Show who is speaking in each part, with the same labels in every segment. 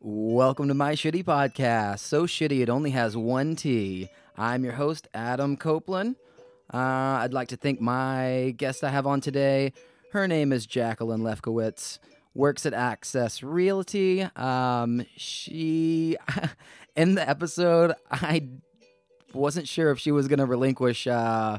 Speaker 1: Welcome to my shitty podcast. So shitty it only has one T. I'm your host, Adam Copeland. Uh, I'd like to thank my guest I have on today. Her name is Jacqueline Lefkowitz, works at Access Realty. Um, she, in the episode, I wasn't sure if she was going to relinquish uh,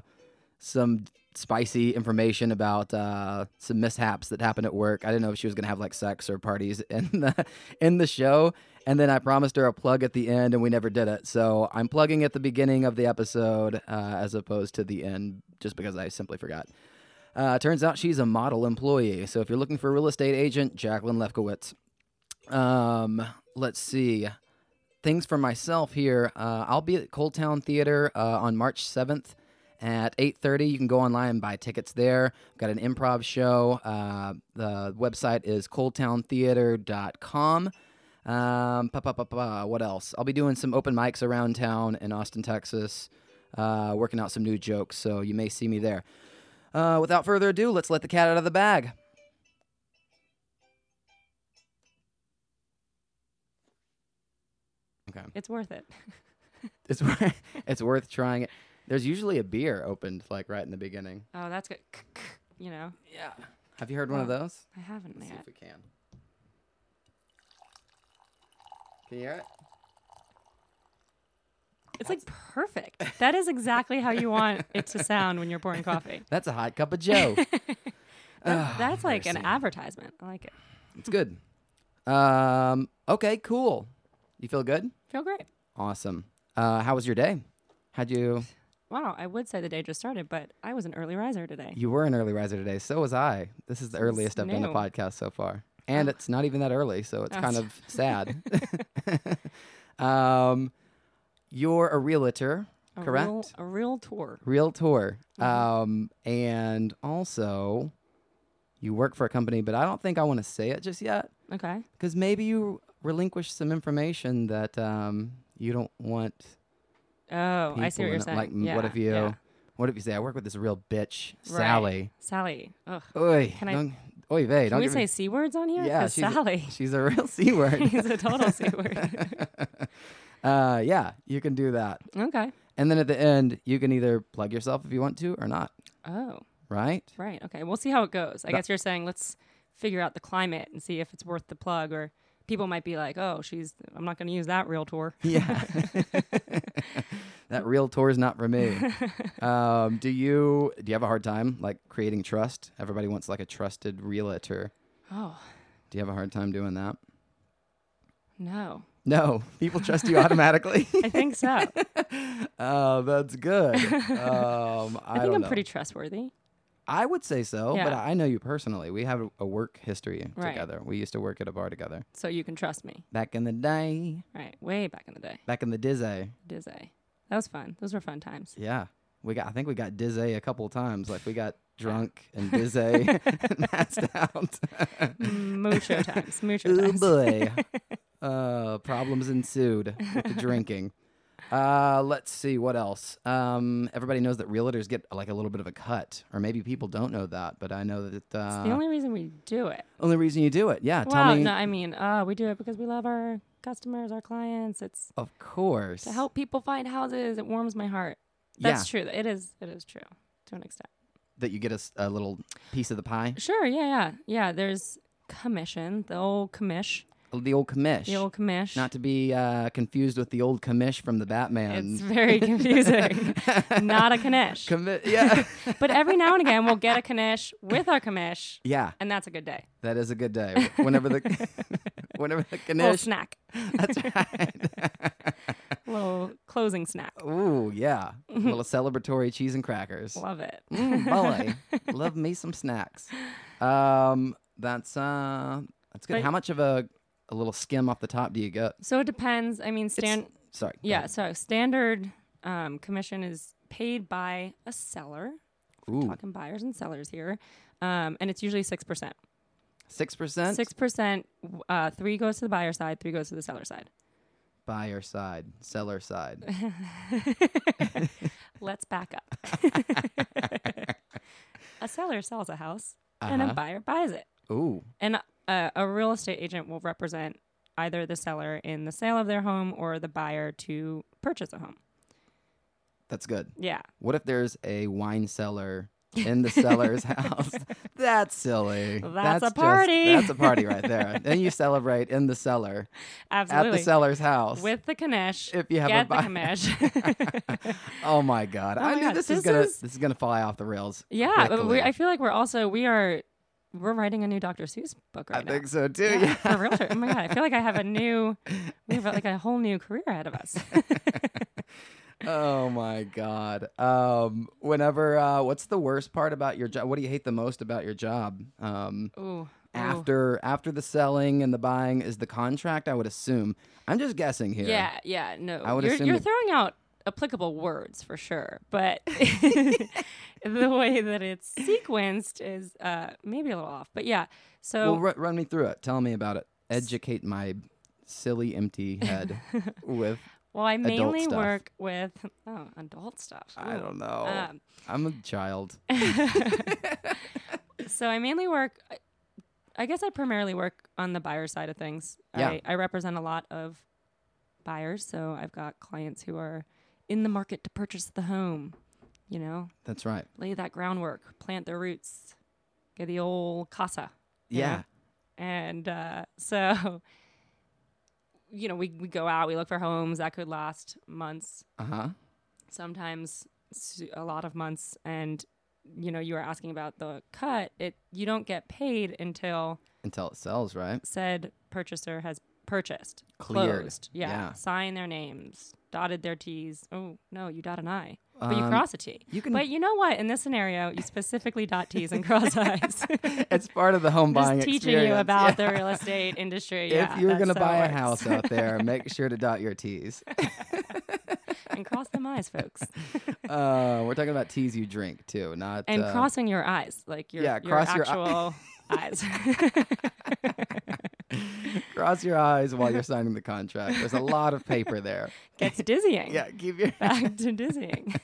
Speaker 1: some spicy information about uh, some mishaps that happened at work. I didn't know if she was gonna have like sex or parties in the in the show. And then I promised her a plug at the end, and we never did it. So I'm plugging at the beginning of the episode uh, as opposed to the end, just because I simply forgot. Uh, turns out she's a model employee. So if you're looking for a real estate agent, Jacqueline Lefkowitz. Um, let's see. Things for myself here. Uh, I'll be at Cold Town Theater uh, on March 7th at 8.30 you can go online and buy tickets there I've got an improv show uh, the website is coldtowntheater.com um, pa, pa, pa, pa, what else i'll be doing some open mics around town in austin texas uh, working out some new jokes so you may see me there uh, without further ado let's let the cat out of the bag okay
Speaker 2: It's worth it.
Speaker 1: it's, wor- it's worth trying it there's usually a beer opened like right in the beginning
Speaker 2: Oh, that's good. You know,
Speaker 1: Yeah. Have you heard one of
Speaker 2: Wow.
Speaker 1: those?
Speaker 2: I haven't
Speaker 1: Let's see
Speaker 2: yet.
Speaker 1: if we can. Can you hear it?
Speaker 2: It's like perfect. That is exactly how you want it to sound when you're pouring coffee.
Speaker 1: That's a hot cup of Joe.
Speaker 2: That- that's like an
Speaker 1: Oh. Ah, mercy.
Speaker 2: advertisement. I like it.
Speaker 1: it's good. Um, okay, cool. You feel good?
Speaker 2: Feel great.
Speaker 1: Awesome. Uh, how was your day? How'd you
Speaker 2: Wow, I would say the day just started, but I was an early riser today.
Speaker 1: you were an early riser today, so was I. This is the earliest I've done the
Speaker 2: new. Ah.
Speaker 1: podcast so far. And it's not even that early, so it's
Speaker 2: Oh,
Speaker 1: kind of sad. um, you're a realtor,
Speaker 2: A
Speaker 1: correct?
Speaker 2: Real, Mm-hmm. a real tour.
Speaker 1: realtor. Um, and also, you work for a company, but I don't think I want to say it just yet
Speaker 2: Okay.
Speaker 1: because maybe you relinquish some information that um, you don't want.
Speaker 2: Oh,
Speaker 1: People
Speaker 2: I see what you're
Speaker 1: in it.
Speaker 2: saying.
Speaker 1: Like, m- what
Speaker 2: Yeah,
Speaker 1: if you,
Speaker 2: yeah.
Speaker 1: what if you say, I work with this real bitch,
Speaker 2: Right.
Speaker 1: Sally?
Speaker 2: Sally. Ugh.
Speaker 1: Oy,
Speaker 2: Can I-
Speaker 1: don't- oy vey,
Speaker 2: Can
Speaker 1: don't
Speaker 2: we
Speaker 1: give
Speaker 2: say
Speaker 1: me-
Speaker 2: c words on here?
Speaker 1: Yeah,
Speaker 2: 'Cause
Speaker 1: she's a-
Speaker 2: Sally.
Speaker 1: she's a real c word.
Speaker 2: He's a total c word.
Speaker 1: uh, yeah, you can do that,
Speaker 2: okay.
Speaker 1: and then at the end, you can either plug yourself if you want to or not,
Speaker 2: Oh.
Speaker 1: right?
Speaker 2: Right. Okay. We'll see how it goes. I guess you're saying let's figure out the climate and see if it's worth the plug, or people might be like, "Oh, she's I'm not going to use that realtor."
Speaker 1: Yeah. that real tour is not for me. Um, do you do you have a hard time like creating trust? Everybody wants like a trusted realtor.
Speaker 2: Oh
Speaker 1: Do you have a hard time doing that?
Speaker 2: no,
Speaker 1: No, people trust you automatically.
Speaker 2: I think so. I think
Speaker 1: Oh, that's good. Um, I,
Speaker 2: I'm
Speaker 1: don't know.
Speaker 2: pretty trustworthy.
Speaker 1: I would say so, but
Speaker 2: Yeah.
Speaker 1: I know you personally. We have a work history
Speaker 2: Right.
Speaker 1: together. We used to work at a bar together
Speaker 2: So you can trust me,
Speaker 1: back in the day.
Speaker 2: right? Way back in the day,
Speaker 1: Back in the dizzy.
Speaker 2: Dizzy. That was fun. Those were fun times.
Speaker 1: Yeah. We got I think we got dizzy a couple times. Like we got drunk and dizzy and passed out.
Speaker 2: Mucho times. Mucho
Speaker 1: oh
Speaker 2: times.
Speaker 1: boy. Uh, problems ensued with the drinking. Uh, let's see what else. Um, everybody knows that realtors get like a little bit of a cut, or maybe people don't know that, but I know that uh,
Speaker 2: It's the only reason we do it.
Speaker 1: only reason you do it. Yeah,
Speaker 2: well,
Speaker 1: tell me.
Speaker 2: no, I mean, uh, we do it because we love our customers, our clients. It's
Speaker 1: of course.
Speaker 2: to help people find houses. It warms my heart.
Speaker 1: Yeah.
Speaker 2: That's true. It is. It is true to an extent.
Speaker 1: That you get a, s- a little piece of the pie,
Speaker 2: Sure, yeah, yeah. Yeah, there's commission, the old commish,
Speaker 1: the old commish.
Speaker 2: the old commish.
Speaker 1: Not to be uh, confused with the old commish from the Batman.
Speaker 2: it's very confusing. Not a commish.
Speaker 1: Commi- yeah.
Speaker 2: But every now and again, we'll get a commish with our commish,
Speaker 1: yeah,
Speaker 2: and that's a good day.
Speaker 1: that is a good day. Whenever the whenever the
Speaker 2: little
Speaker 1: Ganesh.
Speaker 2: snack,
Speaker 1: That's right.
Speaker 2: little closing snack.
Speaker 1: Ooh, yeah. A little celebratory cheese and crackers.
Speaker 2: Love it.
Speaker 1: Mm, bully. Love me some snacks. Um, that's uh that's good.
Speaker 2: But-
Speaker 1: How much of a a little skim off the top do you get?
Speaker 2: So it depends. I mean, stand.
Speaker 1: Sorry. go
Speaker 2: Yeah, so standard um, commission is paid by a seller.
Speaker 1: ahead. Ooh,
Speaker 2: Talking buyers and sellers here. Um, and it's usually 6%.
Speaker 1: six percent.
Speaker 2: Six percent. Uh, three goes to the buyer side. Three goes to the seller side.
Speaker 1: Buyer side, seller side.
Speaker 2: Let's back up. a seller sells a
Speaker 1: Uh-huh.
Speaker 2: house, and a buyer buys it.
Speaker 1: Ooh,
Speaker 2: And uh, a real estate agent will represent either the seller in the sale of their home or the buyer to purchase a home.
Speaker 1: That's good.
Speaker 2: Yeah.
Speaker 1: What if there's a wine cellar in the seller's house? That's silly.
Speaker 2: That's a party.
Speaker 1: Just, that's a party right there. and you celebrate in the cellar
Speaker 2: Absolutely.
Speaker 1: at the seller's house.
Speaker 2: With the Kanesh.
Speaker 1: if you have
Speaker 2: Get
Speaker 1: a
Speaker 2: the
Speaker 1: buyer.
Speaker 2: Kanesh.
Speaker 1: oh my god!
Speaker 2: Oh
Speaker 1: I
Speaker 2: my
Speaker 1: knew
Speaker 2: God,
Speaker 1: this, is
Speaker 2: this
Speaker 1: gonna
Speaker 2: is-
Speaker 1: this is gonna fly off the rails.
Speaker 2: yeah. but
Speaker 1: quickly.
Speaker 2: we, I feel like we're also, we are, we're writing a new Dr. Seuss book right
Speaker 1: I
Speaker 2: now.
Speaker 1: think so too.
Speaker 2: Yeah,
Speaker 1: Yeah.
Speaker 2: for real. Oh my god, I feel like I have a new, we have like a whole new career ahead of us.
Speaker 1: Oh my god. Um, whenever, uh, what's the worst part about your job? What do you hate the most about your job? Um,
Speaker 2: Ooh, ooh.
Speaker 1: after after the selling and the buying is the contract. I would assume. I'm just guessing here.
Speaker 2: Yeah, yeah, no.
Speaker 1: I would
Speaker 2: you're
Speaker 1: assume
Speaker 2: you're
Speaker 1: that-
Speaker 2: throwing out applicable words for sure, but the way that it's sequenced is uh, maybe a little off. But yeah, so
Speaker 1: Well, ru- run me through it. Tell me about it. Educate my silly empty head with
Speaker 2: well, I mainly
Speaker 1: stuff.
Speaker 2: work with oh adult stuff.
Speaker 1: I
Speaker 2: Ooh.
Speaker 1: don't know.
Speaker 2: Um,
Speaker 1: I'm a child.
Speaker 2: so I mainly work. I- I guess I primarily work on the buyer side of things.
Speaker 1: Yeah.
Speaker 2: I, I represent a lot of buyers, so I've got clients who are in the market to purchase the home. You know,
Speaker 1: That's right.
Speaker 2: lay that groundwork, plant their roots, get the old casa. you know?
Speaker 1: Yeah.
Speaker 2: And uh, so, you know, we, we go out, we look for homes that could last months,
Speaker 1: Uh huh.
Speaker 2: sometimes su- a lot of months and you know you were asking about the cut it you don't get paid until
Speaker 1: Until it sells, right?
Speaker 2: said purchaser has purchased
Speaker 1: Cleared.
Speaker 2: closed yeah,
Speaker 1: Yeah.
Speaker 2: sign their names dotted their t's oh no you dot an i but you
Speaker 1: Um,
Speaker 2: cross a t
Speaker 1: you can-
Speaker 2: but you know what in this scenario you specifically dot t's and cross i's
Speaker 1: It's part of the home
Speaker 2: just
Speaker 1: buying
Speaker 2: teaching
Speaker 1: experience.
Speaker 2: you about
Speaker 1: Yeah.
Speaker 2: the real estate industry yeah,
Speaker 1: if you're
Speaker 2: that's
Speaker 1: gonna
Speaker 2: how it
Speaker 1: buy a
Speaker 2: works.
Speaker 1: house out there, make sure to dot your T's.
Speaker 2: and cross them eyes folks
Speaker 1: Uh, we're talking about teas you drink too, not
Speaker 2: and
Speaker 1: uh,
Speaker 2: crossing your eyes like your,
Speaker 1: yeah,
Speaker 2: your
Speaker 1: cross your
Speaker 2: actual eyes
Speaker 1: cross your eyes while you're signing the contract. There's a lot of paper there.
Speaker 2: gets dizzying
Speaker 1: Yeah, keep your
Speaker 2: back to dizzying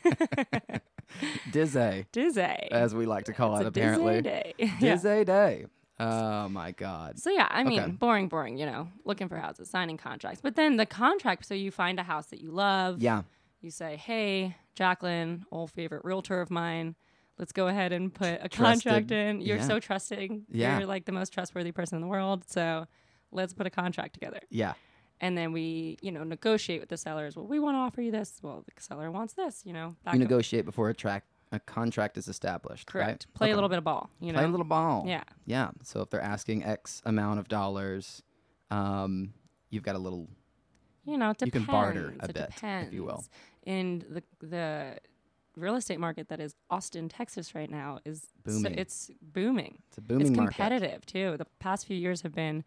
Speaker 1: dizzy,
Speaker 2: dizzy
Speaker 1: as we like to call
Speaker 2: It's
Speaker 1: it,
Speaker 2: a
Speaker 1: Uh, apparently.
Speaker 2: dizzy day. Yeah.
Speaker 1: Dizzy day. Oh my God.
Speaker 2: so yeah i mean
Speaker 1: Okay.
Speaker 2: boring boring you know looking for houses signing contracts but then the contract so you find a house that you love
Speaker 1: Yeah.
Speaker 2: you say hey jacqueline old favorite realtor of mine let's go ahead and put a
Speaker 1: Trusted.
Speaker 2: contract in you're
Speaker 1: Yeah.
Speaker 2: so trusting
Speaker 1: Yeah.
Speaker 2: you're like the most trustworthy person in the world so let's put a contract together
Speaker 1: Yeah.
Speaker 2: and then we you know negotiate with the sellers well we want to offer you this well the seller wants this you know back
Speaker 1: You
Speaker 2: and-
Speaker 1: negotiate before a track a contract is established.
Speaker 2: correct
Speaker 1: Right?
Speaker 2: play
Speaker 1: Okay.
Speaker 2: a little bit of ball you know
Speaker 1: Play a little ball.
Speaker 2: Yeah.
Speaker 1: Yeah. So if they're asking X amount of dollars, um, you've got a little
Speaker 2: you know it
Speaker 1: You
Speaker 2: depends.
Speaker 1: can barter a
Speaker 2: it
Speaker 1: bit,
Speaker 2: depends.
Speaker 1: if you will.
Speaker 2: and the the real estate market that is austin texas right now is so-
Speaker 1: Booming.
Speaker 2: it's booming
Speaker 1: it's a booming
Speaker 2: it's
Speaker 1: market.
Speaker 2: competitive too the past few years have been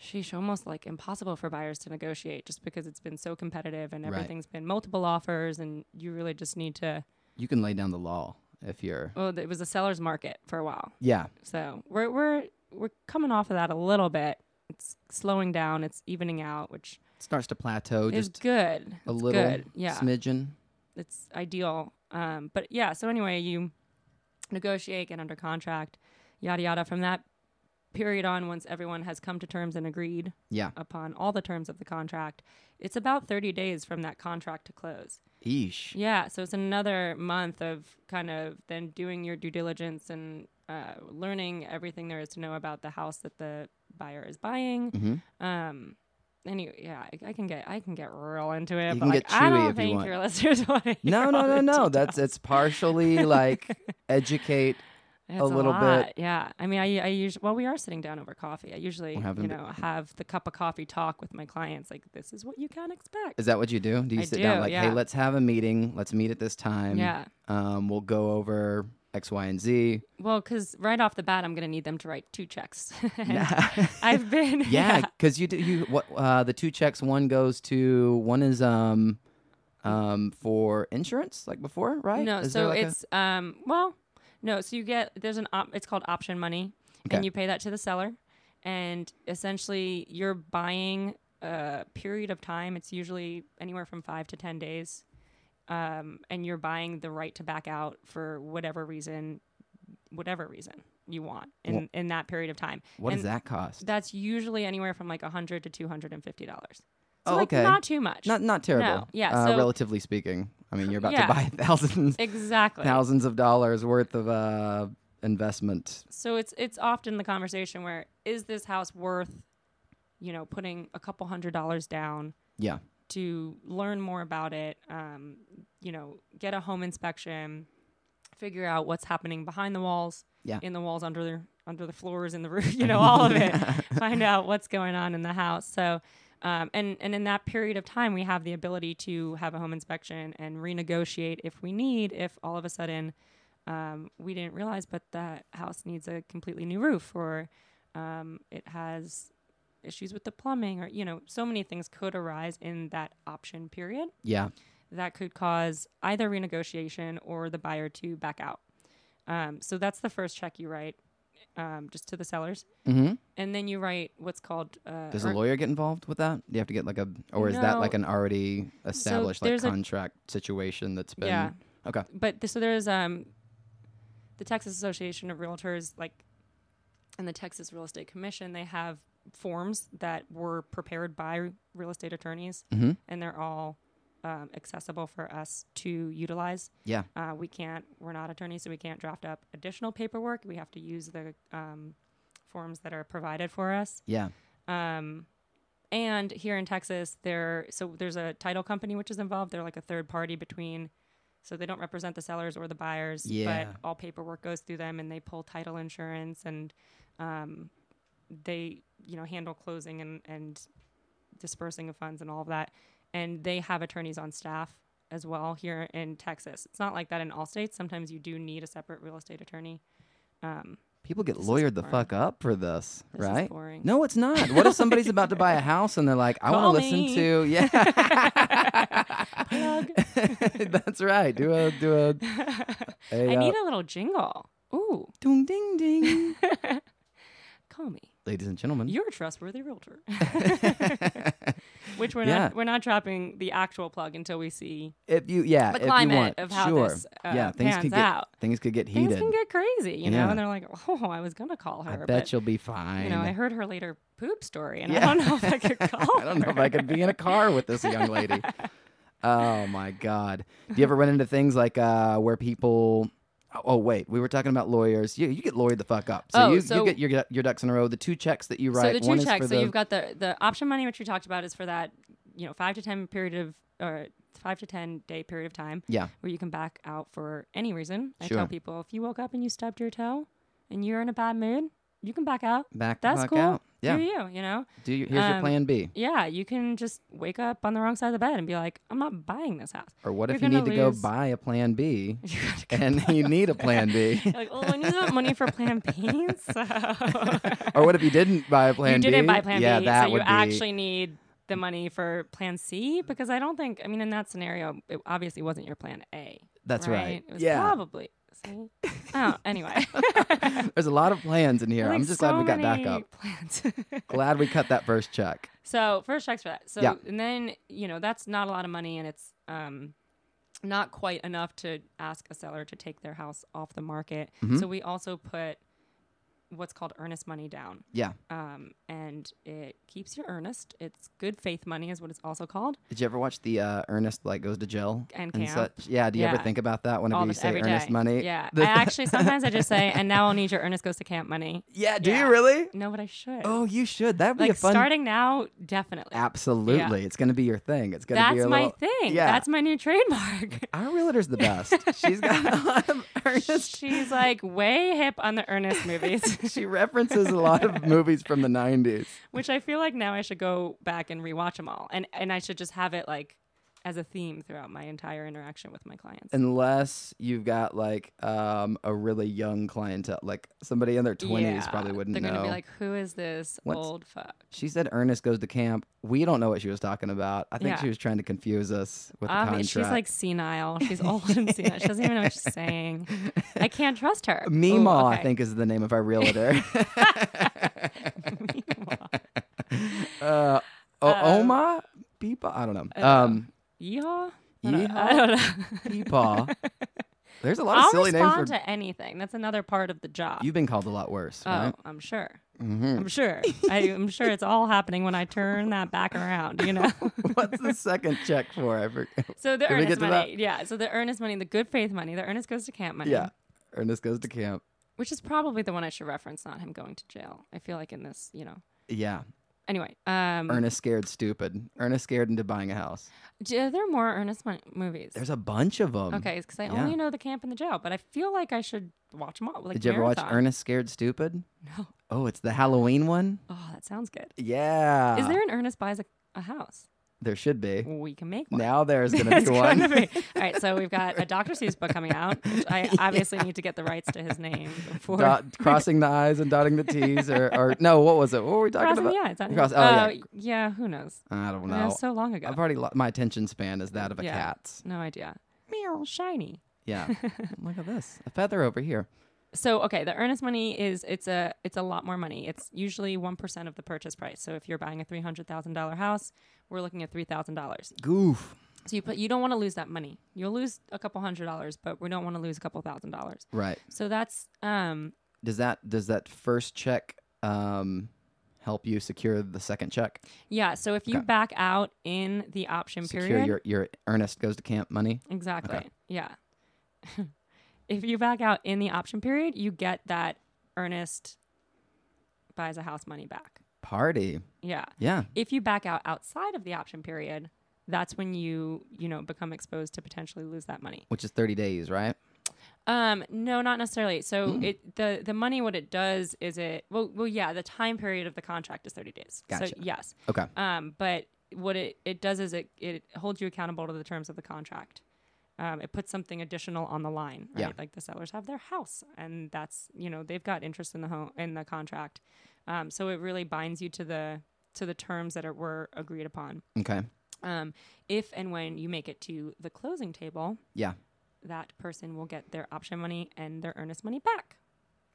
Speaker 2: sheesh almost like impossible for buyers to negotiate just because it's been so competitive and
Speaker 1: Right.
Speaker 2: everything's been multiple offers and you really just need to
Speaker 1: You can lay down the law if you're
Speaker 2: well it was a seller's market for a while
Speaker 1: Yeah.
Speaker 2: So we're we're we're coming off of that a little bit. It's slowing down. It's evening out, which
Speaker 1: It starts to plateau
Speaker 2: is
Speaker 1: just
Speaker 2: good.
Speaker 1: a
Speaker 2: It's
Speaker 1: little
Speaker 2: good. Yeah,
Speaker 1: smidgen.
Speaker 2: it's ideal. Um, but yeah. So anyway, you negotiate, get under contract, yada yada. From that period on, once everyone has come to terms and agreed
Speaker 1: Yeah.
Speaker 2: upon all the terms of the contract, it's about thirty days from that contract to close.
Speaker 1: Eesh.
Speaker 2: Yeah, so it's another month of kind of then doing your due diligence and uh, learning everything there is to know about the house that the buyer is buying.
Speaker 1: Mhm.
Speaker 2: Um, anyway, yeah, I, I can get I can get real into it,
Speaker 1: You
Speaker 2: but
Speaker 1: can
Speaker 2: like,
Speaker 1: get
Speaker 2: I
Speaker 1: chewy
Speaker 2: don't
Speaker 1: if you
Speaker 2: think
Speaker 1: want.
Speaker 2: your listeners want to.
Speaker 1: No,
Speaker 2: hear
Speaker 1: no,
Speaker 2: all
Speaker 1: no,
Speaker 2: the
Speaker 1: no.
Speaker 2: details.
Speaker 1: That's it's partially like educate.
Speaker 2: It's
Speaker 1: little bit.
Speaker 2: lot, Yeah, I mean, I I usually well, we are sitting down over coffee. I usually
Speaker 1: We're having
Speaker 2: you
Speaker 1: a bit-
Speaker 2: know have the cup of coffee talk with my clients. Like this is what you can expect.
Speaker 1: Is that what you do? Do you
Speaker 2: I
Speaker 1: sit down
Speaker 2: do,
Speaker 1: like, hey,
Speaker 2: yeah.
Speaker 1: let's have a meeting. Let's meet at this time.
Speaker 2: Yeah.
Speaker 1: Um, we'll go over X, Y, and Z.
Speaker 2: Well, because right off the bat, I'm going to need them to write two checks. And I've been
Speaker 1: Yeah, because you do you what uh, the two checks. One goes to one is um um for insurance, like before, right?
Speaker 2: No,
Speaker 1: Is there,
Speaker 2: so
Speaker 1: like, a-
Speaker 2: it's um well, no, so you get there's an op, it's called option money
Speaker 1: Okay.
Speaker 2: and you pay that to the seller and essentially you're buying a period of time, it's usually anywhere from 5 to 10 days. Um, and you're buying the right to back out for whatever reason whatever reason you want in, in that period of time.
Speaker 1: What does
Speaker 2: And
Speaker 1: that cost?
Speaker 2: That's usually anywhere from like 100 to 250 dollars. So
Speaker 1: Oh,
Speaker 2: like
Speaker 1: okay.
Speaker 2: not too much.
Speaker 1: Not not terrible.
Speaker 2: No, yeah,
Speaker 1: Uh,
Speaker 2: so-
Speaker 1: relatively speaking, I mean, you're about
Speaker 2: Yeah.
Speaker 1: to buy thousands,
Speaker 2: exactly.
Speaker 1: thousands of dollars worth of uh, investment.
Speaker 2: So it's it's often the conversation where is this house worth, you know, putting a couple hundred dollars down
Speaker 1: Yeah.
Speaker 2: to learn more about it, um, you know, get a home inspection, figure out what's happening behind the walls,
Speaker 1: Yeah.
Speaker 2: in the walls under the under the floors in the roof, you know, all of it. Find out what's going on in the house. So, um, and and in that period of time, we have the ability to have a home inspection and renegotiate if we need. If all of a sudden um, we didn't realize, but that house needs a completely new roof, or um, it has issues with the plumbing, or you know, so many things could arise in that option period
Speaker 1: Yeah.
Speaker 2: that could cause either renegotiation or the buyer to back out. Um, so that's the first check you write, um, just to the sellers,
Speaker 1: hmm
Speaker 2: and then you write what's called. Uh,
Speaker 1: Does
Speaker 2: or-
Speaker 1: a lawyer get involved with that? Do you have to get like a, or is that
Speaker 2: No.
Speaker 1: like an already established like
Speaker 2: there's a-
Speaker 1: contract situation that's been?
Speaker 2: Yeah.
Speaker 1: Okay.
Speaker 2: but th- so there's um, the Texas Association of Realtors, like, and the Texas Real Estate Commission. They have forms that were prepared by real estate attorneys,
Speaker 1: Mhm.
Speaker 2: and they're all um, accessible for us to utilize.
Speaker 1: Yeah.
Speaker 2: Uh, we can't. We're not attorneys, so we can't draft up additional paperwork. We have to use the um, forms that are provided for us.
Speaker 1: Yeah.
Speaker 2: Um, and here in Texas, there so there's a title company which is involved. They're like a third party between, so they don't represent the sellers or the buyers.
Speaker 1: Yeah.
Speaker 2: But all paperwork goes through them, and they pull title insurance, and um, they you know handle closing and and dispersing of funds and all of that. And they have attorneys on staff as well here in Texas. It's not like that in all states. Sometimes you do need a separate real estate attorney. Um,
Speaker 1: People get
Speaker 2: This is
Speaker 1: lawyered the
Speaker 2: boring.
Speaker 1: fuck up for this,
Speaker 2: This is
Speaker 1: right?
Speaker 2: boring.
Speaker 1: No, it's not. What if somebody's about to buy a house and they're like, I
Speaker 2: Call
Speaker 1: want to listen
Speaker 2: me.
Speaker 1: to yeah.
Speaker 2: Plug.
Speaker 1: That's right. Do a do a, a
Speaker 2: I
Speaker 1: uh,
Speaker 2: need a little jingle. Ooh,
Speaker 1: ding ding ding.
Speaker 2: call me.
Speaker 1: Ladies and gentlemen.
Speaker 2: You're a trustworthy realtor. Which we're
Speaker 1: Yeah.
Speaker 2: not we're not dropping the actual plug until we see
Speaker 1: if you yeah,
Speaker 2: the
Speaker 1: Uh, if you
Speaker 2: climate
Speaker 1: want,
Speaker 2: of how
Speaker 1: sure.
Speaker 2: this uh,
Speaker 1: yeah, things
Speaker 2: pans
Speaker 1: could get
Speaker 2: out.
Speaker 1: things could get heated.
Speaker 2: Things can get crazy, you know.
Speaker 1: Yeah.
Speaker 2: And they're like, "Oh, I was gonna call
Speaker 1: I
Speaker 2: her,
Speaker 1: bet
Speaker 2: but
Speaker 1: you'll be fine.
Speaker 2: you know, I heard her later poop story, and
Speaker 1: Yeah.
Speaker 2: I don't know if I could call.
Speaker 1: I don't know if I could be in a car with this young lady. Oh my God. Do you ever run into things like uh, where people. oh, Oh, wait. We were talking about lawyers. You, you get lawyered the fuck up. So,
Speaker 2: Oh,
Speaker 1: you, you
Speaker 2: so-
Speaker 1: get your, your ducks in a row. The two checks that you
Speaker 2: So
Speaker 1: write
Speaker 2: the
Speaker 1: one
Speaker 2: two
Speaker 1: is for
Speaker 2: checks. So
Speaker 1: the.
Speaker 2: you've got the the option money, which we talked about, is for that you know five to ten period of or five to ten day period of time.
Speaker 1: Yeah.
Speaker 2: where you can back out for any reason. I
Speaker 1: Sure.
Speaker 2: tell people if you woke up and you stubbed your toe, and you're in a bad mood, you can back out.
Speaker 1: Back the
Speaker 2: That's
Speaker 1: fuck
Speaker 2: cool.
Speaker 1: out. Yeah.
Speaker 2: Do you? You know?
Speaker 1: Do you, here's your
Speaker 2: um,
Speaker 1: plan B.
Speaker 2: Yeah, you can just wake up on the wrong side of the bed and be like, I'm not buying this house.
Speaker 1: Or what if you
Speaker 2: you're
Speaker 1: need
Speaker 2: gonna
Speaker 1: to go
Speaker 2: lose-
Speaker 1: buy a plan B
Speaker 2: You gotta go-
Speaker 1: and you need a plan B?
Speaker 2: like, oh, I need that money for Plan B. So
Speaker 1: or what if you didn't buy a plan B?
Speaker 2: you didn't buy Plan
Speaker 1: yeah,
Speaker 2: B,
Speaker 1: that
Speaker 2: so you
Speaker 1: would be.
Speaker 2: actually need the money for Plan C because I don't think. I mean, in that scenario, it obviously wasn't your Plan A.
Speaker 1: That's right.
Speaker 2: It was
Speaker 1: Yeah.
Speaker 2: probably. See? Oh, anyway.
Speaker 1: There's a lot of plans in here.
Speaker 2: Like,
Speaker 1: I'm just
Speaker 2: so
Speaker 1: glad we got
Speaker 2: many
Speaker 1: back up.
Speaker 2: Plans.
Speaker 1: Glad we cut that first check.
Speaker 2: so first checks for that. So
Speaker 1: Yeah.
Speaker 2: and then you know that's not a lot of money, and it's um, not quite enough to ask a seller to take their house off the market.
Speaker 1: Mhm.
Speaker 2: So we also put what's called earnest money down,
Speaker 1: Yeah.
Speaker 2: um, and it keeps your earnest. It's good faith money, is what it's also called.
Speaker 1: Did you ever watch the uh, Ernest like goes to jail
Speaker 2: And
Speaker 1: such?
Speaker 2: camp.
Speaker 1: Yeah. Do you ever
Speaker 2: Yeah.
Speaker 1: think about that whenever
Speaker 2: All
Speaker 1: you
Speaker 2: this
Speaker 1: say
Speaker 2: every day.
Speaker 1: Ernest money?
Speaker 2: Yeah, I
Speaker 1: The-
Speaker 2: actually sometimes I just say, and now I'll need your earnest goes to camp money.
Speaker 1: yeah. Do
Speaker 2: Yeah.
Speaker 1: you really?
Speaker 2: No, but I should.
Speaker 1: Oh, you should. That'd be
Speaker 2: like
Speaker 1: a fun.
Speaker 2: starting now, definitely.
Speaker 1: Absolutely, it's gonna be your thing. It's gonna
Speaker 2: That's
Speaker 1: be your
Speaker 2: my
Speaker 1: little-
Speaker 2: thing.
Speaker 1: Yeah.
Speaker 2: That's my new trademark.
Speaker 1: Our realtor's the best. She's got a lot of Ernest.
Speaker 2: She's like way hip on the Ernest movies,
Speaker 1: She references a lot of movies from the '90s.
Speaker 2: which I feel like now I should go back and rewatch them all, and and I should just have it like as a theme throughout my entire interaction with my clients.
Speaker 1: Unless you've got like um, a really young clientele, like somebody in their 20s
Speaker 2: Yeah.
Speaker 1: probably wouldn't
Speaker 2: They're
Speaker 1: know.
Speaker 2: gonna be like, "Who is this
Speaker 1: What's-
Speaker 2: old fuck?"
Speaker 1: She said Ernest goes to camp. We don't know what she was talking about. I think
Speaker 2: Yeah.
Speaker 1: she was trying to confuse us with the
Speaker 2: Obvi-
Speaker 1: contract.
Speaker 2: she's like senile. She's old and senile. She doesn't even know what she's saying. I can't trust her. Ooh,
Speaker 1: Meemaw, I
Speaker 2: okay.
Speaker 1: think, is the name of our realtor.
Speaker 2: Meemaw.
Speaker 1: uh, o-
Speaker 2: Um,
Speaker 1: Oma? Peepaw? I don't know.
Speaker 2: I don't know.
Speaker 1: Um,
Speaker 2: Yeehaw. I don't- I
Speaker 1: Yeehaw?
Speaker 2: don't know.
Speaker 1: Peepaw. There's a lot of
Speaker 2: I'll
Speaker 1: silly names for.
Speaker 2: respond to anything. That's another part of the job.
Speaker 1: You've been called a lot worse,
Speaker 2: oh,
Speaker 1: right?
Speaker 2: I'm sure.
Speaker 1: Mm-hmm.
Speaker 2: I'm sure. I, I'm sure it's all happening when I turn that back around. You know.
Speaker 1: What's the second check for? I forget.
Speaker 2: so the
Speaker 1: Did we get
Speaker 2: earnest
Speaker 1: to
Speaker 2: money, yeah. So the earnest money, the good faith money, the earnest goes to camp money.
Speaker 1: Yeah. Ernest goes to camp.
Speaker 2: Which is probably the one I should reference, not him going to jail. I feel like in this, you know.
Speaker 1: Yeah.
Speaker 2: Anyway, um,
Speaker 1: Ernest scared stupid. Ernest scared into buying a house.
Speaker 2: d- are there more earnest mon- movies?
Speaker 1: There's a bunch of them.
Speaker 2: Okay, because I
Speaker 1: yeah.
Speaker 2: only know the camp and the jail, but I feel like I should watch them all. Like
Speaker 1: Did you ever watch
Speaker 2: marathon.
Speaker 1: Ernest Scared Stupid?
Speaker 2: No.
Speaker 1: Oh, it's the Halloween one?
Speaker 2: Oh, that sounds good.
Speaker 1: Yeah.
Speaker 2: Is there an Ernest buys a, a house?
Speaker 1: There should be.
Speaker 2: We can make one.
Speaker 1: Now there's going to
Speaker 2: It's
Speaker 1: be
Speaker 2: gonna
Speaker 1: one.
Speaker 2: be- All right, so we've got a Dr. Seuss book coming out. Which I obviously need to get the rights to his name before
Speaker 1: Dot, crossing the I's and dotting the T's. Or, or no, what was it? What were we talking
Speaker 2: crossing.
Speaker 1: about?
Speaker 2: Yeah, it's on
Speaker 1: Cross-
Speaker 2: his-
Speaker 1: oh, yeah.
Speaker 2: uh, yeah. Who knows?
Speaker 1: I don't
Speaker 2: That
Speaker 1: know.
Speaker 2: was so long ago.
Speaker 1: I've already lo- my attention span is that of a
Speaker 2: Yeah.
Speaker 1: cat's.
Speaker 2: no idea. Meow. Shiny.
Speaker 1: Yeah. Look at this. A feather over here.
Speaker 2: So okay, the earnest money is it's a it's a lot more money. It's usually one percent of the purchase price. So if you're buying a three hundred thousand dollar house, we're looking at three thousand dollars.
Speaker 1: Goof.
Speaker 2: So you put you don't want to lose that money. You'll lose a couple hundred dollars, but we don't want to lose a couple thousand dollars.
Speaker 1: Right.
Speaker 2: So that's um
Speaker 1: Does that does that first check um help you secure the second check?
Speaker 2: yeah. So if you
Speaker 1: Okay.
Speaker 2: back out in the option
Speaker 1: Secure
Speaker 2: period,
Speaker 1: your your earnest goes to camp money.
Speaker 2: exactly, yeah. if you back out in the option period, you get that earnest buys a house money back.
Speaker 1: Party.
Speaker 2: Yeah.
Speaker 1: Yeah.
Speaker 2: If you back out outside of the option period, that's when you you know become exposed to potentially lose that money.
Speaker 1: Which is 30 days, right?
Speaker 2: Um, no, not necessarily. So
Speaker 1: Hmm.
Speaker 2: it the the money what it does is it well well yeah the time period of the contract is thirty days. So
Speaker 1: Gotcha.
Speaker 2: yes.
Speaker 1: Okay.
Speaker 2: Um, but what it it does is it it holds you accountable to the terms of the contract. Um, it puts something additional on the line, right?
Speaker 1: Yeah.
Speaker 2: Like the sellers have their house, and that's you know they've got interest in the home in the contract. Um, so it really binds you to the to the terms that are, were agreed upon.
Speaker 1: Okay.
Speaker 2: Um, if and when you make it to the closing table,
Speaker 1: Yeah.
Speaker 2: that person will get their option money and their earnest money back.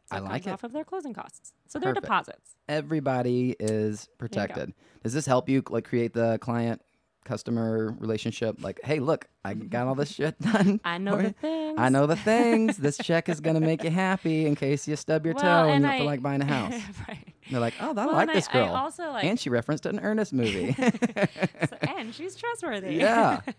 Speaker 2: So
Speaker 1: I
Speaker 2: comes
Speaker 1: like it.
Speaker 2: off of their closing costs. So their
Speaker 1: Perfect.
Speaker 2: deposits.
Speaker 1: Everybody is
Speaker 2: go.
Speaker 1: protected. Does this help you like create the client customer relationship like, "Hey, look, I got all this shit done."
Speaker 2: I know
Speaker 1: for
Speaker 2: the
Speaker 1: you.
Speaker 2: things.
Speaker 1: I know the things. This check is going to make you happy in case you stub your
Speaker 2: Well,
Speaker 1: toe and,
Speaker 2: and
Speaker 1: you don't feel
Speaker 2: I-
Speaker 1: like buying a house. And
Speaker 2: right.
Speaker 1: they're like, oh, I
Speaker 2: Well,
Speaker 1: like
Speaker 2: and
Speaker 1: this
Speaker 2: I,
Speaker 1: girl.
Speaker 2: I also like,
Speaker 1: and she referenced an Ernest movie.
Speaker 2: so- and she's trustworthy.
Speaker 1: Yeah.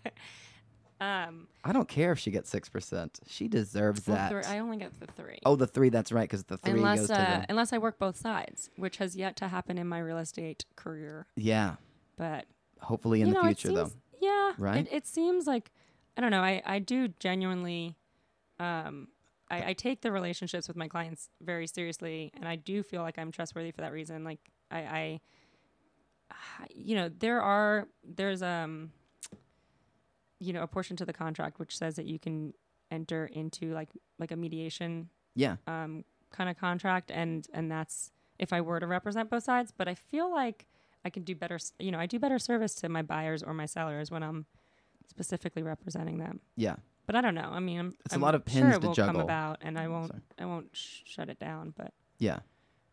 Speaker 2: um,
Speaker 1: I don't care if she gets 6%. She deserves
Speaker 2: well,
Speaker 1: that.
Speaker 2: three- I only get the three.
Speaker 1: oh, the three. That's right, because the three goes
Speaker 2: unless
Speaker 1: to
Speaker 2: uh,
Speaker 1: the.
Speaker 2: unless I work both sides, which has yet to happen in my real estate career.
Speaker 1: Yeah.
Speaker 2: But
Speaker 1: Hopefully in
Speaker 2: you
Speaker 1: the
Speaker 2: know,
Speaker 1: future,
Speaker 2: it
Speaker 1: though.
Speaker 2: seems, Yeah,
Speaker 1: Right?
Speaker 2: It, it seems like I don't know. I I do genuinely, um, I, I take the relationships with my clients very seriously, and I do feel like I'm trustworthy for that reason. Like I, I I- you know, there are there's um, you know, a portion to the contract which says that you can enter into like like a mediation
Speaker 1: Yeah.
Speaker 2: um, kind of contract, and and that's if I were to represent both sides. But I feel like I can do better. s- You know, I do better service to my buyers or my sellers when I'm specifically representing them.
Speaker 1: Yeah.
Speaker 2: But I don't know. I mean, I'm,
Speaker 1: It's a
Speaker 2: I'm
Speaker 1: lot of
Speaker 2: sure
Speaker 1: pins
Speaker 2: it
Speaker 1: to
Speaker 2: will
Speaker 1: juggle.
Speaker 2: Come about, and I won't.
Speaker 1: Sorry.
Speaker 2: I won't sh- shut it down. But
Speaker 1: Yeah.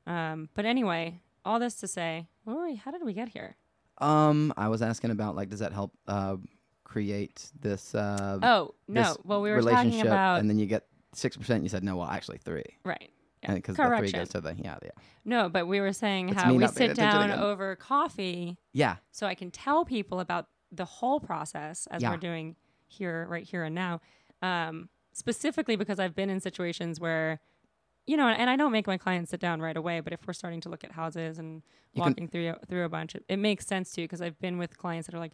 Speaker 2: um, but anyway, all this to say, where were we, how did we get here?
Speaker 1: Um, I was asking about, like, does that help uh, create this. Uh,
Speaker 2: Oh no.
Speaker 1: this
Speaker 2: Well, we were
Speaker 1: relationship,
Speaker 2: talking about
Speaker 1: And then you get 6%. You said, no, well, actually, three.
Speaker 2: right. Yeah.
Speaker 1: Because the three
Speaker 2: Correction.
Speaker 1: goes to the. Yeah. Yeah.
Speaker 2: No, but we were saying
Speaker 1: It's
Speaker 2: how
Speaker 1: me
Speaker 2: we
Speaker 1: not paying
Speaker 2: sit
Speaker 1: attention
Speaker 2: down
Speaker 1: again.
Speaker 2: over coffee
Speaker 1: Yeah.
Speaker 2: so I can tell people about the whole process as
Speaker 1: Yeah.
Speaker 2: we're doing here, right here and now. Um, specifically because I've been in situations where, you know, and I don't make my clients sit down right away, but if we're starting to look at houses and
Speaker 1: You can-
Speaker 2: walking through through a bunch, it, it makes sense too because I've been with clients that are like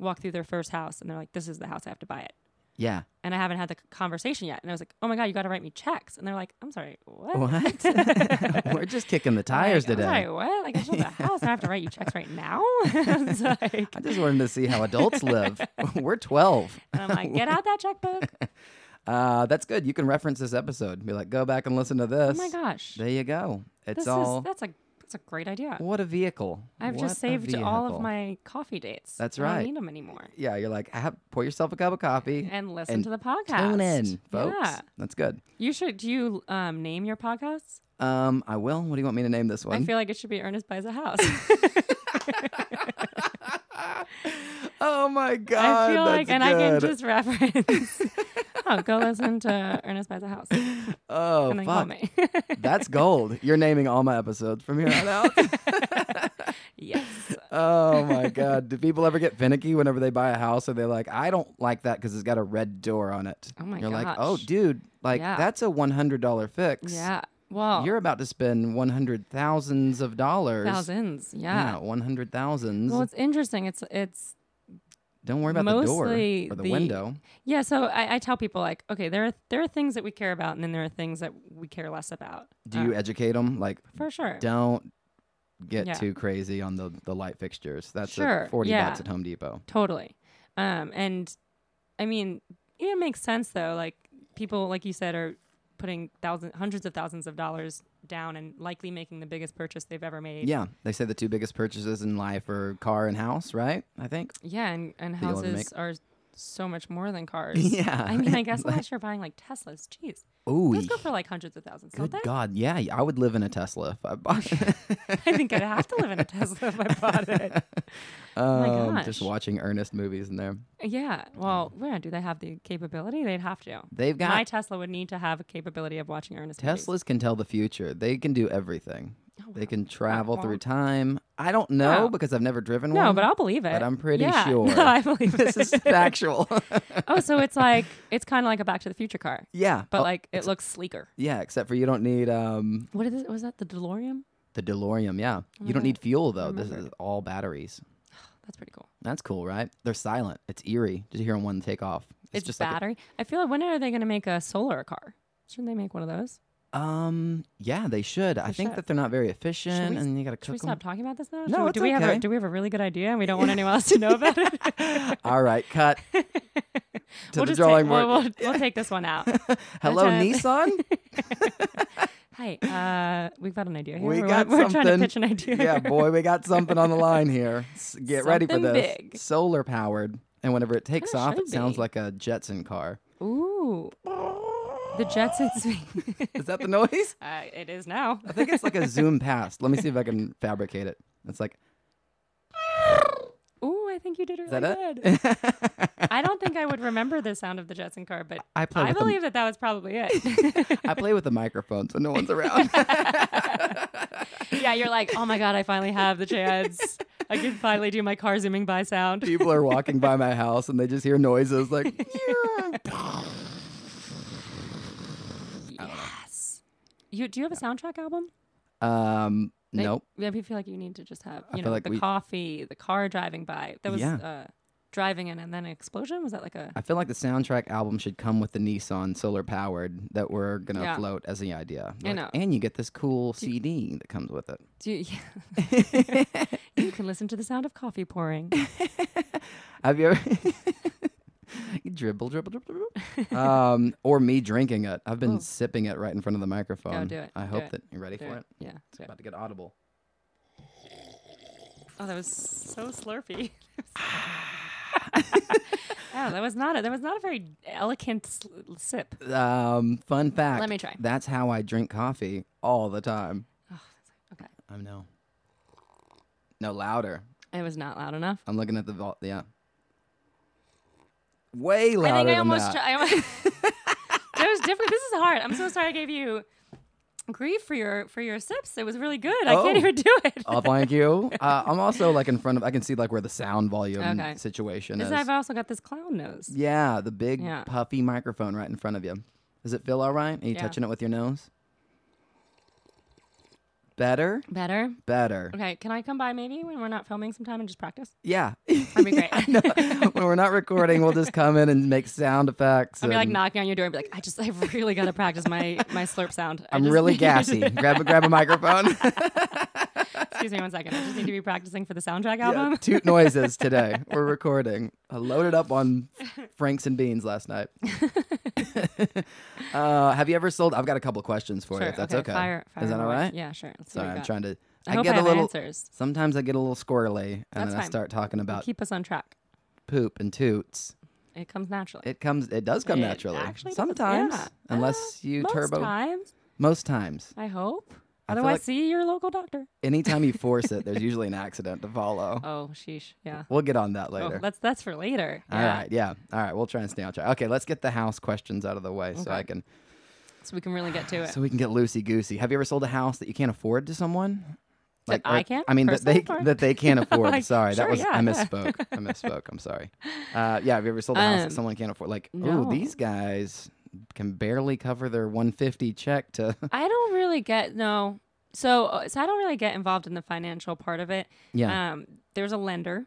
Speaker 2: walk through their first house and they're like, "This is the house I have to buy it,"
Speaker 1: Yeah.
Speaker 2: and I haven't had the c- conversation yet, and I was like, "Oh my god, you got to write me checks," and they're like, "I'm sorry, what?"
Speaker 1: What? We're just kicking the tires
Speaker 2: like,
Speaker 1: today.
Speaker 2: I'm sorry, what? Like I just bought a house and I have to write you checks right now? It's like,
Speaker 1: I just wanted to see how adults live. We're 12.
Speaker 2: And I'm like, get out that checkbook.
Speaker 1: Uh, that's good. You can reference this episode. Be like, go back and listen to
Speaker 2: Oh
Speaker 1: this.
Speaker 2: my gosh.
Speaker 1: There you go. It's
Speaker 2: This
Speaker 1: all.
Speaker 2: is that's a that's a great idea.
Speaker 1: what a vehicle.
Speaker 2: I've
Speaker 1: What a
Speaker 2: just saved all
Speaker 1: vehicle.
Speaker 2: of my coffee dates.
Speaker 1: That's
Speaker 2: I
Speaker 1: right.
Speaker 2: don't need them anymore.
Speaker 1: Yeah, you're like, have, pour yourself a cup of coffee.
Speaker 2: And listen
Speaker 1: And
Speaker 2: to the podcast.
Speaker 1: Tune in, folks.
Speaker 2: Yeah.
Speaker 1: That's good.
Speaker 2: You should do you um, name your podcasts?
Speaker 1: Um, I will. What do you want me to name this one?
Speaker 2: I feel like it should be Ernest Buys a House.
Speaker 1: oh my god.
Speaker 2: I feel like
Speaker 1: that's
Speaker 2: and I can
Speaker 1: good.
Speaker 2: just reference oh, go listen to Ernest by the House and
Speaker 1: Oh,
Speaker 2: then call
Speaker 1: fuck.
Speaker 2: me.
Speaker 1: That's gold. You're naming all my episodes from here on out.
Speaker 2: yes.
Speaker 1: oh my god. Do people ever get finicky whenever they buy a house or they're like, I don't like that because it's got a red door on it.
Speaker 2: Oh my
Speaker 1: You're like, oh
Speaker 2: gosh.
Speaker 1: dude, like
Speaker 2: Yeah.
Speaker 1: that's a one hundred dollar fix.
Speaker 2: Yeah. Well,
Speaker 1: You're about to spend one hundred thousands of dollars.
Speaker 2: thousands. Yeah.
Speaker 1: Yeah, one hundred thousands.
Speaker 2: Well, it's interesting. It's it's
Speaker 1: don't worry about the door
Speaker 2: mostly
Speaker 1: or the,
Speaker 2: the-
Speaker 1: window.
Speaker 2: yeah. So I, I tell people like, okay, there are there are things that we care about, and then there are things that we care less about.
Speaker 1: Do you e-,
Speaker 2: Uh,
Speaker 1: educate them? Like,
Speaker 2: for sure.
Speaker 1: don't get
Speaker 2: Yeah.
Speaker 1: too crazy on the the light fixtures. That's a
Speaker 2: Sure,
Speaker 1: forty
Speaker 2: yeah.
Speaker 1: bucks at Home Depot.
Speaker 2: Totally. Um, and I mean, it makes sense though. Like people, like you said, are putting thousands, hundreds of thousands of dollars down and likely making the biggest purchase they've ever made.
Speaker 1: Yeah, they say the two biggest purchases in life are car and house, right? I think.
Speaker 2: Yeah, and, and
Speaker 1: That you'll ever
Speaker 2: houses are so much more than cars.
Speaker 1: Yeah.
Speaker 2: I mean, I guess unless you're buying like Teslas. Jeez.
Speaker 1: Ooh,
Speaker 2: Those go for like hundreds of thousands, don't
Speaker 1: good
Speaker 2: they?
Speaker 1: God! Yeah, I would live in a Tesla if I bought. it.
Speaker 2: I think I'd have to live in a Tesla if I bought it. Oh my
Speaker 1: Um, Just
Speaker 2: gosh.
Speaker 1: watching earnest movies in there.
Speaker 2: Yeah. Well, yeah, do they have the capability? They'd have to.
Speaker 1: They've got
Speaker 2: My Tesla would need to have a capability of watching Ernest. movies.
Speaker 1: Teslas can tell the future. They can do everything.
Speaker 2: Oh,
Speaker 1: They can travel through
Speaker 2: wow.
Speaker 1: time. I don't know
Speaker 2: Wow.
Speaker 1: because I've never driven one.
Speaker 2: No, but I'll believe it.
Speaker 1: but I'm pretty
Speaker 2: Yeah.
Speaker 1: sure.
Speaker 2: No, I believe
Speaker 1: this
Speaker 2: it.
Speaker 1: is factual.
Speaker 2: oh, so it's like it's kind of like a Back to the Future car,
Speaker 1: yeah,
Speaker 2: but
Speaker 1: Oh,
Speaker 2: like it looks sleeker.
Speaker 1: yeah. Except for you don't need um
Speaker 2: What is it? Was that the DeLorean?
Speaker 1: the DeLorean. Yeah, you don't
Speaker 2: God,
Speaker 1: need fuel though. This is
Speaker 2: remembered.
Speaker 1: all batteries.
Speaker 2: That's pretty cool.
Speaker 1: That's cool, right? They're silent. It's eerie. Just hearing one take off.
Speaker 2: It's,
Speaker 1: just like a-
Speaker 2: battery. I feel like when are they going to make a solar car? Shouldn't they make one of those?
Speaker 1: Um, yeah, they should. I
Speaker 2: They
Speaker 1: think
Speaker 2: should.
Speaker 1: that they're not very efficient,
Speaker 2: we s-
Speaker 1: and you got to
Speaker 2: Should we
Speaker 1: cook
Speaker 2: stop
Speaker 1: them.
Speaker 2: talking about this now?
Speaker 1: No,
Speaker 2: do,
Speaker 1: it's
Speaker 2: do we have
Speaker 1: okay.
Speaker 2: a, do we have a really good idea and we don't want anyone else to know about it?
Speaker 1: All right, cut to
Speaker 2: we'll
Speaker 1: the
Speaker 2: just
Speaker 1: drawing
Speaker 2: take,
Speaker 1: board.
Speaker 2: we'll, we'll, we'll take this one out.
Speaker 1: Hello,
Speaker 2: time.
Speaker 1: Nissan.
Speaker 2: Hey, uh, we've got an idea here.
Speaker 1: We
Speaker 2: we're
Speaker 1: got
Speaker 2: we're trying to
Speaker 1: something.
Speaker 2: pitch an idea.
Speaker 1: yeah, boy, we got something on the line here. S- Get ready for
Speaker 2: Something
Speaker 1: this.
Speaker 2: big.
Speaker 1: Solar powered, and whenever it takes
Speaker 2: Kinda
Speaker 1: off, it
Speaker 2: should
Speaker 1: sounds
Speaker 2: be.
Speaker 1: like a Jetson car.
Speaker 2: Ooh, the Jetsons.
Speaker 1: Is that the noise?
Speaker 2: uh, it is now.
Speaker 1: I think it's like a zoom past. Let me see if I can fabricate it. It's like
Speaker 2: Ooh, I think you did really
Speaker 1: is that
Speaker 2: good.
Speaker 1: it?
Speaker 2: I don't think I would remember the sound of the Jetson car, but
Speaker 1: I play
Speaker 2: I
Speaker 1: with
Speaker 2: believe that that was probably it.
Speaker 1: the I play with the microphone, so no one's around.
Speaker 2: yeah, you're like, oh my god, I finally have the chance. I can finally do my car zooming by sound.
Speaker 1: People are walking by my house and they just hear noises like.
Speaker 2: Yes. You do you have a soundtrack album?
Speaker 1: Um,
Speaker 2: Like,
Speaker 1: nope.
Speaker 2: Yeah, we feel like you need to just have
Speaker 1: I
Speaker 2: you
Speaker 1: feel
Speaker 2: know
Speaker 1: like
Speaker 2: the
Speaker 1: we-
Speaker 2: coffee, the car driving by. That was
Speaker 1: Yeah.
Speaker 2: uh, driving in and then an explosion. Was that like a
Speaker 1: I feel like the soundtrack album should come with the Nissan solar powered that we're gonna
Speaker 2: Yeah.
Speaker 1: float as the idea.
Speaker 2: I know.
Speaker 1: And you get this cool CD that comes with it.
Speaker 2: do you, you can listen to the sound of coffee pouring.
Speaker 1: Have you ever? You dribble, dribble, dribble, dribble. um, or me drinking it. I've been
Speaker 2: Oh.
Speaker 1: sipping it right in front of the microphone.
Speaker 2: do it,
Speaker 1: I
Speaker 2: do
Speaker 1: hope
Speaker 2: it,
Speaker 1: that you ready for it.
Speaker 2: Yeah.
Speaker 1: It's about to get audible.
Speaker 2: Oh, that was so slurpy. yeah, Oh, that was not a that was not a very elegant sl- sip.
Speaker 1: Um, fun fact.
Speaker 2: me try.
Speaker 1: That's how I drink coffee all the time.
Speaker 2: Oh, okay,
Speaker 1: I know. No louder.
Speaker 2: it was not loud enough.
Speaker 1: I'm looking at the vault. Yeah. Way louder
Speaker 2: I think I
Speaker 1: than
Speaker 2: almost.
Speaker 1: that.
Speaker 2: Tri- I almost that was different. This is hard. I'm so sorry I gave you grief for your for your sips. It was really good. I can't
Speaker 1: Oh.
Speaker 2: even do it.
Speaker 1: Oh, thank you. Uh, I'm also like in front of. I can see like where the sound volume
Speaker 2: Okay.
Speaker 1: situation
Speaker 2: This,
Speaker 1: is.
Speaker 2: I've also got this clown nose.
Speaker 1: yeah, the big
Speaker 2: Yeah.
Speaker 1: puffy microphone right in front of you. Does it feel all right? Are you
Speaker 2: Yeah.
Speaker 1: touching it with your nose? Better,
Speaker 2: Better.
Speaker 1: better.
Speaker 2: Okay, can I come by maybe when we're not filming sometime and just practice?
Speaker 1: Yeah.
Speaker 2: That'd be great.
Speaker 1: I know. when we're not recording, we'll just come in and make sound effects.
Speaker 2: I'd be like
Speaker 1: and
Speaker 2: knocking on your door and be like, I just, I really got to practice my my slurp sound. I
Speaker 1: I'm
Speaker 2: just-
Speaker 1: really gassy. grab a grab a microphone.
Speaker 2: Excuse me one second. I just need to be practicing for the soundtrack
Speaker 1: Yeah,
Speaker 2: album.
Speaker 1: toot noises today. We're recording. I loaded up on Franks and Beans last night. uh, have you ever sold? I've got a couple questions for you. If that's okay.
Speaker 2: Fire, fire
Speaker 1: Is that all
Speaker 2: away.
Speaker 1: right?
Speaker 2: Yeah, sure. Let's see what
Speaker 1: Sorry,
Speaker 2: we
Speaker 1: I'm
Speaker 2: got.
Speaker 1: trying to.
Speaker 2: I, hope
Speaker 1: get
Speaker 2: I have
Speaker 1: a little.
Speaker 2: answers.
Speaker 1: Sometimes I get a little squirrely, and
Speaker 2: That's
Speaker 1: then I
Speaker 2: fine.
Speaker 1: start talking about
Speaker 2: Keep us on track.
Speaker 1: poop and toots.
Speaker 2: It comes naturally.
Speaker 1: It comes. It does come
Speaker 2: It
Speaker 1: naturally.
Speaker 2: actually does,
Speaker 1: Sometimes,
Speaker 2: yeah.
Speaker 1: unless
Speaker 2: Uh,
Speaker 1: you
Speaker 2: Most
Speaker 1: turbo.
Speaker 2: times,
Speaker 1: Most times.
Speaker 2: I hope.
Speaker 1: I feel
Speaker 2: Otherwise,
Speaker 1: like
Speaker 2: see your local doctor.
Speaker 1: anytime you force it, there's usually an accident to follow.
Speaker 2: Oh, sheesh. Yeah.
Speaker 1: We'll get on that
Speaker 2: Oh,
Speaker 1: later.
Speaker 2: that's that's for later.
Speaker 1: All
Speaker 2: yeah.
Speaker 1: right, yeah. All right, we'll try and stay on track. Okay, let's get the house questions out of the way so
Speaker 2: Okay.
Speaker 1: I can
Speaker 2: So we can really get to it.
Speaker 1: so we can get loosey goosey. Have you ever sold a house that you can't afford to someone?
Speaker 2: That
Speaker 1: or-
Speaker 2: I can't
Speaker 1: I mean, that they
Speaker 2: personally afford?
Speaker 1: that they can't afford.
Speaker 2: Like,
Speaker 1: sorry, that
Speaker 2: sure,
Speaker 1: was
Speaker 2: yeah,
Speaker 1: I
Speaker 2: yeah.
Speaker 1: misspoke. I misspoke. I'm sorry. Uh, yeah, have you ever sold a house
Speaker 2: Um,
Speaker 1: that someone can't afford? Like,
Speaker 2: no.
Speaker 1: oh, these guys can barely cover their 150 check to.
Speaker 2: I don't really get no. So uh, so I don't really get involved in the financial part of it.
Speaker 1: yeah,
Speaker 2: Um, there's a lender.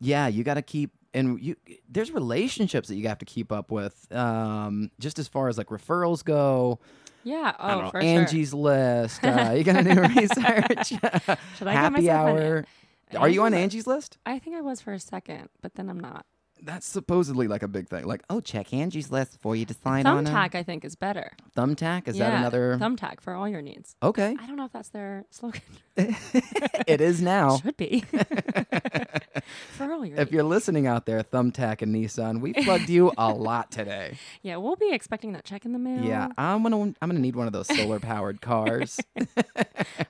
Speaker 1: yeah. You got to keep and you. There's relationships that you have to keep up with. Um, just as far as like referrals go.
Speaker 2: Yeah.
Speaker 1: I don't
Speaker 2: Oh,
Speaker 1: know,
Speaker 2: for sure.
Speaker 1: Angie's List. Uh, you got to do research.
Speaker 2: Should I get
Speaker 1: Happy
Speaker 2: myself on it?
Speaker 1: hour. Are you on
Speaker 2: Angie's
Speaker 1: Angie's List?
Speaker 2: I think I was for a second, but then I'm not.
Speaker 1: That's supposedly like a big thing. Like, oh, check Angie's List before you decide on it.
Speaker 2: Thumbtack, I think, is better.
Speaker 1: Thumbtack is that
Speaker 2: Yeah,
Speaker 1: another?
Speaker 2: Thumbtack for all your needs?
Speaker 1: okay,
Speaker 2: I don't know if that's their slogan.
Speaker 1: it is now.
Speaker 2: Should be for all your
Speaker 1: If
Speaker 2: needs.
Speaker 1: you're listening out there, Thumbtack and Nissan, we plugged you a lot today.
Speaker 2: Yeah, we'll be expecting that check in the mail.
Speaker 1: Yeah, I'm gonna I'm gonna need one of those solar powered cars,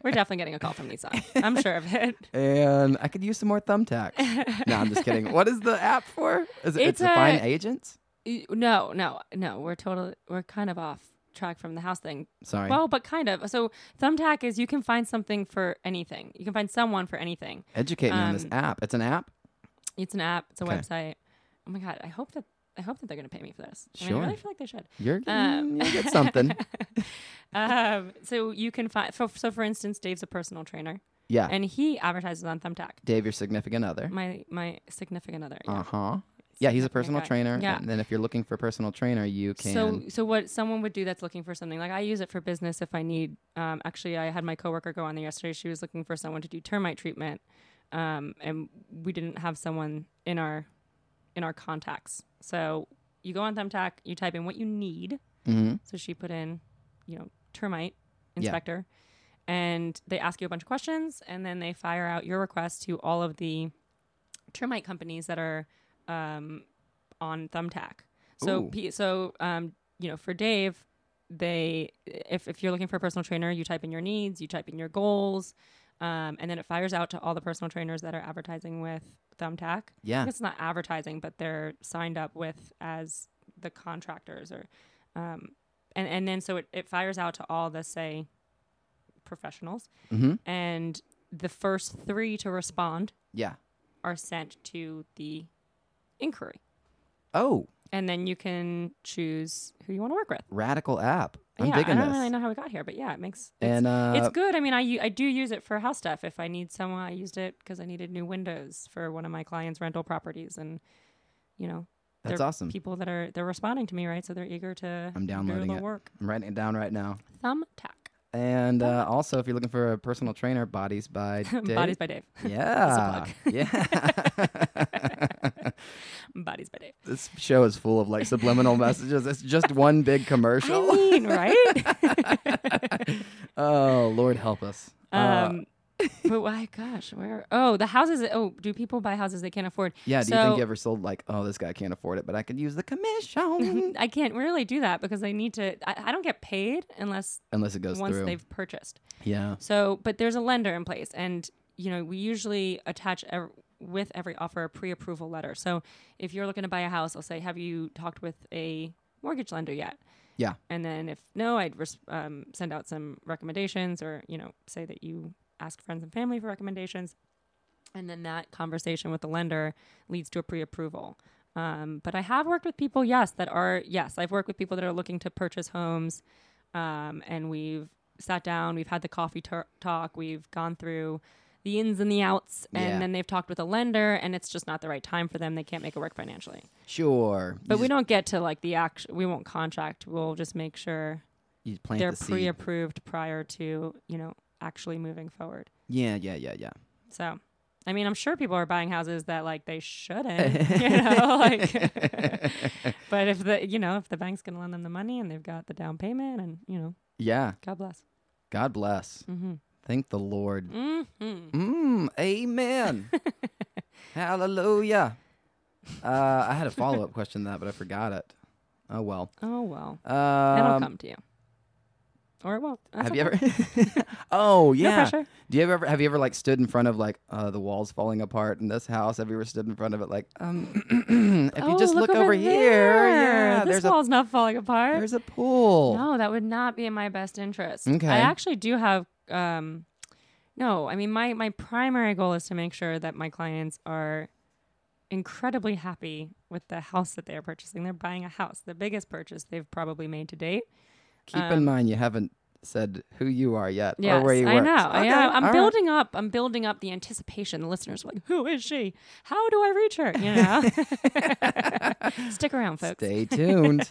Speaker 2: we're definitely getting a call from Nissan. I'm sure of it.
Speaker 1: and I could use some more Thumbtack. No, I'm just kidding. What is the app for? Is it,
Speaker 2: It's uh,
Speaker 1: it's, to find
Speaker 2: a-
Speaker 1: agents?
Speaker 2: Y- No, no, no. We're totally we're kind of off track from the house thing.
Speaker 1: Sorry.
Speaker 2: Well, but kind of. So Thumbtack is you can find something for anything. You can find someone for anything.
Speaker 1: Educate me on this
Speaker 2: um,
Speaker 1: app. It's an app.
Speaker 2: It's an app. It's a
Speaker 1: Okay.
Speaker 2: website. Oh my god! I hope that I hope that they're gonna pay me for this. I mean, I really
Speaker 1: Sure.
Speaker 2: feel like they should.
Speaker 1: You're
Speaker 2: um,
Speaker 1: you get something.
Speaker 2: Um, so you can find. So, so for instance, Dave's a personal trainer,
Speaker 1: Yeah.
Speaker 2: and he advertises on Thumbtack.
Speaker 1: Dave, your significant other.
Speaker 2: My my significant other. yeah.
Speaker 1: Uh huh. Yeah, he's a personal
Speaker 2: guy.
Speaker 1: trainer.
Speaker 2: Yeah.
Speaker 1: And then if you're looking for a personal trainer, you can.
Speaker 2: So so what someone would do that's looking for something like I use it for business if I need. Um, actually, I had my coworker go on there yesterday. She was looking for someone to do termite treatment, um, and we didn't have someone in our in our contacts. So you go on Thumbtack, you type in what you need.
Speaker 1: Mhm.
Speaker 2: So she put in, you know, termite
Speaker 1: Yeah.
Speaker 2: inspector, and they ask you a bunch of questions, and then they fire out your request to all of the termite companies that are um, on Thumbtack. So,
Speaker 1: Ooh.
Speaker 2: pe so um, you know, for Dave, they if if you're looking for a personal trainer, you type in your needs, you type in your goals. Um, and then it fires out to all the personal trainers that are advertising with Thumbtack. I
Speaker 1: Yeah.
Speaker 2: think it's not advertising, but they're signed up with as the contractors or um and, and then so it, it fires out to all the say professionals
Speaker 1: hmm
Speaker 2: and the first three to respond
Speaker 1: Yeah.
Speaker 2: are sent to the inquiry.
Speaker 1: Oh,
Speaker 2: And then you can choose who you want to work with.
Speaker 1: radical app. I'm
Speaker 2: yeah, I
Speaker 1: digging
Speaker 2: don't
Speaker 1: this.
Speaker 2: really know how we got here, but yeah, it makes it's,
Speaker 1: And uh,
Speaker 2: it's good. I mean, I, u- I do use it for house stuff. If I need someone, I used it because I needed new windows for one of my clients' rental properties, and you know,
Speaker 1: That's
Speaker 2: they're
Speaker 1: awesome.
Speaker 2: People that are they're responding to me, right? So they're eager to.
Speaker 1: I'm downloading
Speaker 2: do the
Speaker 1: it.
Speaker 2: work.
Speaker 1: I'm writing it down right now.
Speaker 2: Thumbtack.
Speaker 1: And uh, also, if you're looking for a personal trainer, Bodies by Dave.
Speaker 2: Oh. Bodies by Dave.
Speaker 1: Yeah. yeah.
Speaker 2: Bodies by Dave.
Speaker 1: this show is full of like subliminal messages. It's just one big commercial.
Speaker 2: I mean, right?
Speaker 1: oh, Lord help us. Uh,
Speaker 2: um, but why? Gosh, where? Oh, the houses. Oh, do people buy houses they can't afford?
Speaker 1: yeah. Do you think
Speaker 2: so-
Speaker 1: you ever sold like, oh, this guy can't afford it, but I could use the commission
Speaker 2: I can't really do that because they need to. I, I don't get paid unless
Speaker 1: unless it goes
Speaker 2: once
Speaker 1: through?
Speaker 2: they've purchased.
Speaker 1: Yeah.
Speaker 2: So, but there's a lender in place, and you know we usually attach ev- with every offer a pre-approval letter. So, if you're looking to buy a house, I'll say, "Have you talked with a mortgage lender yet?"
Speaker 1: Yeah.
Speaker 2: And then if no, I'd res- um, send out some recommendations, or you know, say that you ask friends and family for recommendations, and then that conversation with the lender leads to a pre-approval. Um, but I have worked with people, yes, that are yes, I've worked with people that are looking to purchase homes, um, and we've sat down, we've had the coffee tar- talk, we've gone through the ins and the outs, and
Speaker 1: Yeah.
Speaker 2: then they've talked with a lender, and it's just not the right time for them. They can't make it work financially.
Speaker 1: Sure.
Speaker 2: But
Speaker 1: you
Speaker 2: we
Speaker 1: just,
Speaker 2: don't get to like the act. We won't contract. We'll just make sure
Speaker 1: you plant
Speaker 2: they're
Speaker 1: the seed.
Speaker 2: pre-approved prior to you know actually moving forward.
Speaker 1: Yeah, yeah, yeah, yeah.
Speaker 2: So, I mean, I'm sure people are buying houses that like they shouldn't, you know, like. but if the you know if the bank's going to lend them the money and they've got the down payment and you know
Speaker 1: Yeah.
Speaker 2: God bless.
Speaker 1: God bless.
Speaker 2: Mm-hmm.
Speaker 1: Thank the Lord.
Speaker 2: Mm-hmm.
Speaker 1: Mm, amen. Hallelujah. Uh, I had a follow up question to that, but I forgot it. Oh well.
Speaker 2: Oh well,
Speaker 1: Um,
Speaker 2: that'll come to you. or it won't. That's
Speaker 1: have you
Speaker 2: okay.
Speaker 1: ever? oh yeah.
Speaker 2: No pressure.
Speaker 1: Do you ever have you ever like stood in front of like uh, the walls falling apart in this house? Have you ever stood in front of it like um? if you
Speaker 2: Oh,
Speaker 1: just look, over, here,
Speaker 2: there.
Speaker 1: yeah,
Speaker 2: this
Speaker 1: there's
Speaker 2: wall's not falling
Speaker 1: a
Speaker 2: apart.
Speaker 1: there's a pool.
Speaker 2: No, that would not be in my best interest.
Speaker 1: Okay.
Speaker 2: I actually do have. Um, no, I mean my my primary goal is to make sure that my clients are incredibly happy with the house that they're purchasing. They're buying a house, the biggest purchase they've probably made to date.
Speaker 1: Keep in
Speaker 2: um,
Speaker 1: mind you haven't said who you are yet
Speaker 2: Yes,
Speaker 1: or where you
Speaker 2: I
Speaker 1: work.
Speaker 2: know. I
Speaker 1: Okay,
Speaker 2: know.
Speaker 1: all
Speaker 2: I'm
Speaker 1: right.
Speaker 2: building up. I'm building up the anticipation. The listeners are like, "Who is she? How do I reach her?" You know. Stick around, folks.
Speaker 1: Stay tuned.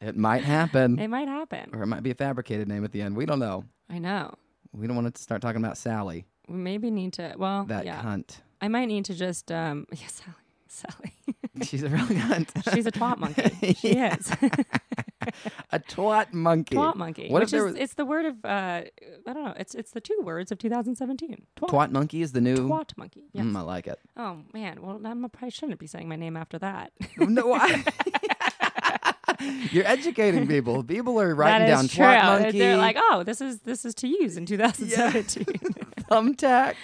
Speaker 1: it might happen,
Speaker 2: It might happen.
Speaker 1: or it might be a fabricated name at the end. We don't know.
Speaker 2: I know.
Speaker 1: We don't want to start talking about Sally,
Speaker 2: We maybe need to. Well,
Speaker 1: that
Speaker 2: yeah.
Speaker 1: cunt.
Speaker 2: I might need to just. Um, yeah, Sally. Sally.
Speaker 1: She's a real cunt.
Speaker 2: She's a twat monkey. She is
Speaker 1: a twat monkey.
Speaker 2: twat monkey.
Speaker 1: What if
Speaker 2: which
Speaker 1: there
Speaker 2: is
Speaker 1: was-
Speaker 2: it's the word of uh, I don't know. It's it's the two words of 2017. Twat,
Speaker 1: Twat monkey is the new.
Speaker 2: twat monkey. Yes.
Speaker 1: Mm, I like it.
Speaker 2: Oh man. Well, I'm, I probably shouldn't be saying my name after that.
Speaker 1: No, I- You're educating people. People are writing
Speaker 2: That
Speaker 1: down
Speaker 2: is
Speaker 1: twat
Speaker 2: true. They're-
Speaker 1: monkey,
Speaker 2: They're like, oh, this is this is to use in 2017.
Speaker 1: thumbtack,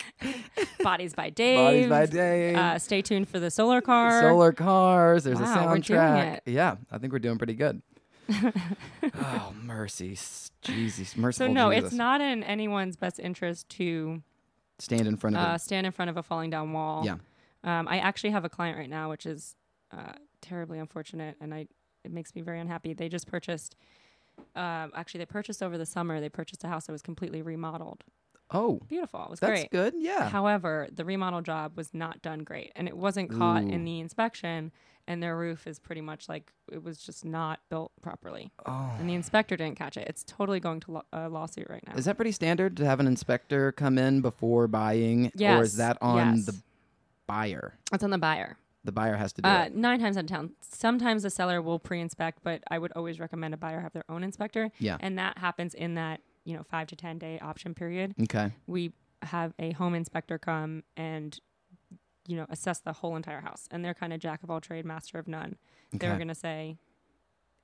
Speaker 2: Bodies by Dave.
Speaker 1: bodies by day,
Speaker 2: Uh, stay tuned for the solar car.
Speaker 1: solar cars. There's a
Speaker 2: Wow, we're doing
Speaker 1: soundtrack.
Speaker 2: it.
Speaker 1: Yeah, I think we're doing pretty good. oh mercy, s- Jesus, merciful
Speaker 2: So no,
Speaker 1: Oh, Jesus.
Speaker 2: it's not in anyone's best interest to
Speaker 1: Stand in front of
Speaker 2: uh,
Speaker 1: it.
Speaker 2: stand in front of a falling down wall.
Speaker 1: Yeah.
Speaker 2: Um, I actually have a client right now, which is uh, terribly unfortunate, and I it makes me very unhappy. They just purchased. Um, actually, they purchased over the summer. They purchased a house that was completely remodeled.
Speaker 1: Oh,
Speaker 2: Beautiful. It was
Speaker 1: that's
Speaker 2: great.
Speaker 1: good. Yeah.
Speaker 2: However, the remodel job was not done great and it wasn't caught
Speaker 1: Ooh.
Speaker 2: in the inspection and their roof is pretty much like it was just not built properly.
Speaker 1: oh.
Speaker 2: And the inspector didn't catch it. It's totally going to lo- a lawsuit right now.
Speaker 1: Is that pretty standard to have an inspector come in before buying, or
Speaker 2: Yes,
Speaker 1: is that on
Speaker 2: yes.
Speaker 1: the buyer?
Speaker 2: it's on the buyer.
Speaker 1: The buyer has to do
Speaker 2: Uh,
Speaker 1: it.
Speaker 2: nine times out of ten, sometimes the seller will pre-inspect, but I would always recommend a buyer have their own inspector.
Speaker 1: Yeah.
Speaker 2: and that happens in that you know five to ten day option period.
Speaker 1: Okay.
Speaker 2: we have a home inspector come and you know assess the whole entire house and they're kind of jack of all trade master of none they're
Speaker 1: Okay.
Speaker 2: going to say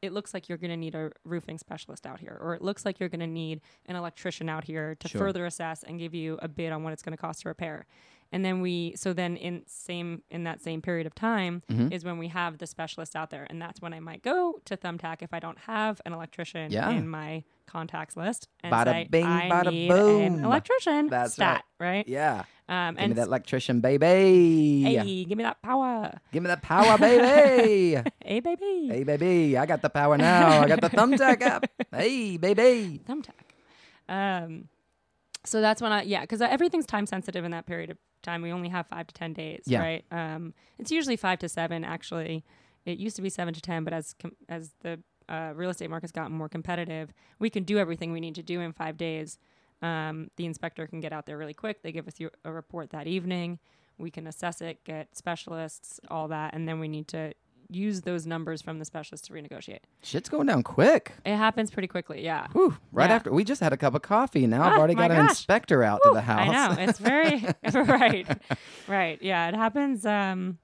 Speaker 2: it looks like you're going to need a roofing specialist out here or it looks like you're going to need an electrician out here to
Speaker 1: Sure.
Speaker 2: further assess and give you a bid on what it's going to cost to repair and then we so then in same in that same period of time
Speaker 1: Mhm.
Speaker 2: is when we have the specialist out there and that's when i might go to thumbtack if i don't have an electrician
Speaker 1: Yeah.
Speaker 2: in my contacts list and
Speaker 1: Bada
Speaker 2: say,
Speaker 1: bing,
Speaker 2: I
Speaker 1: bada
Speaker 2: need
Speaker 1: boom."
Speaker 2: an electrician
Speaker 1: That's
Speaker 2: stat right,
Speaker 1: Yeah.
Speaker 2: um
Speaker 1: Give me
Speaker 2: and
Speaker 1: that electrician, baby.
Speaker 2: hey give me that power
Speaker 1: Give me that power, baby.
Speaker 2: hey baby
Speaker 1: hey, baby. I got the power now. I got the thumbtack app. Hey, baby.
Speaker 2: thumbtack. Um, so that's when I yeah, because everything's time sensitive in that period of time. We only have five to ten days,
Speaker 1: Yeah.
Speaker 2: right? Um, it's usually five to seven. Actually, it used to be seven to ten, but as com- as the uh, real estate market's gotten more competitive, we can do everything we need to do in five days. Um, the inspector can get out there really quick. They give us your- a report that evening. We can assess it, get specialists, all that, and then we need to use those numbers from the specialists to renegotiate.
Speaker 1: Shit's going down quick.
Speaker 2: It happens pretty quickly, yeah.
Speaker 1: Whew, right
Speaker 2: Yeah.
Speaker 1: after we just had a cup of coffee. Now I've
Speaker 2: Ah,
Speaker 1: already
Speaker 2: my
Speaker 1: got an
Speaker 2: gosh.
Speaker 1: inspector out to the house.
Speaker 2: I know. It's very right. Right. Yeah, it happens um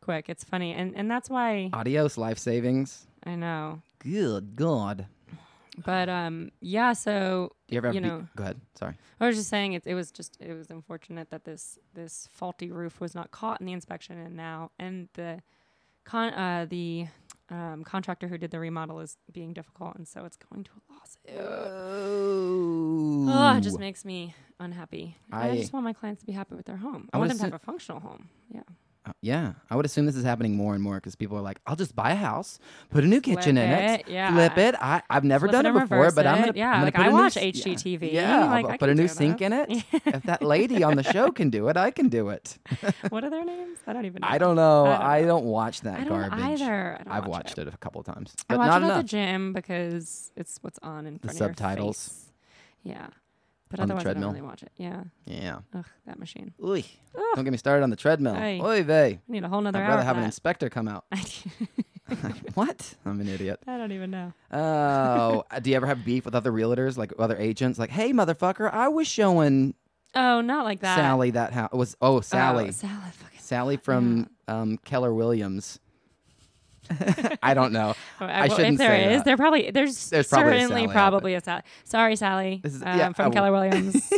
Speaker 2: quick. It's funny. And and that's why
Speaker 1: Adios, life savings.
Speaker 2: I know.
Speaker 1: Good God.
Speaker 2: But um yeah, so
Speaker 1: Do you ever have
Speaker 2: You
Speaker 1: be-
Speaker 2: know.
Speaker 1: Go ahead. Sorry.
Speaker 2: I was just saying it, it was just it was unfortunate that this this faulty roof was not caught in the inspection and now and the con uh the um, contractor who did the remodel is being difficult and so it's going to a lawsuit.
Speaker 1: Oh.
Speaker 2: Uh, Oh, it just makes me unhappy. I,
Speaker 1: I-
Speaker 2: just want my clients to be happy with their home. I,
Speaker 1: I would
Speaker 2: want them to
Speaker 1: assu-
Speaker 2: have a functional home. Yeah.
Speaker 1: Uh, yeah, I would assume this is happening more and more because people are like, "I'll just buy a house, put a new kitchen in it,
Speaker 2: it, yeah.
Speaker 1: flip it." I, I've never
Speaker 2: Flip
Speaker 1: done
Speaker 2: it
Speaker 1: it
Speaker 2: and
Speaker 1: before,
Speaker 2: reverse
Speaker 1: but I'm
Speaker 2: it.
Speaker 1: gonna
Speaker 2: Yeah,
Speaker 1: I'm gonna
Speaker 2: like,
Speaker 1: put
Speaker 2: I
Speaker 1: a new
Speaker 2: watch
Speaker 1: s- yeah.
Speaker 2: HGTV,
Speaker 1: Yeah,
Speaker 2: like,
Speaker 1: I'll
Speaker 2: I
Speaker 1: put a
Speaker 2: can
Speaker 1: new
Speaker 2: do
Speaker 1: sink in it.
Speaker 2: this.
Speaker 1: if that lady on the show can do it, I can do it.
Speaker 2: what are their names? I don't even know.
Speaker 1: I don't know.
Speaker 2: I don't
Speaker 1: I don't watch that
Speaker 2: I don't
Speaker 1: garbage.
Speaker 2: either. I don't
Speaker 1: I've
Speaker 2: watch
Speaker 1: watched it. a couple of times,
Speaker 2: I
Speaker 1: but
Speaker 2: watch
Speaker 1: not
Speaker 2: it at
Speaker 1: enough.
Speaker 2: the gym because it's what's on in front of
Speaker 1: subtitles.
Speaker 2: Your face. Yeah, but
Speaker 1: On the
Speaker 2: otherwise I don't
Speaker 1: treadmill.
Speaker 2: really watch it. Yeah,
Speaker 1: yeah.
Speaker 2: ugh, that machine.
Speaker 1: Oy. Don't get me started on the treadmill.
Speaker 2: Aye.
Speaker 1: Oy vey.
Speaker 2: I need a whole nother
Speaker 1: I'd
Speaker 2: hour.
Speaker 1: rather have
Speaker 2: for
Speaker 1: an inspector come out.
Speaker 2: that.
Speaker 1: what? I'm an idiot.
Speaker 2: I don't even know.
Speaker 1: Oh, do you ever have beef with other realtors, like other agents? Like, hey, motherfucker, I was showing
Speaker 2: Oh, not like that.
Speaker 1: Sally that house. Was oh
Speaker 2: Oh,
Speaker 1: Sally,
Speaker 2: Sally. Fucking
Speaker 1: Sally from um, Keller Williams. I don't know. I
Speaker 2: well,
Speaker 1: shouldn't
Speaker 2: if there is,
Speaker 1: say that.
Speaker 2: there probably there's,
Speaker 1: There's probably a
Speaker 2: certainly
Speaker 1: Sally out
Speaker 2: probably a Sally. Sorry, Sally.
Speaker 1: This is-
Speaker 2: um,
Speaker 1: yeah, I
Speaker 2: from
Speaker 1: will-
Speaker 2: Keller Williams.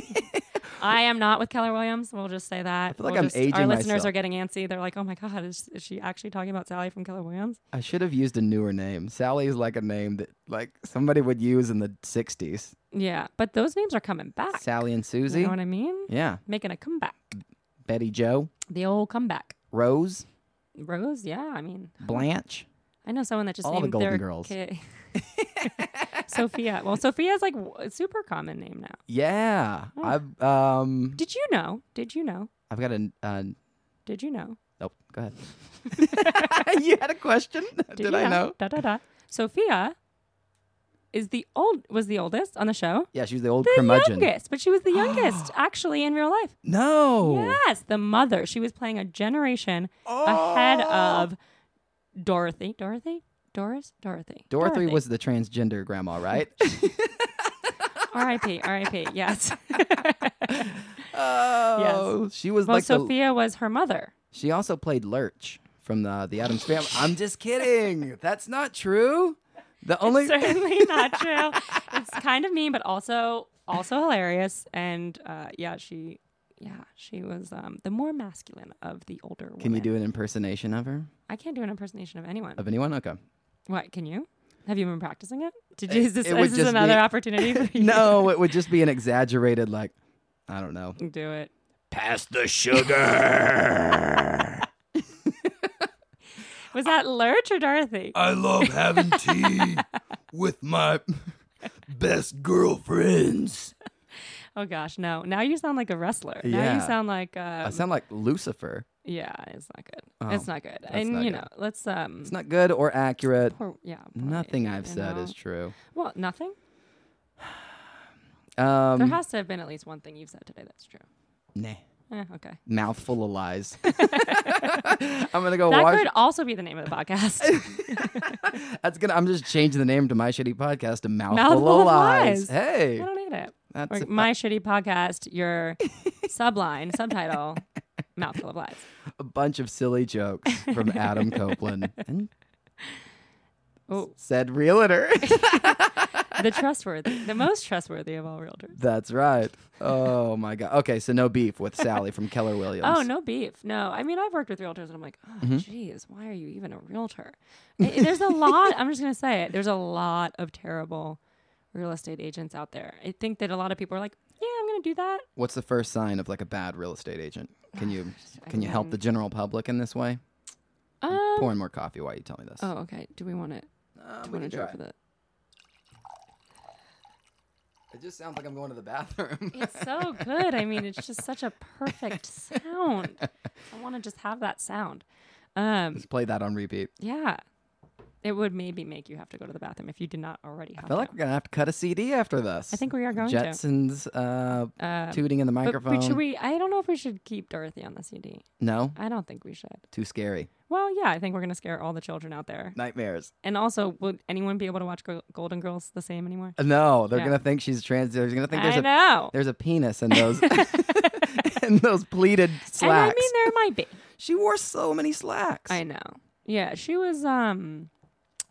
Speaker 2: I am not with Keller Williams. We'll just say that. I
Speaker 1: feel like I'm aging
Speaker 2: Our listeners
Speaker 1: myself.
Speaker 2: are getting antsy. They're like, "Oh my god, is, is she actually talking about Sally from Keller Williams?"
Speaker 1: I should have used a newer name. Sally is like a name that like somebody would use in the '60s.
Speaker 2: Yeah, but those names are coming back.
Speaker 1: Sally and
Speaker 2: you
Speaker 1: Susie.
Speaker 2: know what I mean?
Speaker 1: yeah,
Speaker 2: Making a comeback.
Speaker 1: Betty Joe,
Speaker 2: The old comeback.
Speaker 1: Rose,
Speaker 2: Rose. Yeah, I mean,
Speaker 1: Blanche.
Speaker 2: I know someone that just
Speaker 1: All the
Speaker 2: named
Speaker 1: Golden
Speaker 2: their
Speaker 1: Girls.
Speaker 2: kid- Sophia. Well, Sophia's like w- a super common name now.
Speaker 1: Yeah,
Speaker 2: Hmm.
Speaker 1: I've um,
Speaker 2: Did you know? Did you know?
Speaker 1: I've got a. Uh,
Speaker 2: Did you know?
Speaker 1: nope. Go ahead. you had a question? Did,
Speaker 2: you
Speaker 1: I know?
Speaker 2: Da da da. Sophia is the old was the oldest on the show.
Speaker 1: Yeah, she was the old
Speaker 2: The
Speaker 1: curmudgeon.
Speaker 2: youngest, but she was the youngest actually in real life.
Speaker 1: No.
Speaker 2: Yes, the mother. She was playing a generation ahead of Dorothy. Dorothy. Doris. Dorothy.
Speaker 1: Dorothy, was the transgender grandma, right?
Speaker 2: R.I.P. R.I.P. Yes.
Speaker 1: oh, she was
Speaker 2: well,
Speaker 1: like the
Speaker 2: Sophia was her mother.
Speaker 1: She also played Lurch from the the Adams Family. I'm just kidding. That's not true. The only
Speaker 2: certainly not true. It's kind of mean, but also also hilarious. And uh, yeah, she yeah she was um, the more masculine of the older.
Speaker 1: Can you
Speaker 2: women.
Speaker 1: do an impersonation of her?
Speaker 2: I can't do an impersonation of anyone.
Speaker 1: Of anyone? Okay.
Speaker 2: what can you? Have you been practicing it? Did you? Is this,
Speaker 1: it would
Speaker 2: is this
Speaker 1: just
Speaker 2: another
Speaker 1: be-
Speaker 2: opportunity? For you
Speaker 1: No, it would just be an exaggerated like I don't know.
Speaker 2: to do it.
Speaker 1: Pass the sugar.
Speaker 2: Was that Lurch or Dorothy?
Speaker 1: I love having tea with my best girlfriends.
Speaker 2: oh gosh, no. Now you sound like a wrestler. Now you
Speaker 1: Yeah.
Speaker 2: sound like uh,
Speaker 1: I sound like Lucifer.
Speaker 2: yeah. It's not good.
Speaker 1: Oh,
Speaker 2: it's not good. and
Speaker 1: not
Speaker 2: you
Speaker 1: good.
Speaker 2: know, let's um.
Speaker 1: It's not good or accurate.
Speaker 2: poor- yeah. poor
Speaker 1: Nothing
Speaker 2: lady,
Speaker 1: I've
Speaker 2: you
Speaker 1: said
Speaker 2: know.
Speaker 1: is true.
Speaker 2: Well, nothing.
Speaker 1: Um,
Speaker 2: There has to have been at least one thing you've said today that's true.
Speaker 1: nah.
Speaker 2: Eh, okay.
Speaker 1: mouthful of lies. I'm gonna go
Speaker 2: That
Speaker 1: watch.
Speaker 2: could also be the name of the podcast.
Speaker 1: That's gonna. I'm just changing the name to my shitty podcast to mouthful,
Speaker 2: Mouthful
Speaker 1: of
Speaker 2: of
Speaker 1: lies.
Speaker 2: Lies. I
Speaker 1: Hey,
Speaker 2: don't need it.
Speaker 1: that's
Speaker 2: Or
Speaker 1: a-
Speaker 2: my shitty podcast, your subline, subtitle, mouthful of lies.
Speaker 1: a bunch of silly jokes from Adam Copeland and
Speaker 2: Oh,
Speaker 1: said realtor.
Speaker 2: the trustworthy, the most trustworthy of all realtors.
Speaker 1: that's right. Oh my god. Okay, so no beef with Sally from Keller Williams.
Speaker 2: Oh, no beef. No, I mean, I've worked with realtors and I'm like, oh,
Speaker 1: Mm-hmm.
Speaker 2: geez, why are you even a realtor? I- there's a lot, I'm just going to say it, there's a lot of terrible real estate agents out there. I think that a lot of people are like, yeah, I'm going to do that.
Speaker 1: What's the first sign of like a bad real estate agent? Can you can you help the general public in this way?
Speaker 2: Um,
Speaker 1: Pour in more coffee while you tell me this.
Speaker 2: Oh, okay. Do we want it?
Speaker 1: Um,
Speaker 2: Do
Speaker 1: we
Speaker 2: we
Speaker 1: can
Speaker 2: want to do
Speaker 1: try.
Speaker 2: it for that?
Speaker 1: It just sounds like I'm going to the bathroom.
Speaker 2: It's so good. I mean, it's just such a perfect sound. I want to just have that sound. Um,
Speaker 1: Just play that on repeat.
Speaker 2: yeah. It would maybe make you have to go to the bathroom if you did not already have
Speaker 1: I feel like
Speaker 2: to.
Speaker 1: we're gonna have to cut a CD after this.
Speaker 2: I think we are going
Speaker 1: Jetsons uh,
Speaker 2: to. Um,
Speaker 1: tooting in the
Speaker 2: but-
Speaker 1: microphone.
Speaker 2: But should we? I don't know if we should keep Dorothy on the CD.
Speaker 1: no,
Speaker 2: I don't think we should.
Speaker 1: too scary.
Speaker 2: Well, yeah, I think we're going to scare all the children out there.
Speaker 1: Nightmares.
Speaker 2: And also, would anyone be able to watch Gol- Golden Girls the same anymore?
Speaker 1: Uh, No, they're
Speaker 2: Yeah.
Speaker 1: gonna think she's trans. They're gonna think there's
Speaker 2: I
Speaker 1: a
Speaker 2: know.
Speaker 1: there's a penis in those in those pleated slacks.
Speaker 2: And I mean, there might be.
Speaker 1: she wore so many slacks.
Speaker 2: I know. Yeah, she was um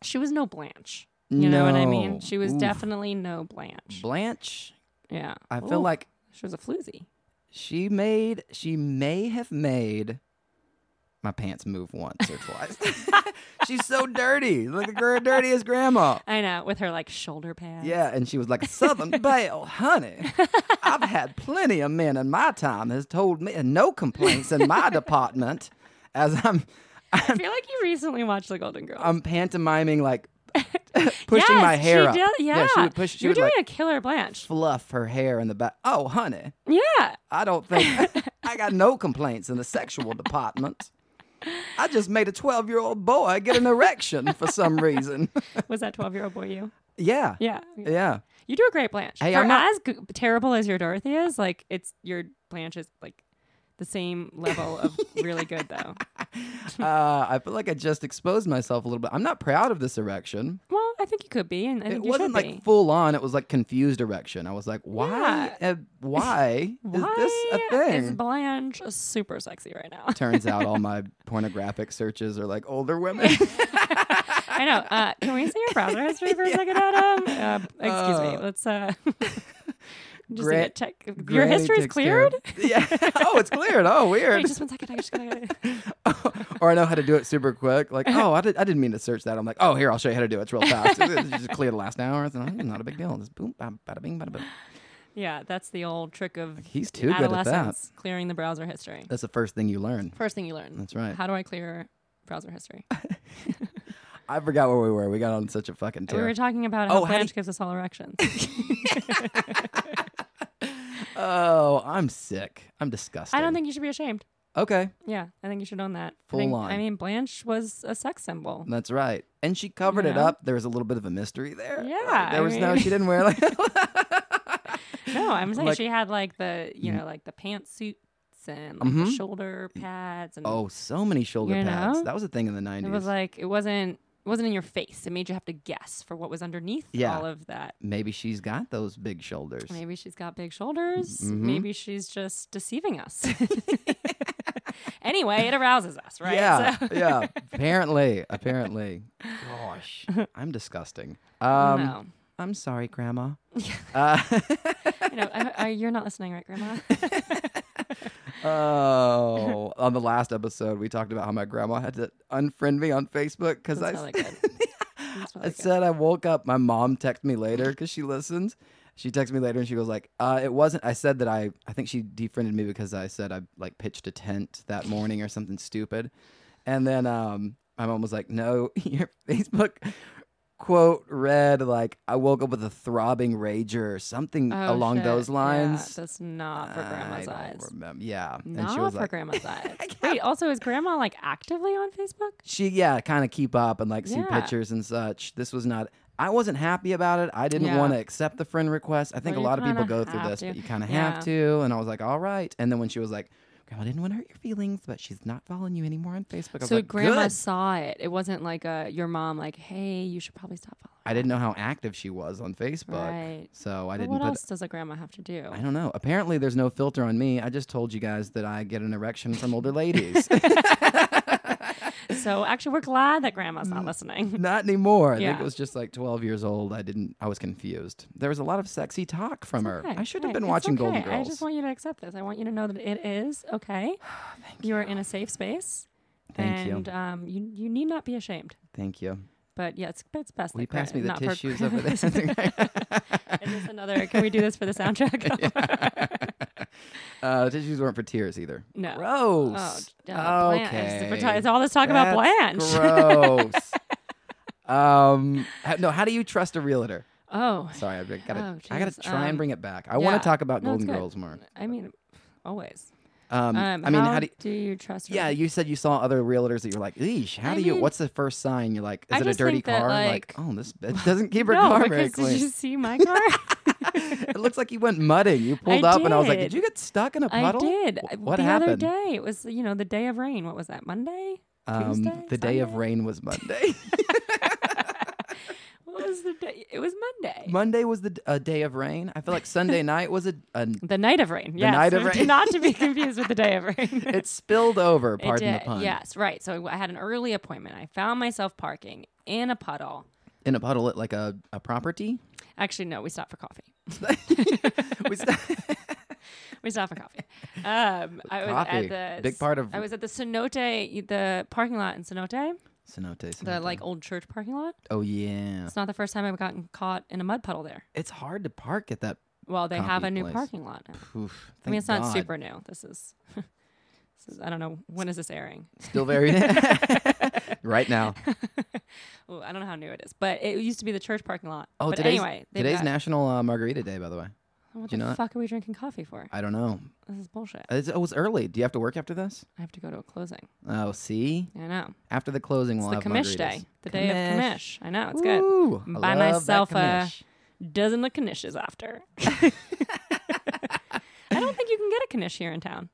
Speaker 2: she was no Blanche. You know what I
Speaker 1: No.
Speaker 2: mean? She was
Speaker 1: Oof.
Speaker 2: definitely no Blanche.
Speaker 1: Blanche.
Speaker 2: yeah.
Speaker 1: I feel
Speaker 2: Ooh,
Speaker 1: like
Speaker 2: she was a floozy.
Speaker 1: she made she may have made my pants move once or twice. she's so dirty. Look at her dirtiest grandma.
Speaker 2: I know, with her like shoulder pads.
Speaker 1: Yeah, and she was like, Southern Belle, honey. I've had plenty of men in my time has told me and no complaints in my department as I'm
Speaker 2: I feel like you recently watched The Golden Girls.
Speaker 1: I'm pantomiming like pushing
Speaker 2: Yes,
Speaker 1: my hair
Speaker 2: she
Speaker 1: up.
Speaker 2: Did, yeah.
Speaker 1: she would push she
Speaker 2: You're
Speaker 1: would
Speaker 2: doing
Speaker 1: like
Speaker 2: a killer Blanche.
Speaker 1: fluff her hair in the back. Oh, honey,
Speaker 2: Yeah.
Speaker 1: I don't think I got no complaints in the sexual department. I just made a 12 year old boy get an erection for some reason.
Speaker 2: Was that twelve year old boy you?
Speaker 1: yeah.
Speaker 2: Yeah.
Speaker 1: Yeah.
Speaker 2: You do a great Blanche.
Speaker 1: Hey,
Speaker 2: For
Speaker 1: I'm not-
Speaker 2: as g- terrible as your Dorothy is, like it's your Blanche is like the same level of really good though.
Speaker 1: Uh, I feel like I just exposed myself a little bit. I'm not proud of this erection.
Speaker 2: Well, I think you could be, and I
Speaker 1: it
Speaker 2: think you
Speaker 1: wasn't
Speaker 2: should be.
Speaker 1: like full on. It was like confused erection. I was like, why? Uh, why is this a thing?
Speaker 2: Is Blanche super sexy right now?
Speaker 1: Turns out all my pornographic searches are like older women.
Speaker 2: I know. Uh, can we see your browser history for a second, Adam? Uh, excuse me.
Speaker 1: Oh.
Speaker 2: Let's. Uh, just
Speaker 1: Gra-
Speaker 2: to get check. Your history's
Speaker 1: takes care
Speaker 2: cleared.
Speaker 1: of- Yeah. Oh, it's cleared. Oh,
Speaker 2: Wait,
Speaker 1: weird.
Speaker 2: just one second. I just gotta.
Speaker 1: or I know how to do it super quick. Like, oh, I, did, I didn't mean to search that. I'm like, oh, here, I'll show you how to do it. It's real fast. just clear the last hour. It's uh, not, not a big deal. Just boom, bam, bada bing, bada boom.
Speaker 2: Yeah, that's the old trick of
Speaker 1: He's too good at that.
Speaker 2: adolescence clearing the browser history.
Speaker 1: That's the first thing you learn.
Speaker 2: First thing you learn.
Speaker 1: That's right.
Speaker 2: How do I clear browser history?
Speaker 1: I forgot where we were. We got on such a fucking
Speaker 2: We
Speaker 1: tear.
Speaker 2: were talking about
Speaker 1: Oh,
Speaker 2: how
Speaker 1: how do
Speaker 2: Blanche
Speaker 1: you-
Speaker 2: gives us all erections.
Speaker 1: oh, I'm sick. I'm disgusted.
Speaker 2: I don't think you should be ashamed.
Speaker 1: Okay,
Speaker 2: Yeah, I think you should own that.
Speaker 1: Full
Speaker 2: I think,
Speaker 1: on.
Speaker 2: I mean, Blanche was a sex symbol.
Speaker 1: that's right. And she covered it
Speaker 2: Yeah.
Speaker 1: up. There was a little bit of a mystery there.
Speaker 2: Yeah,
Speaker 1: Like, there
Speaker 2: I
Speaker 1: was no.
Speaker 2: mean-
Speaker 1: She didn't wear like.
Speaker 2: No, I'm saying
Speaker 1: Like- Mm.
Speaker 2: she had like the you know like the pantsuits and like the
Speaker 1: Mhm.
Speaker 2: shoulder pads and
Speaker 1: oh, so many shoulder
Speaker 2: You
Speaker 1: pads.
Speaker 2: know?
Speaker 1: That was a thing in the '90s.
Speaker 2: it was like it wasn't it wasn't in your face. It made you have to guess for what was underneath
Speaker 1: Yeah.
Speaker 2: all of that.
Speaker 1: Maybe she's got those big shoulders.
Speaker 2: Maybe she's got big shoulders.
Speaker 1: Mhm.
Speaker 2: Maybe she's just deceiving us. anyway, it arouses us, right?
Speaker 1: Yeah,
Speaker 2: So-
Speaker 1: yeah. Apparently, apparently. Gosh, I'm disgusting. Um,
Speaker 2: no.
Speaker 1: I'm sorry, Grandma. uh,
Speaker 2: You know, I, I, you're not listening, right, Grandma?
Speaker 1: oh, on the last episode, we talked about how my grandma had to unfriend me on Facebook because I
Speaker 2: Doesn't smell that That's
Speaker 1: I
Speaker 2: really good.
Speaker 1: said I woke up. My mom texted me later because she listens. She texted me later and she goes like, uh, "It wasn't." I said that I. I think she defriended me because I said I like pitched a tent that morning or something stupid, and then um, my mom was like, "No, your Facebook." Quote read like I woke up with a throbbing rager or something
Speaker 2: Oh,
Speaker 1: along
Speaker 2: shit.
Speaker 1: those
Speaker 2: Yeah,
Speaker 1: lines.
Speaker 2: that's not for grandma's
Speaker 1: I
Speaker 2: eyes.
Speaker 1: don't remember. Yeah,
Speaker 2: Not for
Speaker 1: like,
Speaker 2: grandma's eyes. Wait, also, is grandma like actively on Facebook?
Speaker 1: she yeah kind of keep up and like see
Speaker 2: Yeah.
Speaker 1: pictures and such this was not i wasn't happy about it i didn't
Speaker 2: Yeah.
Speaker 1: want to accept the friend request i think
Speaker 2: Well,
Speaker 1: a
Speaker 2: you
Speaker 1: lot of people
Speaker 2: kinda
Speaker 1: go through
Speaker 2: have
Speaker 1: this
Speaker 2: to.
Speaker 1: but you kind of
Speaker 2: Yeah.
Speaker 1: have to and i was like all right and then when she was like grandma didn't want to hurt your feelings but she's not following you anymore on facebook i was
Speaker 2: So
Speaker 1: like
Speaker 2: grandma
Speaker 1: "Good."
Speaker 2: saw it. It wasn't like a, your mom, like, hey, you should probably stop following.
Speaker 1: i didn't know how active she was on facebook
Speaker 2: Right.
Speaker 1: so i
Speaker 2: But
Speaker 1: didn't
Speaker 2: what
Speaker 1: put
Speaker 2: else does a grandma have to do?
Speaker 1: i don't know apparently there's no filter on me i just told you guys that i get an erection from older ladies
Speaker 2: So actually, we're glad that grandma's
Speaker 1: Mm.
Speaker 2: not listening.
Speaker 1: not anymore. I think
Speaker 2: Yeah.
Speaker 1: it was just like 12 years old. I didn't. I was confused. There was a lot of sexy talk from her.
Speaker 2: Okay,
Speaker 1: I should have
Speaker 2: hey,
Speaker 1: been
Speaker 2: it's
Speaker 1: watching Golden
Speaker 2: okay.
Speaker 1: Girls.
Speaker 2: I just want you to accept this. I want you to know that it is okay. you are in a safe space.
Speaker 1: Thank you.
Speaker 2: and, um, you you need not be ashamed.
Speaker 1: Thank you.
Speaker 2: But yeah, it's, it's best.
Speaker 1: Will you
Speaker 2: that gra-
Speaker 1: pass me the
Speaker 2: not for-
Speaker 1: tissues over there?
Speaker 2: Is this another? Can we do this for the soundtrack?
Speaker 1: uh, the tissues weren't for tears either.
Speaker 2: No.
Speaker 1: Gross.
Speaker 2: Oh, d- uh, Blanche.
Speaker 1: okay.
Speaker 2: We're ta- It's all this talk about
Speaker 1: That's
Speaker 2: Blanche.
Speaker 1: Gross. um, ha- no. How do you trust a realtor?
Speaker 2: oh,
Speaker 1: Sorry, I gotta.
Speaker 2: Oh,
Speaker 1: I gotta
Speaker 2: jeez,
Speaker 1: try and
Speaker 2: um,
Speaker 1: bring it back. I want
Speaker 2: yeah.
Speaker 1: to talk about
Speaker 2: No, it's
Speaker 1: Golden
Speaker 2: good.
Speaker 1: Girls more.
Speaker 2: I mean, always.
Speaker 1: Um,
Speaker 2: Um,
Speaker 1: I mean, how do you,
Speaker 2: you trust?
Speaker 1: Yeah,
Speaker 2: realtors?
Speaker 1: you said you saw other realtors that you're like, eesh, how
Speaker 2: I
Speaker 1: do you,
Speaker 2: mean,
Speaker 1: what's the first sign? You're like, is
Speaker 2: I
Speaker 1: it a
Speaker 2: just
Speaker 1: dirty
Speaker 2: think that,
Speaker 1: car?
Speaker 2: like-
Speaker 1: Like, oh, this it doesn't keep her
Speaker 2: no,
Speaker 1: car very
Speaker 2: because did
Speaker 1: clean.
Speaker 2: you see my car?
Speaker 1: it looks like you went mudding. You pulled up and I was like, did
Speaker 2: did.
Speaker 1: you get stuck in a
Speaker 2: I
Speaker 1: puddle?
Speaker 2: did.
Speaker 1: Wh-
Speaker 2: I-
Speaker 1: What
Speaker 2: the
Speaker 1: happened?
Speaker 2: other day? It was you know the day of rain. What was that? Monday.
Speaker 1: um,
Speaker 2: Tuesday,
Speaker 1: the day of
Speaker 2: Sunday?
Speaker 1: rain was Monday.
Speaker 2: What was the day? It was Monday.
Speaker 1: Monday was the d- a day of rain. I feel like Sunday night was a, a
Speaker 2: the night of rain. Yes.
Speaker 1: night of rain.
Speaker 2: Not to be confused with the day of rain.
Speaker 1: it spilled over,
Speaker 2: It
Speaker 1: pardon the
Speaker 2: did,
Speaker 1: pun.
Speaker 2: Yes, right. So I had an early appointment. I found myself parking in a puddle.
Speaker 1: In a puddle at like a, a property.
Speaker 2: Actually, no, we stopped for coffee.
Speaker 1: We st-
Speaker 2: We stopped for coffee. Um, I was
Speaker 1: Coffee,
Speaker 2: at the
Speaker 1: big part of-
Speaker 2: I was at the cenote, the parking lot in cenote,
Speaker 1: Cenote,
Speaker 2: the
Speaker 1: cenote.
Speaker 2: like old church parking lot.
Speaker 1: oh yeah.
Speaker 2: It's not the first time I've gotten caught in a mud puddle there.
Speaker 1: It's hard to park at that.
Speaker 2: Well, they have
Speaker 1: Coffee
Speaker 2: a new
Speaker 1: place.
Speaker 2: parking lot. Now.
Speaker 1: Oof,
Speaker 2: I
Speaker 1: thank
Speaker 2: mean, it's not
Speaker 1: God.
Speaker 2: super new. This is. This is, I don't know when is this airing.
Speaker 1: Still very right now.
Speaker 2: Ooh, I don't know how new it is, but it used to be the church parking lot.
Speaker 1: Oh,
Speaker 2: but
Speaker 1: today's,
Speaker 2: anyway, they've
Speaker 1: today's
Speaker 2: got-
Speaker 1: National uh, Margarita Day, by the way.
Speaker 2: What
Speaker 1: do you
Speaker 2: the
Speaker 1: know that?
Speaker 2: fuck are we drinking coffee for?
Speaker 1: I don't know.
Speaker 2: This is bullshit.
Speaker 1: It's, it was early. Do you have to work after this?
Speaker 2: I have to go to a closing.
Speaker 1: Oh, see,
Speaker 2: I know.
Speaker 1: after the closing,
Speaker 2: It's
Speaker 1: we'll
Speaker 2: the
Speaker 1: have
Speaker 2: commish
Speaker 1: margaritas.
Speaker 2: day. The day of commish. I know. It's good.
Speaker 1: Ooh, I
Speaker 2: Buy
Speaker 1: love that
Speaker 2: myself uh, a
Speaker 1: commish.
Speaker 2: dozen of commishes after. I don't think you can get a commish here in town.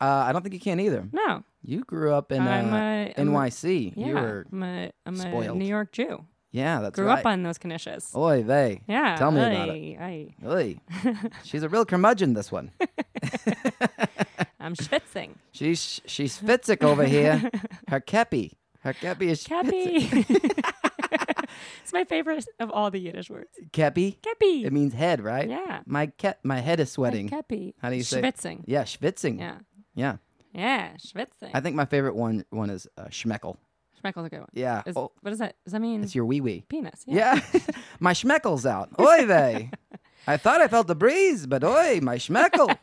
Speaker 1: Uh, I don't think you can either.
Speaker 2: No.
Speaker 1: You grew up in
Speaker 2: I'm
Speaker 1: uh,
Speaker 2: a- I'm a-
Speaker 1: NYC.
Speaker 2: Yeah.
Speaker 1: You were,
Speaker 2: I'm a, I'm a
Speaker 1: spoiled.
Speaker 2: New York Jew.
Speaker 1: yeah, that's
Speaker 2: Grew
Speaker 1: right.
Speaker 2: up on those commishes.
Speaker 1: Oy vey.
Speaker 2: Yeah.
Speaker 1: Tell me about it.
Speaker 2: I,
Speaker 1: Oy. She's a real curmudgeon, this one.
Speaker 2: I'm schwitzing.
Speaker 1: She's she's Fitzik over here. Her kepi. Her kepi is
Speaker 2: Cappy. It's my favorite of all the Yiddish words.
Speaker 1: Kepi.
Speaker 2: Kepi.
Speaker 1: It means head, right?
Speaker 2: yeah.
Speaker 1: My ke- my head is sweating.
Speaker 2: Kepi.
Speaker 1: How do you say-
Speaker 2: Schwitzing.
Speaker 1: yeah, schwitzing.
Speaker 2: Yeah.
Speaker 1: Yeah.
Speaker 2: Yeah. Schwitzing.
Speaker 1: I think my favorite one one is uh, schmeckel.
Speaker 2: Schmeckel's a good one.
Speaker 1: Yeah.
Speaker 2: Is,
Speaker 1: oh,
Speaker 2: What does that? Does that mean
Speaker 1: it's your wee wee.
Speaker 2: penis?
Speaker 1: Yeah. my schmeckel's out. Oi vey. I thought I felt the breeze, but oi, my schmeckel.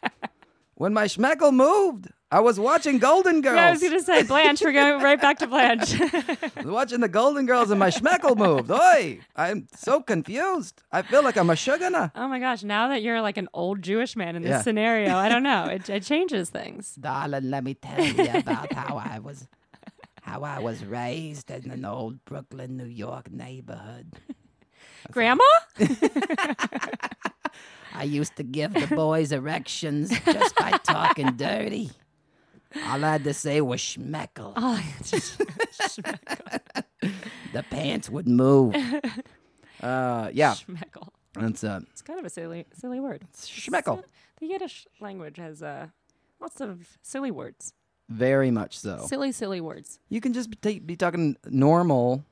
Speaker 1: when my schmeckel moved, I was watching Golden Girls.
Speaker 2: Yeah, I was going to say Blanche. We're going right back to Blanche.
Speaker 1: I was watching the Golden Girls and my schmeckel moved. Oi, I'm so confused. I feel like I'm a shugana.
Speaker 2: oh my gosh. Now that you're like an old Jewish man in this
Speaker 1: Yeah.
Speaker 2: scenario, I don't know. It, it changes things.
Speaker 1: Darling, let me tell you about how I was how I was raised in an old Brooklyn, New York neighborhood.
Speaker 2: Grandma?
Speaker 1: I used to give the boys erections just by talking dirty. All I had to say was schmeckle.
Speaker 2: Oh, it's just- Schmeckel.
Speaker 1: The pants would move. Uh, yeah,
Speaker 2: Schmeckel.
Speaker 1: that's uh,
Speaker 2: It's kind of a silly, silly word.
Speaker 1: schmeckle.
Speaker 2: The Yiddish language has uh, lots of silly words.
Speaker 1: Very much so.
Speaker 2: Silly, silly words.
Speaker 1: You can just be, be talking normal,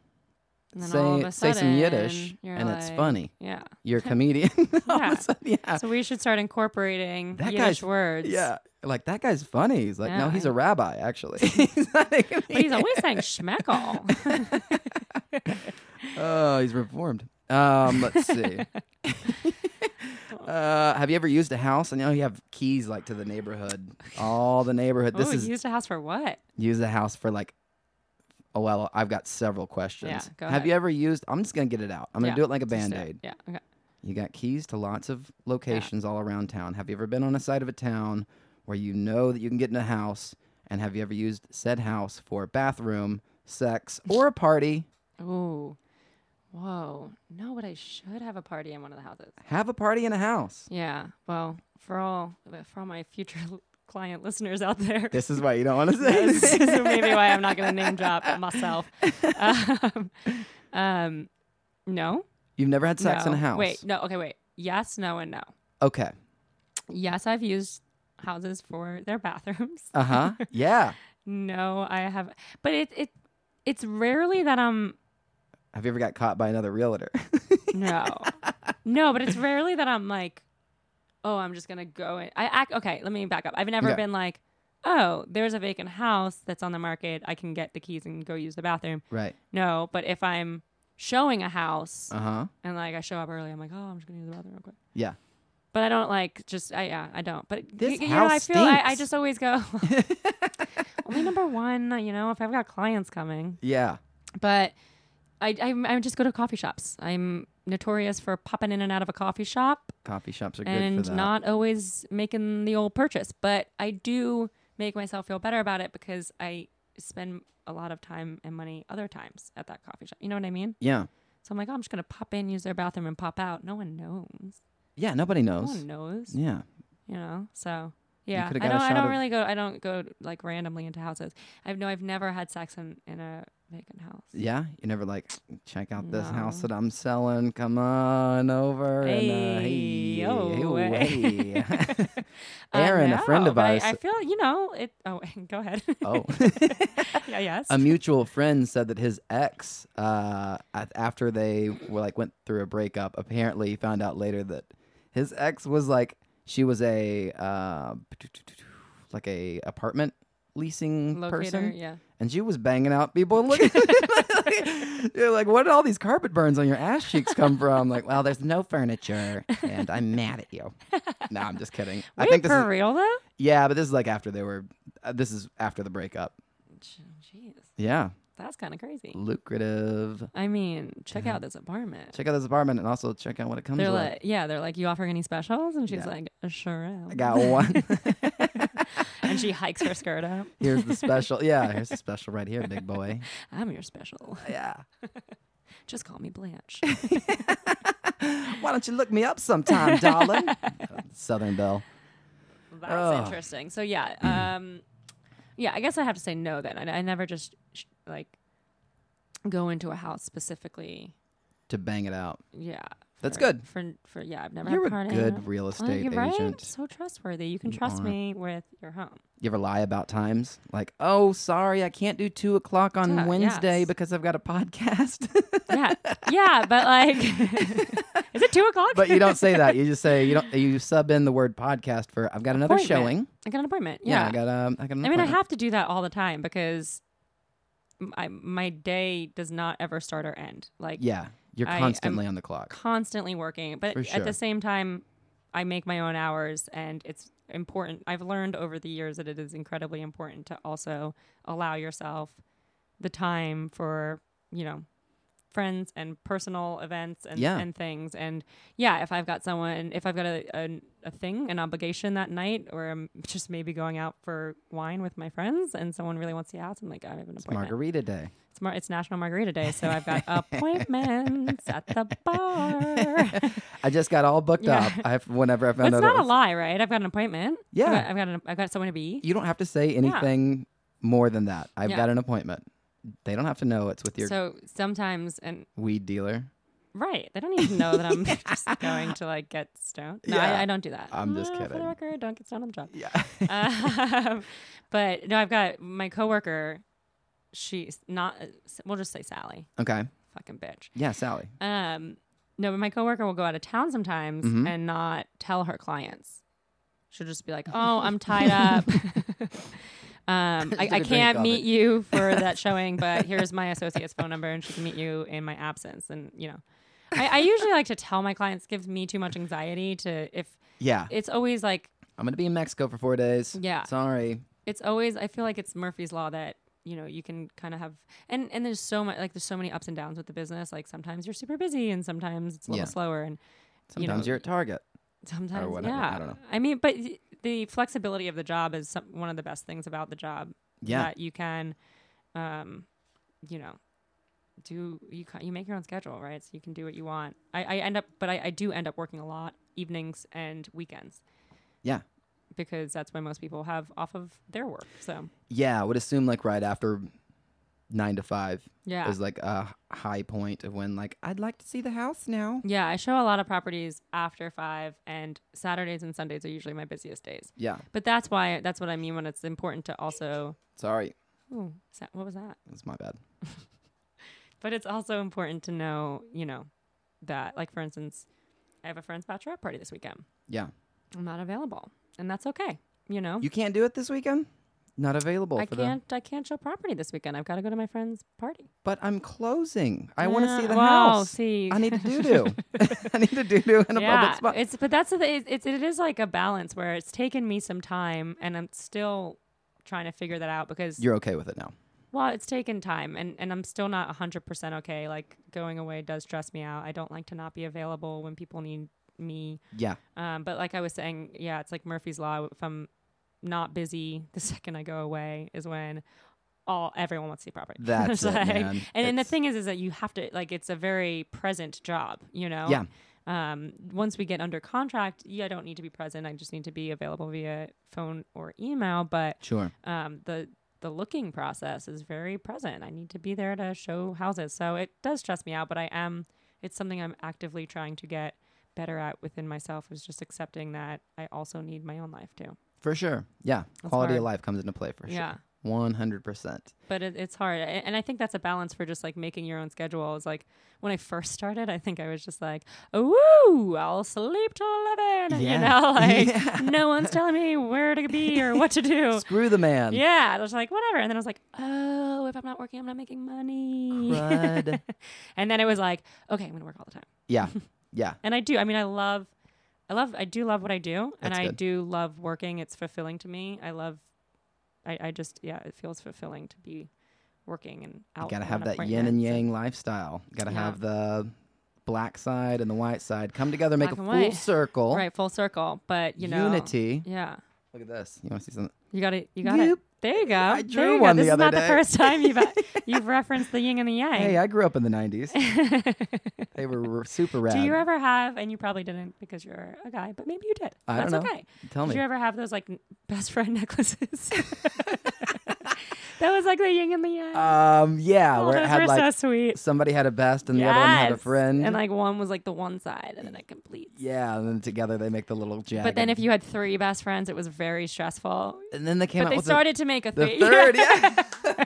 Speaker 2: And then all of
Speaker 1: say say
Speaker 2: a sudden,
Speaker 1: some Yiddish,
Speaker 2: you're
Speaker 1: and it's
Speaker 2: like-
Speaker 1: funny.
Speaker 2: Yeah.
Speaker 1: You're a comedian. All of
Speaker 2: Yeah.
Speaker 1: a sudden, yeah.
Speaker 2: So we should start incorporating
Speaker 1: That
Speaker 2: Yiddish
Speaker 1: guy's-
Speaker 2: words.
Speaker 1: Yeah, like that guy's funny. He's like, no,
Speaker 2: Yeah,
Speaker 1: he's
Speaker 2: I-
Speaker 1: a rabbi actually. he's not a
Speaker 2: But he's
Speaker 1: comedian.
Speaker 2: always saying schmeckel.
Speaker 1: oh, he's reformed. Um, let's see. uh, have you ever used a house? I know you have keys like to the neighborhood, all the neighborhood. This
Speaker 2: oh,
Speaker 1: is
Speaker 2: used a house for what?
Speaker 1: use a house for like. Oh well, I've got several questions.
Speaker 2: go
Speaker 1: have
Speaker 2: ahead.
Speaker 1: you ever used? I'm just gonna get it out. I'm gonna
Speaker 2: Yeah,
Speaker 1: do it like a
Speaker 2: just
Speaker 1: band
Speaker 2: do it.
Speaker 1: aid.
Speaker 2: Yeah. Okay.
Speaker 1: You got keys to lots of locations all around town. Have you ever been on a side of a town where you know that you can get in a house? And have you ever used said house for a bathroom, sex, or a party?
Speaker 2: Ooh. Whoa. No, but I should have a party in one of the houses.
Speaker 1: Have a party in a house.
Speaker 2: Yeah. Well, for all for all my future l- client listeners out there,
Speaker 1: This is why you don't want to say
Speaker 2: this
Speaker 1: this.
Speaker 2: is maybe why I'm not going to name drop myself. Um, um, no.
Speaker 1: You've never had sex in
Speaker 2: No.
Speaker 1: a house.
Speaker 2: Wait. No. Okay. Wait. Yes. No. And no.
Speaker 1: Okay.
Speaker 2: Yes, I've used houses for their bathrooms.
Speaker 1: Uh huh. Yeah.
Speaker 2: No, I have, but it it it's rarely that I'm
Speaker 1: Have you ever got caught by another realtor?
Speaker 2: no, no, but it's rarely that I'm like, oh, I'm just gonna go in. I act okay. Let me back up. I've never
Speaker 1: Okay.
Speaker 2: been like, oh, there's a vacant house that's on the market. I can get the keys and go use the bathroom.
Speaker 1: right.
Speaker 2: No, but if I'm showing a house
Speaker 1: Uh huh.
Speaker 2: and like I show up early, I'm like, oh, I'm just gonna use the bathroom real quick.
Speaker 1: Yeah.
Speaker 2: But I don't like just I yeah I don't. But
Speaker 1: This
Speaker 2: you know, I
Speaker 1: house
Speaker 2: feel I, I
Speaker 1: stinks.
Speaker 2: just always go. Only number one, you know, if I've got clients coming.
Speaker 1: Yeah.
Speaker 2: But I, I I just go to coffee shops. I'm notorious for popping in and out of a coffee shop
Speaker 1: Coffee shops are good
Speaker 2: and
Speaker 1: for that.
Speaker 2: not always making the old purchase. But I do make myself feel better about it because I spend a lot of time and money other times at that coffee shop. You know what I mean?
Speaker 1: yeah.
Speaker 2: So I'm like, oh, I'm just gonna pop in, use their bathroom, and pop out. No one knows.
Speaker 1: Yeah. Nobody
Speaker 2: No
Speaker 1: knows.
Speaker 2: one knows
Speaker 1: Yeah.
Speaker 2: you know. So yeah, I
Speaker 1: coulda
Speaker 2: don't.
Speaker 1: got a
Speaker 2: I
Speaker 1: shot
Speaker 2: don't
Speaker 1: of-
Speaker 2: really go. I don't go like randomly into houses. I've no. I've never had sex in in a vacant house.
Speaker 1: Yeah, you never like check out this house
Speaker 2: No.
Speaker 1: that I'm selling. Come on over and uh, hey,
Speaker 2: Hey, oh,
Speaker 1: hey,
Speaker 2: hey.
Speaker 1: hey.
Speaker 2: Uh,
Speaker 1: Aaron, a friend
Speaker 2: no,
Speaker 1: of
Speaker 2: but I-
Speaker 1: ours.
Speaker 2: I, feel you know it. Oh, go ahead.
Speaker 1: oh,
Speaker 2: yeah. Yes.
Speaker 1: a mutual friend said that his ex, uh, a- after they were like went through a breakup, apparently he found out later that his ex was like she was a uh, like a apartment leasing
Speaker 2: Locator.
Speaker 1: person,
Speaker 2: Yeah.
Speaker 1: and she was banging out people. Look, you're like, where did all these carpet burns on your ass cheeks come from? Like, well, there's no furniture, and I'm mad at you. No, I'm just kidding. I
Speaker 2: Wait,
Speaker 1: think this
Speaker 2: for
Speaker 1: is
Speaker 2: real though.
Speaker 1: yeah, but this is like after they were. Uh, this is after the breakup.
Speaker 2: J- Jeez,
Speaker 1: Yeah,
Speaker 2: that's kind of crazy.
Speaker 1: lucrative.
Speaker 2: I mean, check
Speaker 1: Uh-huh.
Speaker 2: out this apartment.
Speaker 1: Check out this apartment and also check out what it comes
Speaker 2: They're
Speaker 1: with.
Speaker 2: like, yeah, they're like, you offering any specials? And she's
Speaker 1: Yeah.
Speaker 2: like, sure am.
Speaker 1: I got one.
Speaker 2: and she hikes her skirt up.
Speaker 1: here's the special. Yeah, here's the special right here, big boy.
Speaker 2: I'm your special.
Speaker 1: Yeah.
Speaker 2: Just call me Blanche.
Speaker 1: Why don't you look me up sometime, darling? Southern Belle.
Speaker 2: That's
Speaker 1: Ugh.
Speaker 2: interesting. So yeah, um, yeah. I guess I have to say no. Then I, I never just sh- like go into a house specifically.
Speaker 1: To bang it out.
Speaker 2: Yeah,
Speaker 1: That's
Speaker 2: for-
Speaker 1: good.
Speaker 2: For for yeah, I've never
Speaker 1: You're
Speaker 2: had
Speaker 1: a
Speaker 2: car
Speaker 1: good real estate
Speaker 2: you're Right?
Speaker 1: agent.
Speaker 2: So trustworthy. You can
Speaker 1: You
Speaker 2: trust
Speaker 1: are.
Speaker 2: me with your home.
Speaker 1: You ever lie about times? Like, oh, sorry, I can't do two o'clock on
Speaker 2: Yeah,
Speaker 1: Wednesday
Speaker 2: yes.
Speaker 1: because I've got a podcast.
Speaker 2: Yeah, yeah, but like, is it two o'clock?
Speaker 1: but you don't say that. You just say you don't. You sub in the word podcast for I've got another
Speaker 2: Appointment.
Speaker 1: showing.
Speaker 2: I got an appointment.
Speaker 1: Yeah,
Speaker 2: Yeah,
Speaker 1: I got um. I got. An
Speaker 2: I mean, I
Speaker 1: appointment.
Speaker 2: have to do that all the time because m- I, my day does not ever start or end. Like,
Speaker 1: Yeah, you're
Speaker 2: I- I'm-
Speaker 1: constantly on the clock.
Speaker 2: constantly working, but
Speaker 1: For
Speaker 2: at
Speaker 1: sure.
Speaker 2: the same time, I make my own hours, and it's important. I've learned over the years that it is incredibly important to also allow yourself the time for you know friends and personal events and,
Speaker 1: Yeah.
Speaker 2: and things and yeah if i've got someone if i've got a, a, a thing an obligation that night or i'm just maybe going out for wine with my friends and someone really wants to out i'm like i have an
Speaker 1: It's
Speaker 2: appointment
Speaker 1: Margarita Day.
Speaker 2: it's, mar- it's National Margarita Day, so I've got appointments at the bar.
Speaker 1: I just got all booked
Speaker 2: Yeah.
Speaker 1: up. I whenever I
Speaker 2: But
Speaker 1: found out.
Speaker 2: it's
Speaker 1: it
Speaker 2: not a
Speaker 1: was-
Speaker 2: lie, right? I've got an appointment.
Speaker 1: Yeah.
Speaker 2: I've got, I've got, an, I've got someone to be.
Speaker 1: You don't have to say anything more than that. I've
Speaker 2: Yeah.
Speaker 1: got an appointment. They don't have to know it's with your
Speaker 2: So sometimes, and
Speaker 1: weed dealer.
Speaker 2: right, they don't even know that I'm just going to like get stoned. No,
Speaker 1: Yeah.
Speaker 2: I, I don't do that.
Speaker 1: I'm just
Speaker 2: Uh, For
Speaker 1: kidding.
Speaker 2: the record, don't get stoned on the job.
Speaker 1: Yeah.
Speaker 2: um, but no, I've got my coworker. She's not. We'll just say Sally.
Speaker 1: okay.
Speaker 2: Fucking bitch.
Speaker 1: Yeah, Sally.
Speaker 2: Um, no, but my coworker will go out of town sometimes
Speaker 1: Mhm.
Speaker 2: and not tell her clients. She'll just be like, "Oh, I'm tied up. um, I,
Speaker 1: Took a
Speaker 2: I
Speaker 1: drink
Speaker 2: can't
Speaker 1: of
Speaker 2: meet
Speaker 1: it.
Speaker 2: you for that showing, but here's my associate's phone number, and she can meet you in my absence." And you know, I, I usually like to tell my clients. Gives me too much anxiety to if
Speaker 1: Yeah.
Speaker 2: it's always like
Speaker 1: I'm gonna be in Mexico for four days.
Speaker 2: Yeah.
Speaker 1: Sorry.
Speaker 2: it's always I feel like it's Murphy's law that you know you can kind of have and and there's so much like there's so many ups and downs with the business. Like sometimes you're super busy, and sometimes it's a little
Speaker 1: Yeah.
Speaker 2: slower, and you know,
Speaker 1: Sometimes you are at Target.
Speaker 2: Sometimes,
Speaker 1: whatever, I
Speaker 2: yeah.
Speaker 1: don't know.
Speaker 2: I mean, but y- the flexibility of the job is some, one of the best things about the job.
Speaker 1: Yeah.
Speaker 2: that you can, um, you know, do you ca- you make your own schedule, right? So you can do what you want. I, I end up, but I, I do end up working a lot evenings and weekends
Speaker 1: Yeah.
Speaker 2: because that's when most people have off of their work. So
Speaker 1: Yeah. I would assume like right after nine to five
Speaker 2: yeah,
Speaker 1: is like a high point of when like I'd like to see the house now.
Speaker 2: yeah. I show a lot of properties after five, and Saturdays and Sundays are usually my busiest days.
Speaker 1: Yeah.
Speaker 2: But that's why that's what I mean when it's important to also.
Speaker 1: Sorry.
Speaker 2: Ooh, sa- what was that?
Speaker 1: That's my bad.
Speaker 2: But it's also important to know, you know, that like for instance, I have a friend's bachelorette party this weekend.
Speaker 1: Yeah.
Speaker 2: I'm not available, and that's okay. You know,
Speaker 1: You can't do it this weekend? Not available
Speaker 2: I
Speaker 1: for the
Speaker 2: can't. I can't show property this weekend. I've got to go to my friend's party.
Speaker 1: But I'm closing. I want to
Speaker 2: Uh,
Speaker 1: see the
Speaker 2: wow,
Speaker 1: house.
Speaker 2: See,
Speaker 1: I need to doo doo. I need to doo doo in a
Speaker 2: yeah,
Speaker 1: public spot.
Speaker 2: it's but that's the thing, it's, it's it is like a balance where it's taken me some time, and I'm still trying to figure that out because
Speaker 1: You're okay with it now.
Speaker 2: Well, it's taken time, and, and I'm still not 100% okay. Like, going away does stress me out. I don't like to not be available when people need me.
Speaker 1: Yeah.
Speaker 2: Um, but, like I was saying, yeah, it's like Murphy's Law. If I'm not busy, the second I go away is when all everyone wants to see property.
Speaker 1: That's
Speaker 2: It's
Speaker 1: it,
Speaker 2: like-
Speaker 1: man.
Speaker 2: And, and the
Speaker 1: It's-
Speaker 2: thing is, is that you have to, like, it's a very present job, you know?
Speaker 1: Yeah.
Speaker 2: Um, once we get under contract, yeah, I don't need to be present. I just need to be available via phone or email. But
Speaker 1: Sure.
Speaker 2: um, the the looking process is very present. I need to be there to show houses, so it does stress me out. But I am it's something I'm actively trying to get better at within myself is just accepting that I also need my own life too.
Speaker 1: For sure. Yeah. Quality of
Speaker 2: hard.
Speaker 1: life comes into play for sure.
Speaker 2: Yeah.
Speaker 1: 100%.
Speaker 2: But it, it's hard, A- and I think that's a balance for just like making your own schedule. Is like when I first started, I think I was just like, "Ooh, I'll sleep till eleven, you
Speaker 1: Yeah.
Speaker 2: know, like
Speaker 1: Yeah.
Speaker 2: no one's telling me where to be or what to do.
Speaker 1: Screw the man.
Speaker 2: Yeah, I was like, whatever. And then I was like, oh, if I'm not working, I'm not making money.
Speaker 1: Crud.
Speaker 2: and then it was like, okay, I'm gonna work all the time.
Speaker 1: yeah. Yeah.
Speaker 2: And I do. I mean, I love, I love, I do love what I do, and
Speaker 1: That's
Speaker 2: I
Speaker 1: good.
Speaker 2: do love working. It's fulfilling to me. I love, I, I just, yeah, it feels fulfilling to be working and out.
Speaker 1: You got to
Speaker 2: on
Speaker 1: have that yin and
Speaker 2: appointments
Speaker 1: yang lifestyle. Got to
Speaker 2: Yeah.
Speaker 1: have the black side and the white side come together, make
Speaker 2: Black
Speaker 1: a
Speaker 2: and
Speaker 1: full
Speaker 2: white.
Speaker 1: circle.
Speaker 2: Right, full circle. But you know,
Speaker 1: Unity.
Speaker 2: Yeah,
Speaker 1: Look at this. You want to see something?
Speaker 2: you got it. You got
Speaker 1: Yep.
Speaker 2: it. There you go.
Speaker 1: I
Speaker 2: There
Speaker 1: drew
Speaker 2: you go.
Speaker 1: one
Speaker 2: This
Speaker 1: the
Speaker 2: is
Speaker 1: other
Speaker 2: not
Speaker 1: day.
Speaker 2: the first time you've you've referenced the yin and the yang.
Speaker 1: Hey, I grew up in the 90s. They were r- super rad.
Speaker 2: Do you ever have, and you probably didn't because you're a guy, but maybe you did.
Speaker 1: I
Speaker 2: That's
Speaker 1: don't know.
Speaker 2: okay.
Speaker 1: Tell
Speaker 2: did
Speaker 1: me.
Speaker 2: you ever have those like n- best friend necklaces? That was like the yin and the yang.
Speaker 1: Um, yeah,
Speaker 2: oh,
Speaker 1: where it
Speaker 2: those
Speaker 1: had
Speaker 2: were
Speaker 1: like
Speaker 2: so sweet.
Speaker 1: somebody had a best and the other one had a
Speaker 2: Yes.
Speaker 1: friend.
Speaker 2: And like one was like the one side and then it completes.
Speaker 1: yeah, and then together they make the little jagged.
Speaker 2: But then if you had three best friends, it was very stressful.
Speaker 1: and then they came
Speaker 2: But
Speaker 1: out
Speaker 2: they
Speaker 1: with
Speaker 2: started to make a
Speaker 1: the,
Speaker 2: three.
Speaker 1: the third, yeah.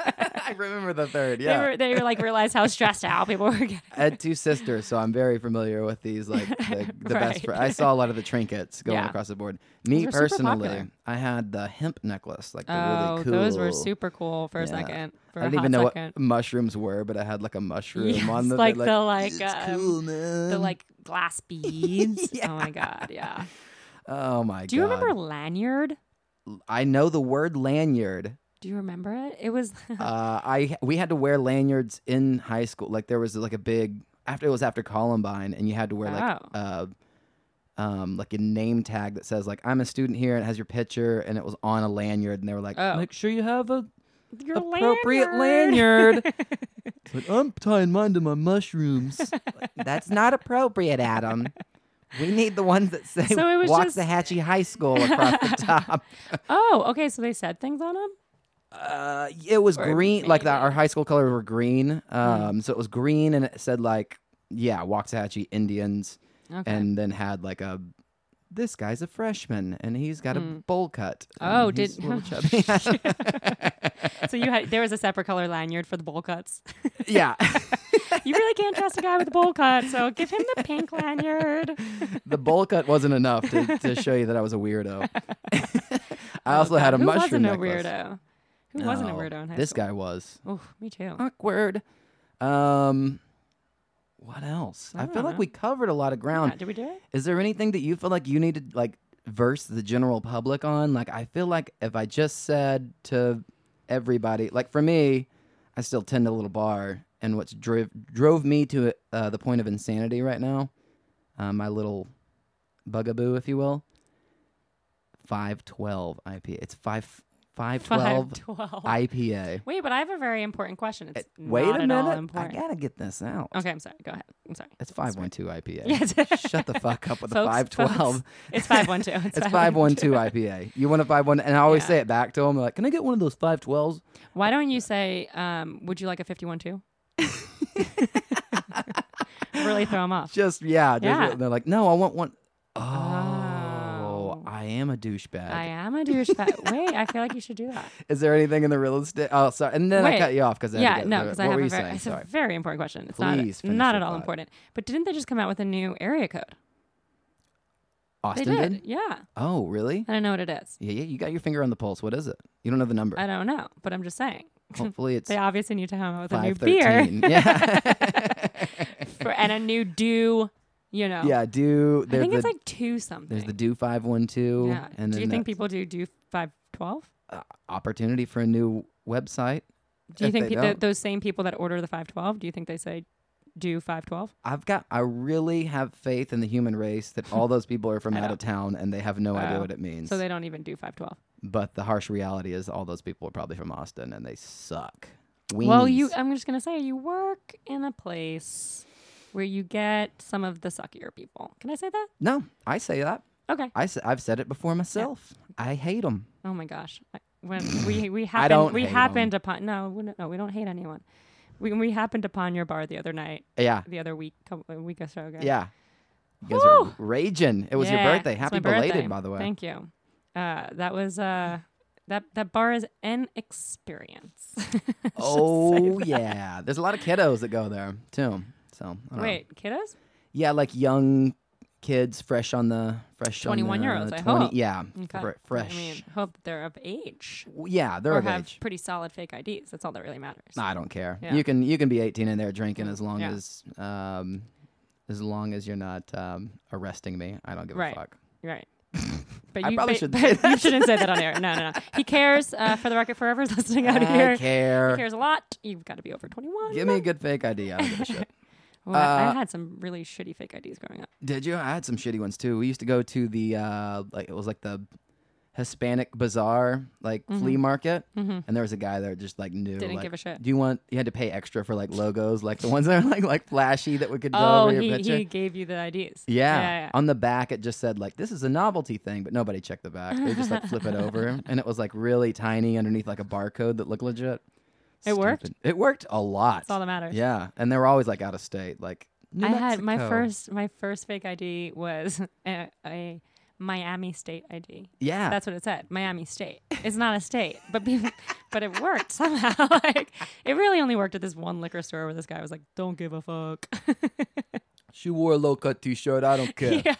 Speaker 1: I remember the third, yeah.
Speaker 2: They were they were like realized how stressed out people were getting.
Speaker 1: I had two sisters, so I'm very familiar with these. Like the, the best. Fr-
Speaker 2: Right.
Speaker 1: I saw a lot of the trinkets going
Speaker 2: Yeah.
Speaker 1: across the board. Me
Speaker 2: Those were super
Speaker 1: personally,
Speaker 2: popular.
Speaker 1: I had the hemp necklace, like the
Speaker 2: Oh,
Speaker 1: really cool.
Speaker 2: those were super cool for a
Speaker 1: Yeah.
Speaker 2: second. For
Speaker 1: I
Speaker 2: a
Speaker 1: didn't
Speaker 2: hot
Speaker 1: even know
Speaker 2: second.
Speaker 1: what mushrooms were, but I had like a mushroom
Speaker 2: Yes,
Speaker 1: on the
Speaker 2: like
Speaker 1: thing,
Speaker 2: the, like,
Speaker 1: "It's
Speaker 2: um,
Speaker 1: cool, man."
Speaker 2: the like glass beads. Oh my god, yeah.
Speaker 1: Oh my god!
Speaker 2: Do you remember lanyard?
Speaker 1: I know the word lanyard.
Speaker 2: Do you remember it? It was
Speaker 1: uh, I we had to wear lanyards in high school. Like there was like a big after it was after Columbine, and you had to wear like
Speaker 2: Oh.
Speaker 1: uh, um, like a name tag that says like I'm a student here, and it has your picture, and it was on a lanyard, and they were like,
Speaker 2: Oh.
Speaker 1: make sure you have a.
Speaker 2: your
Speaker 1: appropriate It's like, I'm tying mine to my mushrooms. Like, That's not appropriate, Adam. We need the ones that say
Speaker 2: So it was just-
Speaker 1: Waxahachie High School across the top.
Speaker 2: oh, okay. So they said things on them.
Speaker 1: Uh, it was
Speaker 2: Or Hmm.
Speaker 1: green. Like that,
Speaker 2: maybe-
Speaker 1: our high school colors were green. Um, so it was green, and it said like, yeah, Waxahachie Indians,
Speaker 2: Okay.
Speaker 1: and then had like a, this guy's a freshman, and he's got a bowl cut. and
Speaker 2: Hmm. Oh,
Speaker 1: he's
Speaker 2: did-
Speaker 1: a little chubby.
Speaker 2: so you had there was a separate color lanyard for the bowl cuts.
Speaker 1: yeah,
Speaker 2: you really can't trust a guy with a bowl cut, so give him the pink lanyard.
Speaker 1: the bowl cut wasn't enough to, to show you that I was a weirdo. I also had a
Speaker 2: Oh, Who
Speaker 1: mushroom
Speaker 2: wasn't a
Speaker 1: necklace.
Speaker 2: weirdo? Who wasn't a
Speaker 1: Oh,
Speaker 2: weirdo in high
Speaker 1: This
Speaker 2: school?
Speaker 1: guy was
Speaker 2: Oh, me too.
Speaker 1: awkward. Um, what else? I,
Speaker 2: I
Speaker 1: feel
Speaker 2: don't
Speaker 1: like
Speaker 2: know.
Speaker 1: we covered a lot of ground.
Speaker 2: Yeah, did we do it?
Speaker 1: Is there anything that you feel like you need to like verse the general public on? Like I feel like if I just said to everybody, like for me, I still tend to little bar, and what's driv- drove me to uh, the point of insanity right now, uh, my little bugaboo, if you will, five twelve IPA. It's five five twelve
Speaker 2: Five twelve.
Speaker 1: IPA.
Speaker 2: Wait, but I have a very important question. It's
Speaker 1: Wait
Speaker 2: not
Speaker 1: a
Speaker 2: at all
Speaker 1: minute, I
Speaker 2: important.
Speaker 1: gotta get this out.
Speaker 2: Okay, I'm sorry. Go ahead. I'm sorry.
Speaker 1: It's five one two IPA.
Speaker 2: Yes.
Speaker 1: Shut the fuck up with the
Speaker 2: Folks,
Speaker 1: five twelve.
Speaker 2: folks, It's five one two.
Speaker 1: It's five one two IPA. You want a five one, and I always
Speaker 2: Yeah.
Speaker 1: say it back to them. Like, can I get one of those five twelves?
Speaker 2: Why don't you say, um, would you like a 51 2? really throw them off.
Speaker 1: Just yeah, just,
Speaker 2: Yeah.
Speaker 1: They're like, no, I want one. Oh,
Speaker 2: Oh.
Speaker 1: I am a douchebag.
Speaker 2: I am a douchebag. Wait, I feel like you should do that.
Speaker 1: Is there anything in the real estate? Oh, sorry, and then I
Speaker 2: Wait.
Speaker 1: cut you off because
Speaker 2: yeah, no, because I
Speaker 1: what
Speaker 2: have
Speaker 1: were
Speaker 2: a
Speaker 1: you
Speaker 2: very,
Speaker 1: saying?
Speaker 2: it's
Speaker 1: Sorry.
Speaker 2: a very important question. It's
Speaker 1: Please
Speaker 2: not
Speaker 1: finish
Speaker 2: not
Speaker 1: your
Speaker 2: at all
Speaker 1: thought.
Speaker 2: important. But didn't they just come out with a new area code? They
Speaker 1: Austin
Speaker 2: did. Uh, Yeah.
Speaker 1: Oh, really?
Speaker 2: I don't know what it is.
Speaker 1: Yeah, yeah. You got your finger on the pulse. What is it? You don't know the number.
Speaker 2: I don't know, but I'm just saying.
Speaker 1: Hopefully, it's
Speaker 2: They obviously need to come out with a new
Speaker 1: five
Speaker 2: beer
Speaker 1: thirteen. Yeah,
Speaker 2: for, and a new do, you know.
Speaker 1: yeah. Do
Speaker 2: I
Speaker 1: there's
Speaker 2: think
Speaker 1: the
Speaker 2: it's like two something.
Speaker 1: there's the do five one two.
Speaker 2: yeah.
Speaker 1: And
Speaker 2: do
Speaker 1: then
Speaker 2: you think
Speaker 1: the
Speaker 2: people do do 512?
Speaker 1: opportunity for a new website.
Speaker 2: Do you
Speaker 1: If
Speaker 2: think
Speaker 1: they
Speaker 2: pe- th-
Speaker 1: don't.
Speaker 2: those same people that order the 512, do you think they say do 512?
Speaker 1: I've got. I really have faith in the human race that all those people are from out of town and they have no idea
Speaker 2: Oh.
Speaker 1: what it means.
Speaker 2: So they don't even do 512.
Speaker 1: but the harsh reality is, all those people are probably from Austin and they suck. Weenies.
Speaker 2: Well, you I'm just going to say you work in a place where you get some of the suckier people. Can I say that?
Speaker 1: No, I say that.
Speaker 2: Okay.
Speaker 1: I s- I've said it before myself. I hate them.
Speaker 2: Oh my gosh. I- When we we happened
Speaker 1: don't
Speaker 2: we
Speaker 1: hate 'em.
Speaker 2: happened upon no, we don't- no, we don't hate anyone. We we happened upon your bar the other night,
Speaker 1: Yeah,
Speaker 2: the other week, couple, a week or so ago.
Speaker 1: yeah. You guys are
Speaker 2: Whew.
Speaker 1: raging. It was your
Speaker 2: Yeah,
Speaker 1: birthday.
Speaker 2: it's
Speaker 1: Happy
Speaker 2: my
Speaker 1: belated,
Speaker 2: birthday.
Speaker 1: by the way.
Speaker 2: Thank you. Uh, that was uh, that that bar is an experience. Just say
Speaker 1: oh
Speaker 2: that.
Speaker 1: yeah, there's a lot of kiddos that go there too. So I don't know.
Speaker 2: wait, kiddos?
Speaker 1: Yeah, like young kids, fresh on the fresh. on the
Speaker 2: 21-year-olds, I
Speaker 1: 20
Speaker 2: hope.
Speaker 1: Yeah,
Speaker 2: Okay.
Speaker 1: fre- fresh.
Speaker 2: I mean, hope that they're of age
Speaker 1: W- yeah, they're
Speaker 2: or
Speaker 1: of
Speaker 2: have
Speaker 1: age.
Speaker 2: pretty solid fake IDs. That's all that really matters.
Speaker 1: I don't care.
Speaker 2: Yeah.
Speaker 1: You can you can be 18 and there drinking as long
Speaker 2: Yeah.
Speaker 1: as um, as long as you're not um, arresting me. I don't give
Speaker 2: Right.
Speaker 1: a fuck.
Speaker 2: Right. But
Speaker 1: I
Speaker 2: you,
Speaker 1: probably
Speaker 2: but-
Speaker 1: should
Speaker 2: but
Speaker 1: say
Speaker 2: you
Speaker 1: that.
Speaker 2: shouldn't say that on air. No, no, no. He cares. Uh, for the record, forever's listening out
Speaker 1: I
Speaker 2: here.
Speaker 1: care.
Speaker 2: He cares a lot. You've got to be over 21.
Speaker 1: Give me a good fake ID. I don't give a shit.
Speaker 2: Well, I,
Speaker 1: uh,
Speaker 2: I had some really shitty fake IDs growing up.
Speaker 1: Did you? I had some shitty ones too. We used to go to the uh, like it was like the Hispanic bazaar, like flea market, and there was a guy there just like knew.
Speaker 2: Mm-hmm. Didn't
Speaker 1: like,
Speaker 2: give a shit.
Speaker 1: Do you want? You had to pay extra for like logos, like the ones that are like like flashy that we could go
Speaker 2: Oh,
Speaker 1: over your
Speaker 2: he,
Speaker 1: picture.
Speaker 2: he gave you the ideas.
Speaker 1: yeah.
Speaker 2: yeah.
Speaker 1: on the back it just said like this is a novelty thing, but nobody checked the back. They just like flip it over, and it was like really tiny underneath like a barcode that looked legit.
Speaker 2: It worked?
Speaker 1: Stupid. It worked a lot.
Speaker 2: That's all that matters.
Speaker 1: Yeah, and they were always like out of state. Like New
Speaker 2: I had my
Speaker 1: Mexico.
Speaker 2: first my first fake ID was a, a Miami State ID.
Speaker 1: Yeah,
Speaker 2: That's what it said. Miami State. It's not a state, but be, but it worked somehow. like it really only worked at this one liquor store where this guy was like, "Don't give a fuck."
Speaker 1: she wore a low cut t shirt. I don't care.
Speaker 2: yeah.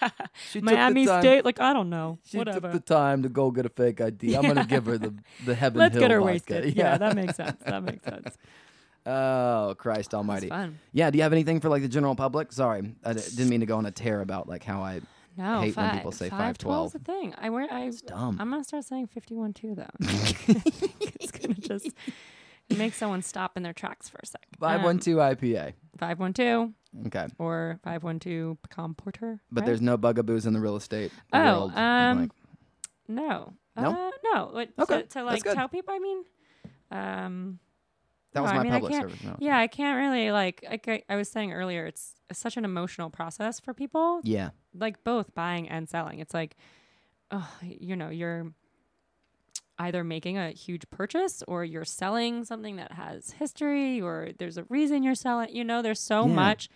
Speaker 1: She took the
Speaker 2: Miami
Speaker 1: time-
Speaker 2: State. Like I don't know.
Speaker 1: She took
Speaker 2: Whatever.
Speaker 1: the time to go get a fake ID. I'm gonna give her the the heaven.
Speaker 2: Let's
Speaker 1: Hill
Speaker 2: get her
Speaker 1: vodka.
Speaker 2: wasted. Yeah. that makes sense. That makes sense.
Speaker 1: oh Christ Almighty.
Speaker 2: fun.
Speaker 1: Yeah. Do you have anything for like the general public? Sorry, I d- didn't mean to go on a tear about like how I.
Speaker 2: No,
Speaker 1: hate when
Speaker 2: five,
Speaker 1: people say
Speaker 2: 512 's a thing. I wear. I,
Speaker 1: dumb.
Speaker 2: I'm gonna start saying fifty-one two though. it's gonna just make someone stop in their tracks for a sec.
Speaker 1: Five one two
Speaker 2: Um,
Speaker 1: IPA.
Speaker 2: Five one two
Speaker 1: Okay,
Speaker 2: or five one two pecan porter.
Speaker 1: but
Speaker 2: right?
Speaker 1: there's no bugaboos in the real estate
Speaker 2: Oh,
Speaker 1: world. I'm
Speaker 2: um,
Speaker 1: like,
Speaker 2: no.
Speaker 1: No?
Speaker 2: Uh, no. What,
Speaker 1: Okay,
Speaker 2: To, to
Speaker 1: that's
Speaker 2: like
Speaker 1: good.
Speaker 2: tell people. I mean, um,
Speaker 1: that
Speaker 2: no,
Speaker 1: was
Speaker 2: I
Speaker 1: my
Speaker 2: mean, I
Speaker 1: public
Speaker 2: can't-
Speaker 1: service. No.
Speaker 2: yeah, I can't really like. Like I, I was saying earlier, it's such an emotional process for people
Speaker 1: Yeah.
Speaker 2: like both buying and selling. It's like, oh, you know, you're either making a huge purchase or you're selling something that has history or there's a reason you're selling. You know, there's so
Speaker 1: Yeah.
Speaker 2: much.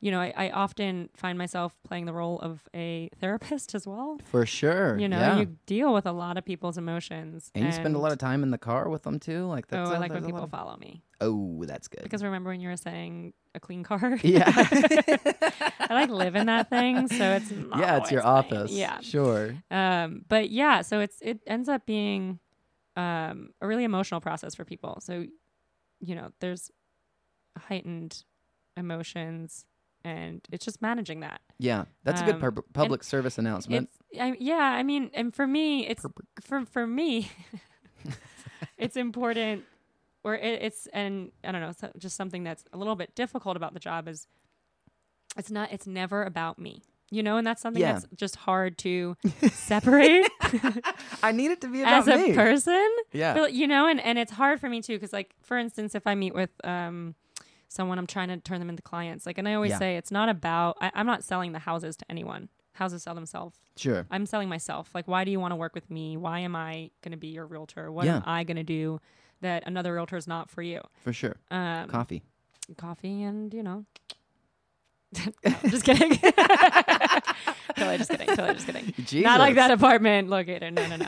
Speaker 2: You know, I, I often find myself playing the role of a therapist as well.
Speaker 1: for sure.
Speaker 2: You know,
Speaker 1: yeah.
Speaker 2: you deal with a lot of people's emotions.
Speaker 1: and you spend a lot of time in the car with them too. Like that's
Speaker 2: Oh, I
Speaker 1: a-
Speaker 2: like when
Speaker 1: there's a lot
Speaker 2: people
Speaker 1: of-
Speaker 2: follow me.
Speaker 1: Oh, that's good.
Speaker 2: Because remember when you were saying a clean car?
Speaker 1: yeah,
Speaker 2: I like live in that thing. So Oh, it's not
Speaker 1: yeah, it's your
Speaker 2: always mine.
Speaker 1: office.
Speaker 2: Yeah.
Speaker 1: sure.
Speaker 2: um but yeah so it's it ends up being um a really emotional process for people so you know there's heightened emotions and it's just managing that
Speaker 1: Yeah, that's a good
Speaker 2: Um,
Speaker 1: pub- public service announcement.
Speaker 2: it's I, yeah i mean and for me it's for for me it's important or it, it's and i don't know so just something that's a little bit difficult about the job is it's not it's never about me you know and that's something
Speaker 1: Yeah.
Speaker 2: that's just hard to separate
Speaker 1: I need it to be
Speaker 2: as
Speaker 1: about
Speaker 2: a
Speaker 1: me.
Speaker 2: person
Speaker 1: yeah,
Speaker 2: But, you know, and, and it's hard for me too, because like for instance, if I meet with um someone, I'm trying to turn them into clients. Like, and I always
Speaker 1: Yeah.
Speaker 2: say it's not about. I, I'm not selling the houses to anyone. Houses sell themselves.
Speaker 1: sure.
Speaker 2: I'm selling myself. Like, why do you want to work with me? Why am I going to be your realtor? What am
Speaker 1: Yeah.
Speaker 2: I going to do that another realtor is not for you?
Speaker 1: For sure.
Speaker 2: Um,
Speaker 1: Coffee.
Speaker 2: coffee and you know. No, just kidding. totally just kidding. Totally just kidding. Not like that apartment locator. No, no, no.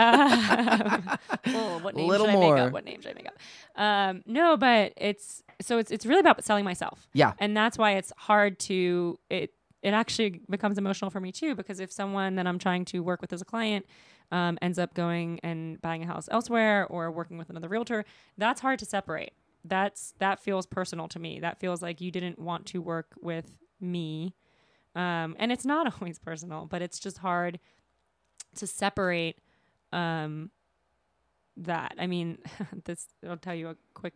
Speaker 2: Um, oh, what name
Speaker 1: Little
Speaker 2: should I make
Speaker 1: more.
Speaker 2: up? What name should I make up? Um, no, but it's so it's it's really about selling myself,
Speaker 1: Yeah.
Speaker 2: and that's why it's hard to it. It actually becomes emotional for me too because if someone that I'm trying to work with as a client um, ends up going and buying a house elsewhere or working with another realtor, that's hard to separate. That's that feels personal to me. That feels like you didn't want to work with me. Um, and it's not always personal, but it's just hard to separate um, that. I mean, this I'll tell you a quick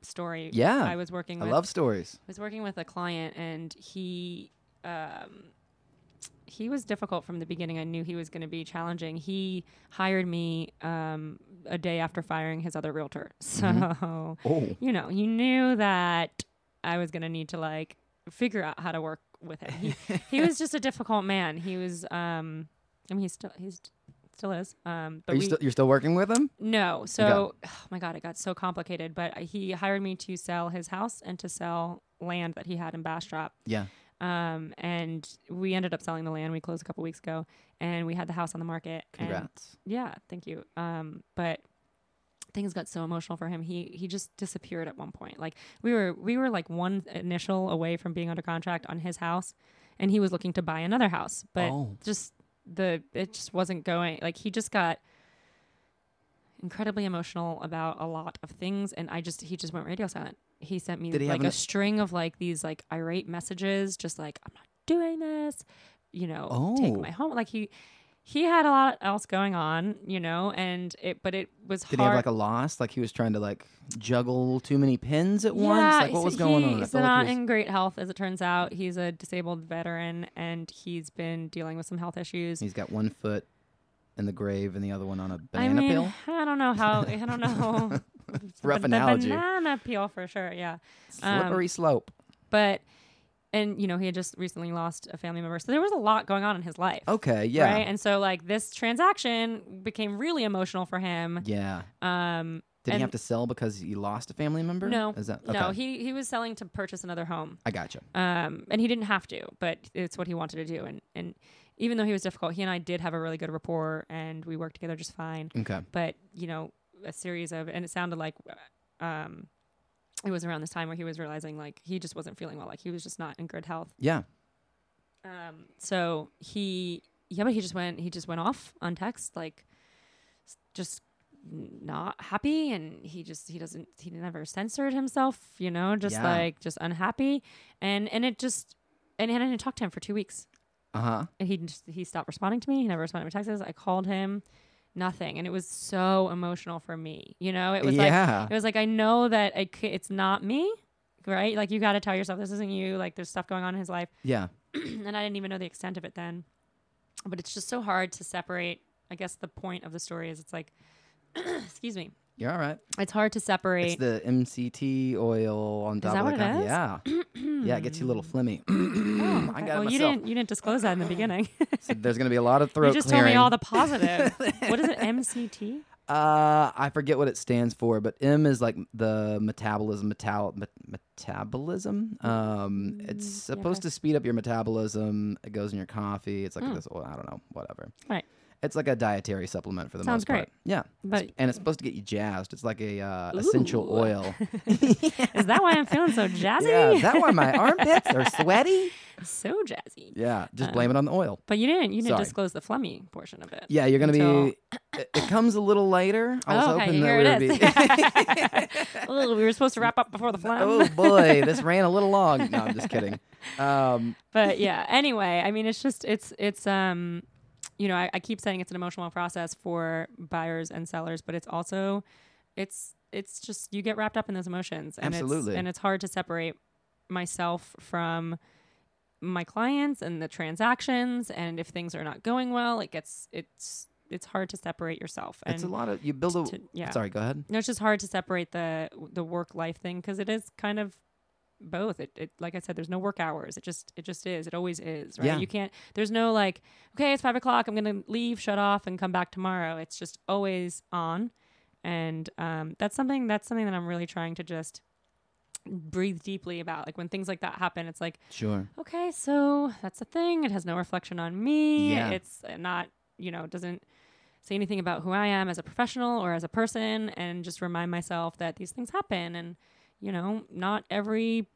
Speaker 2: story.
Speaker 1: Yeah.
Speaker 2: I was working.
Speaker 1: I
Speaker 2: With,
Speaker 1: love stories.
Speaker 2: I was working with a client, and he um, he was difficult from the beginning. I knew he was going to be challenging. He hired me um, a day after firing his other realtor, so
Speaker 1: Oh,
Speaker 2: you know, you knew that I was gonna need to like figure out how to work with him. He, he was just a difficult man. He was, um, I mean, he's still he's still is. Um, but
Speaker 1: are you
Speaker 2: we,
Speaker 1: still you're still working with them?
Speaker 2: no, so oh my god, it got so complicated. But he hired me to sell his house and to sell land that he had in Bastrop.
Speaker 1: Yeah.
Speaker 2: Um, and we ended up selling the land. We closed a couple weeks ago, and we had the house on the market. and
Speaker 1: Congrats.
Speaker 2: yeah, thank you. Um, but things got so emotional for him. He he just disappeared at one point. Like we were we were like one initial away from being under contract on his house, and he was looking to buy another house, but
Speaker 1: Oh.
Speaker 2: just the it just wasn't going. Like he just got incredibly emotional about a lot of things, and I just he just went radio silent. He sent me
Speaker 1: Did he have
Speaker 2: like
Speaker 1: an-
Speaker 2: a string of like these like irate messages, just like I'm not doing this, you know, take
Speaker 1: Oh.
Speaker 2: my home. Like he he had a lot else going on, you know, and it but it was
Speaker 1: Did he
Speaker 2: hard.
Speaker 1: have like a loss? Like he was trying to like juggle too many pins at
Speaker 2: yeah,
Speaker 1: once? Like what
Speaker 2: so
Speaker 1: was going on? I
Speaker 2: He's
Speaker 1: felt like
Speaker 2: not
Speaker 1: he was-
Speaker 2: in great health, as it turns out. He's a disabled veteran, and he's been dealing with some health issues.
Speaker 1: He's got one foot in the grave and the other one on a
Speaker 2: I
Speaker 1: banana
Speaker 2: mean,
Speaker 1: peel.
Speaker 2: I don't know how. I don't know.
Speaker 1: Rough
Speaker 2: But
Speaker 1: analogy.
Speaker 2: The banana peel for sure. Yeah. um,
Speaker 1: Slippery slope.
Speaker 2: But and you know he had just recently lost a family member, so there was a lot going on in his life.
Speaker 1: Okay, yeah.
Speaker 2: Right. And so like this transaction became really emotional for him.
Speaker 1: Yeah.
Speaker 2: Um.
Speaker 1: Did he
Speaker 2: and-
Speaker 1: have to sell because he lost a family member?
Speaker 2: No.
Speaker 1: Is that
Speaker 2: No.
Speaker 1: okay.
Speaker 2: He he was selling to purchase another home.
Speaker 1: I gotcha.
Speaker 2: um, and he didn't have to, but it's what he wanted to do. And and even though he was difficult, he and I did have a really good rapport, and we worked together just fine.
Speaker 1: Okay.
Speaker 2: But you know, a series of and it sounded like, um, it was around this time where he was realizing like he just wasn't feeling well, like he was just not in good health.
Speaker 1: Yeah.
Speaker 2: Um, so he yeah, but he just went he just went off on text like, s- just not happy and he just he doesn't he never censored himself you know just
Speaker 1: Yeah.
Speaker 2: like just unhappy and and it just and, and i didn't talk to him for two weeks
Speaker 1: Uh huh.
Speaker 2: and he just he stopped responding to me he never responded to my texts i called him nothing and it was so emotional for me you know it was
Speaker 1: Yeah.
Speaker 2: like it was like i know that I c- it's not me right like you got to tell yourself this isn't you like there's stuff going on in his life
Speaker 1: Yeah.
Speaker 2: and I didn't even know the extent of it then. But it's just so hard to separate. I guess the point of the story is it's like, excuse me,
Speaker 1: You're all right.
Speaker 2: it's hard to
Speaker 1: It's
Speaker 2: separate.
Speaker 1: the MCT oil on top
Speaker 2: that
Speaker 1: of the
Speaker 2: what it
Speaker 1: coffee.
Speaker 2: is?
Speaker 1: Yeah. yeah, it gets you a little phlegmy.
Speaker 2: Oh,
Speaker 1: I
Speaker 2: okay.
Speaker 1: got
Speaker 2: well,
Speaker 1: it
Speaker 2: you
Speaker 1: myself.
Speaker 2: didn't you didn't disclose that in the beginning.
Speaker 1: So there's going to be a lot of throat
Speaker 2: you just told
Speaker 1: clearing.
Speaker 2: me all the positive. what is it? MCT?
Speaker 1: Uh, I forget what it stands for, but M is like the metabolism, metal, met- metabolism. Um, it's
Speaker 2: Mm, yeah,
Speaker 1: supposed to speed up your metabolism. It goes in your coffee. It's like
Speaker 2: Mm.
Speaker 1: this. Well, I don't know, whatever.
Speaker 2: Right.
Speaker 1: It's like a dietary supplement for the
Speaker 2: Sounds
Speaker 1: most part.
Speaker 2: great.
Speaker 1: Yeah,
Speaker 2: But
Speaker 1: and it's supposed to get you jazzed. It's like a uh, essential
Speaker 2: Ooh.
Speaker 1: oil.
Speaker 2: is that why I'm feeling so jazzy?
Speaker 1: yeah, is that why my armpits are sweaty?
Speaker 2: so jazzy.
Speaker 1: Yeah, just
Speaker 2: Uh,
Speaker 1: blame it on the oil.
Speaker 2: But you didn't you didn't
Speaker 1: Sorry.
Speaker 2: disclose the flummy portion of it.
Speaker 1: Yeah, you're gonna
Speaker 2: until-
Speaker 1: be. It, it comes a little later. I was
Speaker 2: Oh, okay,
Speaker 1: hoping that
Speaker 2: here
Speaker 1: we
Speaker 2: it
Speaker 1: would
Speaker 2: is.
Speaker 1: be.
Speaker 2: Ooh, we were supposed to wrap up before the flum.
Speaker 1: oh boy, this ran a little long. No, I'm just kidding. Um,
Speaker 2: but yeah anyway i mean it's just it's it's um you know I, I keep saying it's an emotional process for buyers and sellers but it's also it's it's just you get wrapped up in those emotions and
Speaker 1: Absolutely.
Speaker 2: it's, and it's hard to separate myself from my clients and the transactions and if things are not going well it gets it's it's hard to separate yourself and
Speaker 1: it's a lot of you build a.
Speaker 2: to- yeah.
Speaker 1: Sorry, go ahead.
Speaker 2: no, it's just hard to separate the the work life thing because it is kind of both. It, it like I said, there's no work hours. It just it just is. It always is. Right?
Speaker 1: Yeah.
Speaker 2: You can't. There's no like, okay, it's five o'clock. I'm gonna leave, shut off, and come back tomorrow. It's just always on, and um, that's something that's something that I'm really trying to just breathe deeply about. Like when things like that happen, it's like
Speaker 1: Sure.
Speaker 2: okay, so that's a thing. It has no reflection on me.
Speaker 1: Yeah.
Speaker 2: It's not, you know, it doesn't say anything about who I am as a professional or as a person, and just remind myself that these things happen. And, you know, not every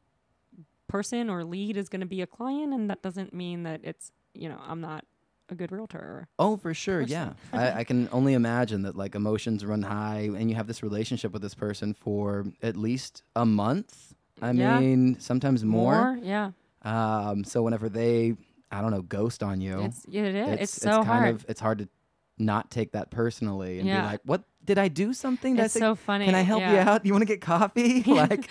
Speaker 2: person or lead is going to be a client, and that doesn't mean that it's, you know, I'm not a good realtor. Or,
Speaker 1: Oh, for sure.
Speaker 2: Person.
Speaker 1: Yeah, I, I can only imagine that like emotions run high, and you have this relationship with this person for at least a month. I
Speaker 2: Yeah.
Speaker 1: mean, sometimes more.
Speaker 2: Yeah.
Speaker 1: Um, so whenever they, I don't know, ghost on you,
Speaker 2: It's, it is. It's,
Speaker 1: it's
Speaker 2: so
Speaker 1: kind
Speaker 2: hard.
Speaker 1: of it's hard to not take that personally and
Speaker 2: Yeah.
Speaker 1: be like, what did I do something? Did I
Speaker 2: it's
Speaker 1: say-
Speaker 2: so funny.
Speaker 1: Can I help you
Speaker 2: yeah.
Speaker 1: out? You want to get coffee? like,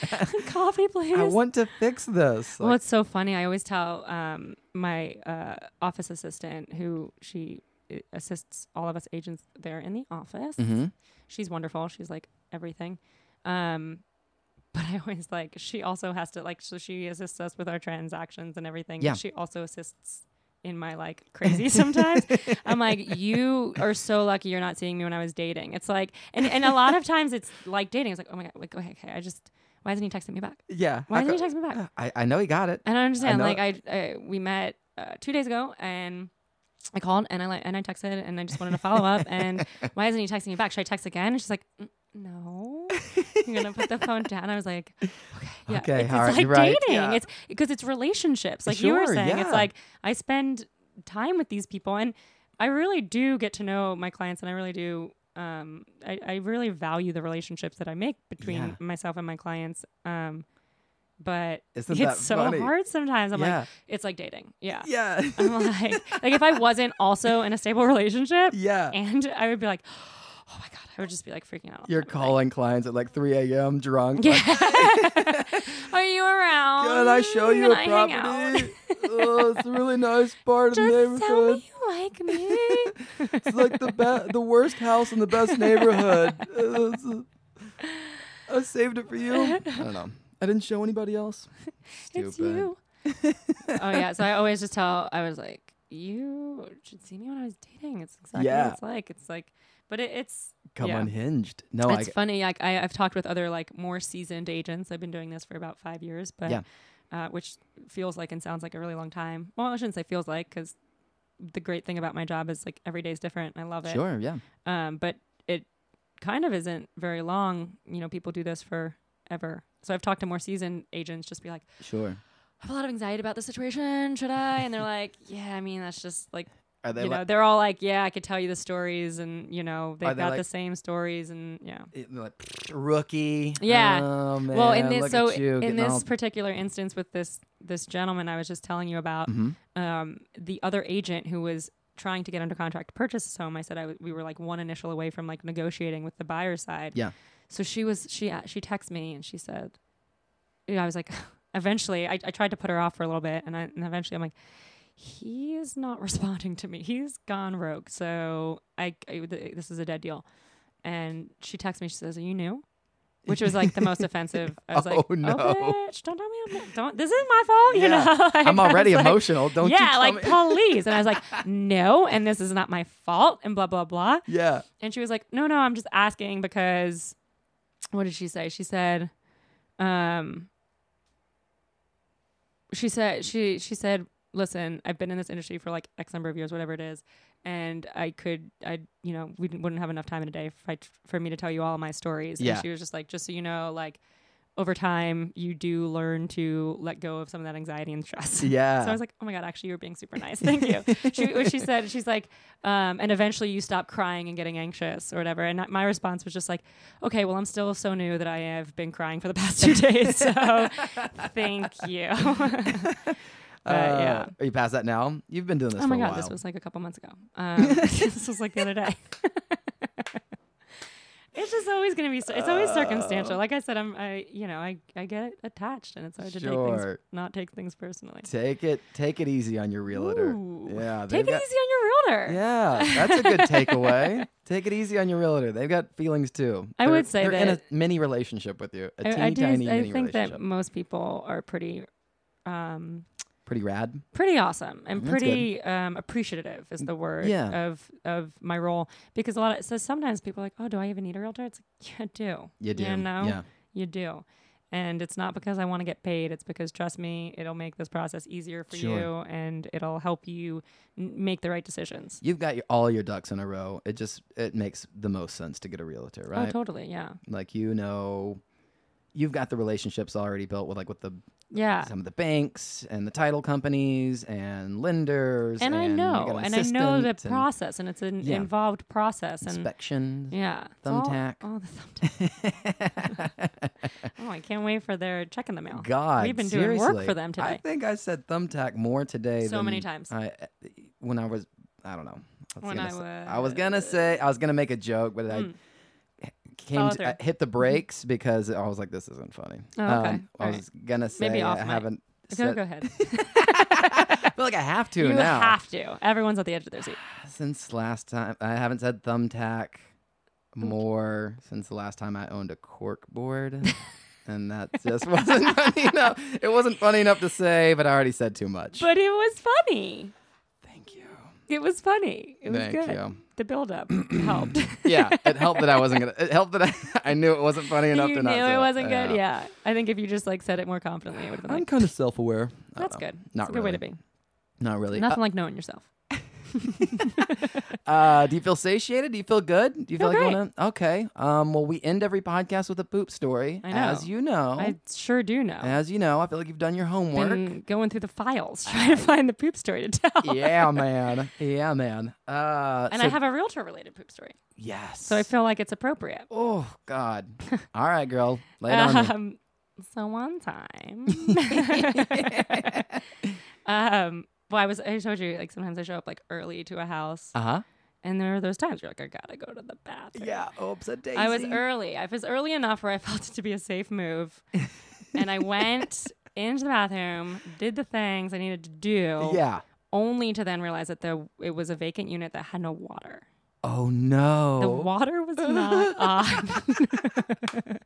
Speaker 2: Coffee, please.
Speaker 1: I want to fix this.
Speaker 2: well,
Speaker 1: Like,
Speaker 2: it's so funny. I always tell um, my uh, office assistant, who she uh, assists all of us agents there in the office.
Speaker 1: Mhm.
Speaker 2: She's wonderful. She's like everything. Um, but I always like she also has to like so she assists us with our transactions and everything. but
Speaker 1: Yeah.
Speaker 2: She also assists in my like crazy sometimes. I'm like, you are so lucky you're not seeing me when I was dating. It's like and, and a lot of times it's like dating. It's like, oh my god, like okay, okay, I just why isn't he texting me back?
Speaker 1: yeah.
Speaker 2: Why
Speaker 1: how
Speaker 2: isn't he
Speaker 1: co-
Speaker 2: texting me back?
Speaker 1: I, I know he got it.
Speaker 2: I don't understand.
Speaker 1: know
Speaker 2: like I, I, we met uh, two days ago, and I called and I like and I texted and I just wanted to follow up. And why isn't he texting me back? Should I text again? And she's like, "Mm, No, you're gonna put the phone down. I was like, Okay, yeah.
Speaker 1: Okay,
Speaker 2: it's,
Speaker 1: all right,
Speaker 2: it's like
Speaker 1: you're right,
Speaker 2: dating.
Speaker 1: yeah.
Speaker 2: It's because it's relationships. Like you were
Speaker 1: Sure,
Speaker 2: saying,
Speaker 1: yeah.
Speaker 2: it's like I spend time with these people, and I really do get to know my clients, and I really do. Um, I, I really value the relationships that I make between
Speaker 1: Yeah.
Speaker 2: myself and my clients. Um, but
Speaker 1: Isn't that
Speaker 2: it's so
Speaker 1: funny?
Speaker 2: hard sometimes. I'm
Speaker 1: Yeah.
Speaker 2: like, "Ah." it's like dating. Yeah.
Speaker 1: Yeah.
Speaker 2: I'm like, like if I wasn't also in a stable relationship,
Speaker 1: yeah.
Speaker 2: and I would be like, oh my god, I would just be like freaking out.
Speaker 1: You're calling clients at like 3 a.m. drunk.
Speaker 2: Yeah.
Speaker 1: like,
Speaker 2: Are you around?
Speaker 1: Can I show you
Speaker 2: Can
Speaker 1: a
Speaker 2: Um, I hang out?
Speaker 1: property? oh, it's a really nice part of the
Speaker 2: Just tell
Speaker 1: neighborhood.
Speaker 2: me you like me.
Speaker 1: It's like the be- the worst house in the best neighborhood. Uh, it's a- I saved it for you. I don't know. I didn't show anybody else. Stupid.
Speaker 2: It's you. oh yeah. So I always just tell I was like, you should see me when I was dating. It's exactly
Speaker 1: Yeah.
Speaker 2: what it's like. It's like, but it, it's
Speaker 1: Come
Speaker 2: yeah.
Speaker 1: unhinged. No,
Speaker 2: It's
Speaker 1: Oh, I
Speaker 2: funny. Like I, I've talked with other like more seasoned agents. I've been doing this for about five years, but
Speaker 1: Yeah.
Speaker 2: uh, which feels like and sounds like a really long time. Well, I shouldn't say feels like because the great thing about my job is like every day is different. And I love it.
Speaker 1: sure. Yeah.
Speaker 2: Um, but it kind of isn't very long. You know, people do this forever. So I've talked to more seasoned agents, just be like,
Speaker 1: Sure.
Speaker 2: I have a lot of anxiety about this situation. Should I? And they're like, Yeah, I mean, that's just like
Speaker 1: Are
Speaker 2: you know, they're all like, Yeah, I could tell you the stories, and you know, they've
Speaker 1: they
Speaker 2: got the
Speaker 1: like-
Speaker 2: same stories, and yeah.
Speaker 1: it- like rookie.
Speaker 2: Yeah.
Speaker 1: Oh, man,
Speaker 2: well in this
Speaker 1: look
Speaker 2: so
Speaker 1: at you,
Speaker 2: in
Speaker 1: getting
Speaker 2: this
Speaker 1: all-
Speaker 2: particular instance with this this gentleman i was just telling you about
Speaker 1: Mhm.
Speaker 2: um, the other agent who was trying to get under contract to purchase his home i said I w- we were like one initial away from like negotiating with the buyer's side
Speaker 1: Yeah.
Speaker 2: so she was she a- she texted me and she said yeah, i was like eventually I, I tried to put her off for a little bit and, I, and eventually i'm like he is not responding to me he's gone rogue so i, I th- this is a dead deal and she texts me she says are you new which was like the most offensive. I was like,
Speaker 1: Oh,
Speaker 2: "Oh
Speaker 1: no.
Speaker 2: no, bitch, don't tell me I'm not, don't. This isn't my fault, you
Speaker 1: Yeah.
Speaker 2: know." Like,
Speaker 1: I'm
Speaker 2: I
Speaker 1: already
Speaker 2: was like,
Speaker 1: emotional. Don't you
Speaker 2: yeah,
Speaker 1: tell
Speaker 2: like
Speaker 1: me-
Speaker 2: police, and I was like, "No," and this is not my fault, and blah blah blah.
Speaker 1: yeah.
Speaker 2: And she was like, "No, no, I'm just asking because." What did she say? She said, um, she said she she said, "Listen, I've been in this industry for like X number of years, whatever it is, and I could I you know we didn't- wouldn't have enough time in a day for, I, for me to tell you all my stories."
Speaker 1: Yeah.
Speaker 2: And she was just like, "Just so you know, like." Over time, you do learn to let go of some of that anxiety and stress.
Speaker 1: Yeah.
Speaker 2: So I was like, oh my God, actually, you were being super nice. Thank you. she, what she said, she's like, um, and eventually you stop crying and getting anxious or whatever. And that- my response was just like, okay, well, I'm still so new that I have been crying for the past two days. So thank you. but
Speaker 1: Uh,
Speaker 2: yeah.
Speaker 1: Are you past that now? You've been doing this
Speaker 2: Oh
Speaker 1: for
Speaker 2: my
Speaker 1: a
Speaker 2: God,
Speaker 1: while.
Speaker 2: this was like a couple months ago. Um, this was like the other day. It's just always going to be. It's always circumstantial. Like I said, I'm. I you know I I get attached, and it's hard to take
Speaker 1: Sure.
Speaker 2: things not take things personally.
Speaker 1: take it take it easy on your realtor.
Speaker 2: Ooh.
Speaker 1: Yeah.
Speaker 2: Take
Speaker 1: they've
Speaker 2: it
Speaker 1: got-
Speaker 2: easy on your realtor.
Speaker 1: Yeah, that's a good takeaway. Take it easy on your realtor. They've got feelings too.
Speaker 2: I
Speaker 1: They're-
Speaker 2: would say
Speaker 1: they're in a
Speaker 2: that-
Speaker 1: mini relationship with you, a teeny
Speaker 2: I, I do.
Speaker 1: tiny
Speaker 2: I
Speaker 1: mini
Speaker 2: think that
Speaker 1: relationship.
Speaker 2: most people are pretty, um,
Speaker 1: Pretty rad.
Speaker 2: pretty awesome and
Speaker 1: That's
Speaker 2: pretty um, appreciative is the word
Speaker 1: Yeah.
Speaker 2: of of my role because a lot of so sometimes people are like, oh, do I even need a realtor? It's like, yeah, do
Speaker 1: You do.
Speaker 2: You know,
Speaker 1: Yeah.
Speaker 2: you do. And it's not because I want to get paid. It's because, trust me, it'll make this process easier for
Speaker 1: Sure.
Speaker 2: you and it'll help you n- make the right decisions.
Speaker 1: You've got your, all your ducks in a row. It just it makes the most sense to get a realtor, right?
Speaker 2: Oh, totally. Yeah.
Speaker 1: Like you know, you've got the relationships already built with like with the
Speaker 2: Yeah.
Speaker 1: some of the banks and the title companies and lenders.
Speaker 2: and I
Speaker 1: you got
Speaker 2: know,
Speaker 1: an
Speaker 2: and I know the
Speaker 1: assistant and
Speaker 2: process, and it's an
Speaker 1: Yeah.
Speaker 2: involved process, and
Speaker 1: inspections.
Speaker 2: yeah, it's all-
Speaker 1: Thumbtack.
Speaker 2: Oh, the thumbtack. oh, I can't wait for their check in the mail.
Speaker 1: God,
Speaker 2: we've been doing work
Speaker 1: seriously.
Speaker 2: for them
Speaker 1: I
Speaker 2: today.
Speaker 1: think I said thumbtack more today.
Speaker 2: So many
Speaker 1: than
Speaker 2: times.
Speaker 1: I, when I was, I don't know. I was
Speaker 2: When
Speaker 1: gonna
Speaker 2: I
Speaker 1: say, I was gonna
Speaker 2: was-
Speaker 1: say I was gonna make a joke, but I
Speaker 2: Mm.
Speaker 1: came
Speaker 2: Follow
Speaker 1: to, I
Speaker 2: through. Mm-hmm.
Speaker 1: hit the brakes because I was like, this isn't funny. Um,
Speaker 2: Oh, okay.
Speaker 1: I
Speaker 2: All
Speaker 1: was gonna say
Speaker 2: off
Speaker 1: I
Speaker 2: mic.
Speaker 1: haven't.
Speaker 2: Go,
Speaker 1: Said,
Speaker 2: go ahead.
Speaker 1: I feel like I have to
Speaker 2: you
Speaker 1: now.
Speaker 2: have to. Everyone's at the edge of their seat.
Speaker 1: Since last time, I haven't said thumbtack more since the last time I owned a cork board. And that just wasn't funny enough. It wasn't funny enough to say, but I already said too much.
Speaker 2: But it was funny.
Speaker 1: Thank you.
Speaker 2: It was funny. It was
Speaker 1: Thank
Speaker 2: good.
Speaker 1: you.
Speaker 2: The build up helped.
Speaker 1: Yeah, it helped that I wasn't gonna. It helped that I, I knew it wasn't funny
Speaker 2: you
Speaker 1: enough
Speaker 2: knew
Speaker 1: to not. say
Speaker 2: it wasn't good.
Speaker 1: Yeah.
Speaker 2: Yeah. I think if you just like said it more confidently, it would have been
Speaker 1: I'm
Speaker 2: like,
Speaker 1: kind of self-aware. I
Speaker 2: that's
Speaker 1: don't know.
Speaker 2: good.
Speaker 1: Not
Speaker 2: That's a good way to
Speaker 1: really.
Speaker 2: be.
Speaker 1: Not really.
Speaker 2: Nothing like knowing yourself.
Speaker 1: Uh, uh, do you feel satiated? Do you feel good? Do you feel
Speaker 2: Feel
Speaker 1: like you
Speaker 2: great.
Speaker 1: wanna? Okay. Um. Well, we end every podcast with a poop story.
Speaker 2: I
Speaker 1: As
Speaker 2: know.
Speaker 1: you know.
Speaker 2: I sure do know.
Speaker 1: as you know, I feel like you've done your homework.
Speaker 2: been going through the files trying to find the poop story to tell.
Speaker 1: Ah. yeah, man. Yeah, man. Uh.
Speaker 2: And
Speaker 1: so-
Speaker 2: I have a realtor related poop story.
Speaker 1: Yes.
Speaker 2: So I feel like it's appropriate.
Speaker 1: Oh God. All right, girl. Lay it on me.
Speaker 2: Um, so one time, um, well, I was, I told you, like, sometimes I show up like early to a house
Speaker 1: Uh huh.
Speaker 2: And there are those times you're like, I gotta go to the bathroom.
Speaker 1: Yeah. Oops, a daisy.
Speaker 2: I was early. I was early enough where I felt it to be a safe move. and I went into the bathroom, did the things I needed to do.
Speaker 1: Yeah.
Speaker 2: Only to then realize that the it was a vacant unit that had no water.
Speaker 1: Oh no.
Speaker 2: The water was not on.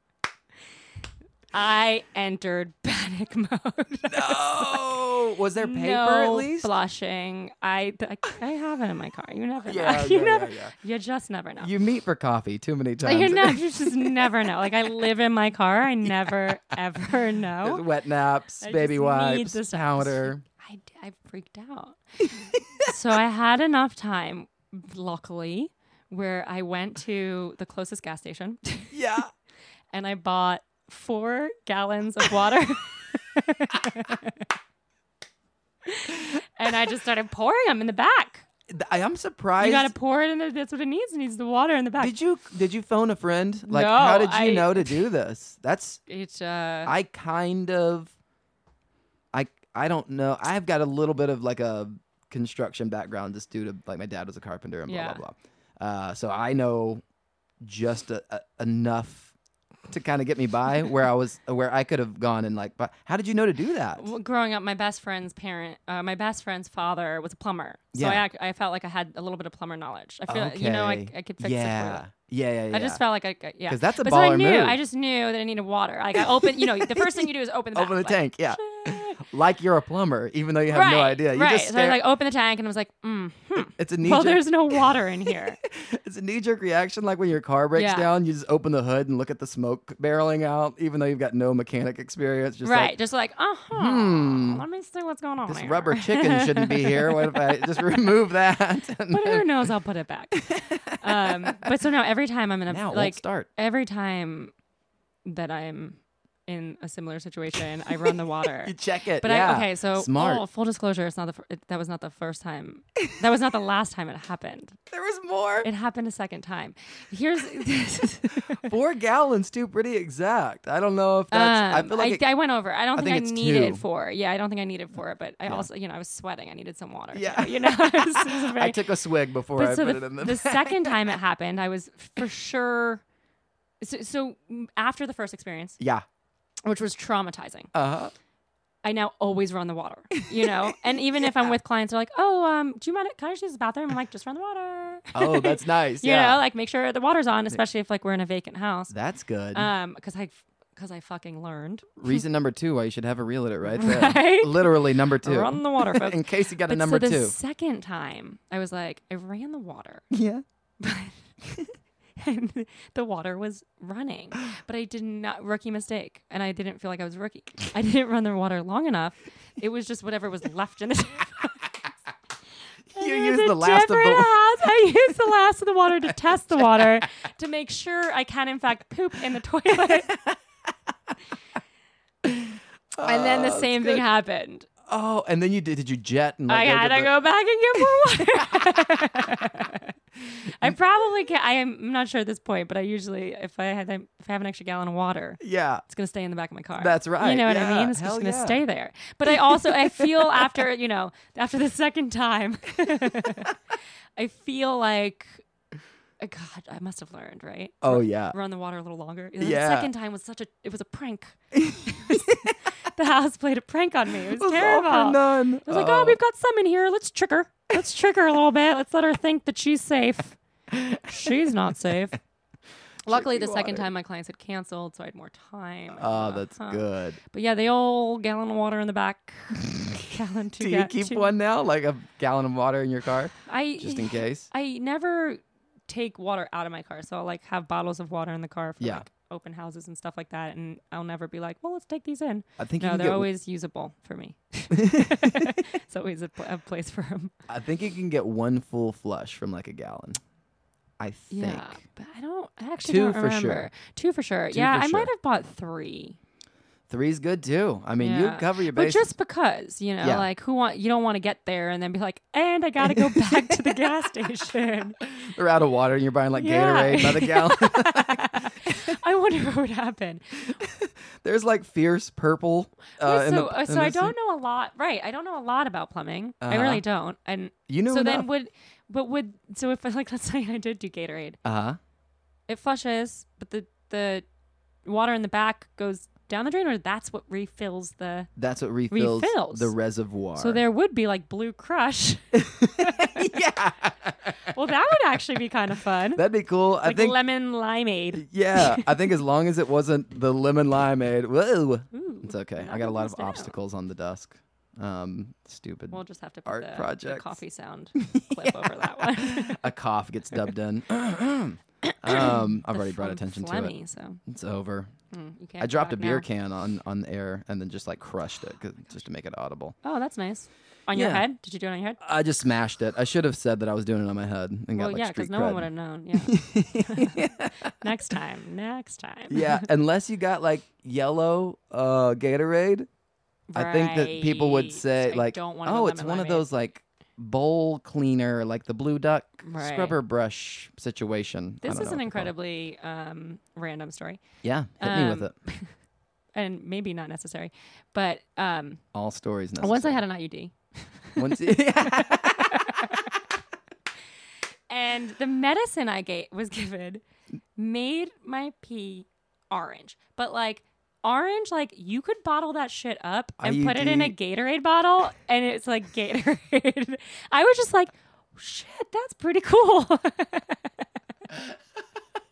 Speaker 2: I entered panic mode.
Speaker 1: No. Was there paper at
Speaker 2: No
Speaker 1: least?
Speaker 2: flushing. I, I I have it in my car. You never
Speaker 1: Yeah,
Speaker 2: know. You
Speaker 1: yeah,
Speaker 2: never.
Speaker 1: yeah, yeah.
Speaker 2: You just never know.
Speaker 1: You meet for coffee too many
Speaker 2: Like,
Speaker 1: times.
Speaker 2: you know, you just never know. Like I live in my car. I never ever know.
Speaker 1: Wet naps,
Speaker 2: I
Speaker 1: baby
Speaker 2: just need
Speaker 1: wipes,
Speaker 2: this-
Speaker 1: powder.
Speaker 2: I, d- I freaked out. so I had enough time, luckily, where I went to the closest gas station
Speaker 1: Yeah.
Speaker 2: and I bought four gallons of water. and I just started pouring them in the back.
Speaker 1: Th- I, am surprised.
Speaker 2: You got to pour it in there. That's what it needs. It needs the water in the back.
Speaker 1: Did you did you phone a friend? Like how
Speaker 2: No,
Speaker 1: did you
Speaker 2: I-
Speaker 1: know to do this? That's
Speaker 2: It's uh,
Speaker 1: I kind of I I don't know. I've got a little bit of like a construction background just due to like my dad was a carpenter and blah
Speaker 2: Yeah.
Speaker 1: blah blah. Uh, so I know just a, a, enough to kind of get me by where I was where I could have gone and like but how did you know to do that?
Speaker 2: Well, growing up, my best friend's parent, uh, my best friend's father was a plumber, so
Speaker 1: Yeah.
Speaker 2: I, act- I felt like I had a little bit of plumber knowledge. I feel, like, you know, I,
Speaker 1: Okay.
Speaker 2: I could fix it. For
Speaker 1: yeah.
Speaker 2: you.
Speaker 1: yeah. Yeah, yeah,
Speaker 2: I just felt like I, I yeah.
Speaker 1: Because that's a
Speaker 2: but so I
Speaker 1: baller
Speaker 2: knew,
Speaker 1: move.
Speaker 2: I just knew that I needed water. Like I open, you know, the first thing you do is open the
Speaker 1: Open the
Speaker 2: valve,
Speaker 1: tank,
Speaker 2: like,
Speaker 1: yeah. Like you're a plumber, even though you have
Speaker 2: right,
Speaker 1: no idea. You
Speaker 2: right.
Speaker 1: just
Speaker 2: so I
Speaker 1: stare.
Speaker 2: was like, open the tank, and I was like, mm, hmm,
Speaker 1: it's a knee
Speaker 2: well,
Speaker 1: jerk
Speaker 2: there's no water in here.
Speaker 1: It's a knee jerk reaction, like when your car breaks
Speaker 2: Yeah.
Speaker 1: down, you just open the hood and look at the smoke barreling out, even though you've got no mechanic experience. Just
Speaker 2: right, Oh
Speaker 1: like,
Speaker 2: just like, uh huh.
Speaker 1: Hmm.
Speaker 2: Let me see what's going on.
Speaker 1: this
Speaker 2: here.
Speaker 1: rubber chicken shouldn't be here. What if I just remove that? And
Speaker 2: but who
Speaker 1: then-
Speaker 2: knows? I'll put it back. um, but so now every time I'm in a
Speaker 1: now it won't
Speaker 2: like
Speaker 1: start.
Speaker 2: every time that I'm in a similar situation, I run the water.
Speaker 1: You check it.
Speaker 2: But
Speaker 1: yeah.
Speaker 2: I okay, so
Speaker 1: smart.
Speaker 2: oh, full disclosure, it's not the fir- it, that was not the first time. That was not the last time it happened.
Speaker 1: There was more.
Speaker 2: It happened a second time. Here's
Speaker 1: Four gallons, too pretty exact. I don't know if that's. I
Speaker 2: Um,
Speaker 1: feel like it-
Speaker 2: I, went over. I don't
Speaker 1: I
Speaker 2: think,
Speaker 1: think it's
Speaker 2: I needed
Speaker 1: two.
Speaker 2: four. Yeah, I don't think I needed four, but I also, you know, I was sweating. I needed some water.
Speaker 1: Yeah.
Speaker 2: you know, it was- it was
Speaker 1: I
Speaker 2: very-
Speaker 1: took a swig before I
Speaker 2: But so
Speaker 1: put
Speaker 2: the,
Speaker 1: it in the.
Speaker 2: the second time it happened, I was for sure. So, so mm, after the first experience,
Speaker 1: yeah.
Speaker 2: which was traumatizing,
Speaker 1: Uh huh.
Speaker 2: I now always run the water, you know? And even if I'm with clients, they're like, oh, um, do you mind? Can I just use the bathroom? I'm like, just run the water.
Speaker 1: Oh, that's nice.
Speaker 2: you
Speaker 1: yeah.
Speaker 2: know, like make sure the water's on, especially if like we're in a vacant house.
Speaker 1: that's good.
Speaker 2: Um, cause I, cause I fucking learned.
Speaker 1: Reason number two why you should have a realtor right there.
Speaker 2: Right?
Speaker 1: Literally number two.
Speaker 2: Run the water, folks.
Speaker 1: in case you got a
Speaker 2: But
Speaker 1: number
Speaker 2: so the
Speaker 1: two.
Speaker 2: second time, I was like, I ran the water
Speaker 1: Yeah.
Speaker 2: and the water was running, but I did not, rookie mistake. And I didn't feel like I was a rookie. I didn't run the water long enough. It was just whatever was left in the
Speaker 1: You
Speaker 2: It
Speaker 1: use
Speaker 2: was a
Speaker 1: the last of
Speaker 2: different
Speaker 1: the.
Speaker 2: house. I use the last of the water to test the water to make sure I can, in fact, poop in the toilet. and then the
Speaker 1: Oh,
Speaker 2: same
Speaker 1: that's
Speaker 2: thing
Speaker 1: good.
Speaker 2: happened.
Speaker 1: Oh, and then you did? Did you jet and like?
Speaker 2: I had to
Speaker 1: the-
Speaker 2: go back and get more water. I probably can. I am I'm not sure at this point, but I usually, if I had, if I have an extra gallon of water,
Speaker 1: Yeah.
Speaker 2: it's gonna stay in the back of my car.
Speaker 1: That's right.
Speaker 2: You know what
Speaker 1: Yeah.
Speaker 2: I mean? It's just
Speaker 1: Hell
Speaker 2: gonna
Speaker 1: yeah.
Speaker 2: stay there. But I also I feel after you know after the second time, I feel like, uh, God, I must have learned right.
Speaker 1: Oh yeah.
Speaker 2: Run the water a little longer.
Speaker 1: Yeah.
Speaker 2: The second time was such a it was a prank. the house played a prank on me. It was,
Speaker 1: It was all
Speaker 2: terrible.
Speaker 1: for none.
Speaker 2: I was like, oh, we've got some in here. Let's trick her. Let's trick her a little bit. Let's let her think that she's safe. She's not safe. Luckily, the
Speaker 1: Tricky
Speaker 2: second
Speaker 1: water.
Speaker 2: time my clients had canceled, so I had more time.
Speaker 1: Oh, that's
Speaker 2: Uh-huh.
Speaker 1: good.
Speaker 2: But yeah, the old gallon of water in the back. gallon two.
Speaker 1: Do you
Speaker 2: ga-
Speaker 1: keep
Speaker 2: two-
Speaker 1: one now, like a gallon of water in your car,
Speaker 2: I
Speaker 1: just in case?
Speaker 2: I never take water out of my car, so I'll like have bottles of water in the car for
Speaker 1: Yeah.
Speaker 2: like open houses and stuff like that, and I'll never be like, well, let's take these in.
Speaker 1: I think you
Speaker 2: No,
Speaker 1: can
Speaker 2: they're
Speaker 1: get.
Speaker 2: always usable for me. it's always a, pl- a place for them.
Speaker 1: I think you can get one full flush from like a gallon. I think.
Speaker 2: Yeah, but I don't I actually
Speaker 1: Two
Speaker 2: don't
Speaker 1: for
Speaker 2: remember.
Speaker 1: sure.
Speaker 2: Two for sure.
Speaker 1: Two
Speaker 2: yeah,
Speaker 1: for
Speaker 2: I
Speaker 1: sure.
Speaker 2: might have bought three.
Speaker 1: Three's good too. I mean, you
Speaker 2: Yeah.
Speaker 1: cover your
Speaker 2: But
Speaker 1: bases.
Speaker 2: just because, you know,
Speaker 1: Yeah.
Speaker 2: like who want you don't want to get there and then be like, and I gotta go back to the gas station.
Speaker 1: They're out of water, and you're buying like
Speaker 2: Yeah.
Speaker 1: Gatorade by the gallon.
Speaker 2: I I wonder what would happen.
Speaker 1: There's like fierce purple. Uh, in
Speaker 2: so
Speaker 1: the-
Speaker 2: uh,
Speaker 1: in
Speaker 2: so
Speaker 1: the
Speaker 2: I
Speaker 1: sea.
Speaker 2: don't know a lot. Right, I don't know a lot about plumbing. I
Speaker 1: Uh-huh.
Speaker 2: really don't. And
Speaker 1: You know
Speaker 2: so
Speaker 1: enough.
Speaker 2: then would but would so if like let's say I did do Gatorade,
Speaker 1: uh-huh.
Speaker 2: it flushes, but the the water in the back goes down the drain, or that's what refills the.
Speaker 1: That's what refills,
Speaker 2: Refills.
Speaker 1: the reservoir.
Speaker 2: So there would be like blue crush.
Speaker 1: yeah,
Speaker 2: well, that would actually be kind of fun.
Speaker 1: that'd be cool. I
Speaker 2: like
Speaker 1: think.
Speaker 2: lemon limeade.
Speaker 1: yeah, I think as long as it wasn't the lemon limeade. Whoa,
Speaker 2: Ooh,
Speaker 1: it's okay. I
Speaker 2: that
Speaker 1: got a lot
Speaker 2: opens
Speaker 1: of
Speaker 2: it out.
Speaker 1: obstacles on the desk. Um, stupid.
Speaker 2: We'll just have to put
Speaker 1: Art
Speaker 2: the, the
Speaker 1: projects.
Speaker 2: coffee sound clip over that one.
Speaker 1: a cough gets dubbed in. um, I've already brought attention to it.
Speaker 2: So
Speaker 1: It's over.
Speaker 2: mm, you can't
Speaker 1: I dropped a
Speaker 2: talk
Speaker 1: beer
Speaker 2: now.
Speaker 1: can on on the air and then just like crushed it 'cause- just to make it audible.
Speaker 2: Oh, that's nice. On
Speaker 1: Yeah.
Speaker 2: your head? Did you do it on your head?
Speaker 1: I just smashed it. I should have said that I was doing it on my head and got
Speaker 2: well,
Speaker 1: like
Speaker 2: yeah,
Speaker 1: street
Speaker 2: because no
Speaker 1: cred.
Speaker 2: one would have known. Yeah. next time. Next time.
Speaker 1: yeah, unless you got like yellow uh, Gatorade, I think that people would
Speaker 2: Right.
Speaker 1: say
Speaker 2: I
Speaker 1: like,
Speaker 2: don't want
Speaker 1: "Oh,
Speaker 2: lemon
Speaker 1: it's one of
Speaker 2: limeade."
Speaker 1: those like bowl cleaner, like the blue duck
Speaker 2: Right.
Speaker 1: scrubber brush situation." I
Speaker 2: This
Speaker 1: don't
Speaker 2: is
Speaker 1: know what they're
Speaker 2: an
Speaker 1: called.
Speaker 2: incredibly um, random story,
Speaker 1: Yeah, hit me with
Speaker 2: um,
Speaker 1: it.
Speaker 2: and maybe not necessary, but um,
Speaker 1: All stories necessary.
Speaker 2: once I had an IUD,
Speaker 1: Once yeah.
Speaker 2: and the medicine I gave was given made my pee orange, but like orange, like you could bottle that shit up and put it in a Gatorade bottle, and it's like Gatorade. I was just like, shit, that's pretty cool.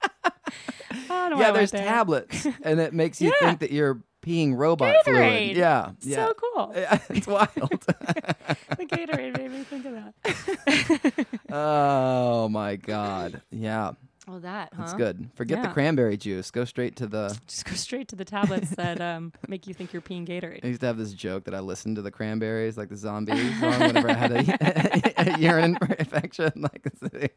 Speaker 2: I don't
Speaker 1: yeah,
Speaker 2: wanna
Speaker 1: there's
Speaker 2: went there.
Speaker 1: tablets, and it makes you
Speaker 2: Yeah.
Speaker 1: think that you're peeing robot
Speaker 2: Gatorade.
Speaker 1: fluid. Yeah, yeah,
Speaker 2: So cool.
Speaker 1: it's wild.
Speaker 2: the Gatorade made me think of that.
Speaker 1: oh my god, yeah,
Speaker 2: Well, that huh?
Speaker 1: that's good. Forget the
Speaker 2: Yeah.
Speaker 1: cranberry juice. Go straight to the
Speaker 2: Just go straight to the tablets that um, make you think you're peeing
Speaker 1: I
Speaker 2: Gatorade.
Speaker 1: used to have this joke that I listened to the Cranberries, like the zombie song, whenever I had a, a urine infection. Like, it's-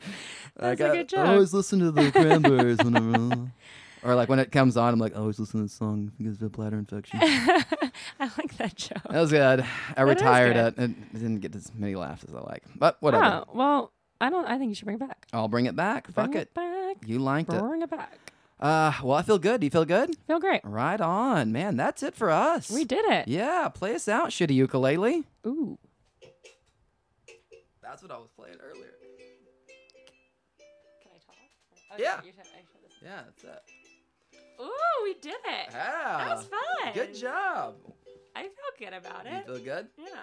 Speaker 1: like,
Speaker 2: a
Speaker 1: I-
Speaker 2: good
Speaker 1: I always listen to the Cranberries whenever. Or like when it comes on, I'm like, I always listen to this song because of a bladder infection. That
Speaker 2: I like that joke.
Speaker 1: was good. I
Speaker 2: That is
Speaker 1: retired
Speaker 2: good.
Speaker 1: it and it didn't get as many laughs as I like. But whatever.
Speaker 2: Oh well, I don't. I think you should bring it back.
Speaker 1: I'll bring it back. Fuck
Speaker 2: Bring
Speaker 1: it.
Speaker 2: it back.
Speaker 1: You liked it.
Speaker 2: Bring it back.
Speaker 1: Uh, well, I feel good. Do you feel good?
Speaker 2: Feel great.
Speaker 1: Right on, man. That's it for us.
Speaker 2: We did it.
Speaker 1: Yeah, play us out, shitty ukulele.
Speaker 2: Ooh.
Speaker 1: That's what I was playing earlier.
Speaker 2: Can I talk?
Speaker 1: Yeah. Yeah, that's it.
Speaker 2: Ooh, we did it.
Speaker 1: Yeah.
Speaker 2: That was fun.
Speaker 1: Good job.
Speaker 2: I feel good about
Speaker 1: You
Speaker 2: it.
Speaker 1: feel good?
Speaker 2: Yeah.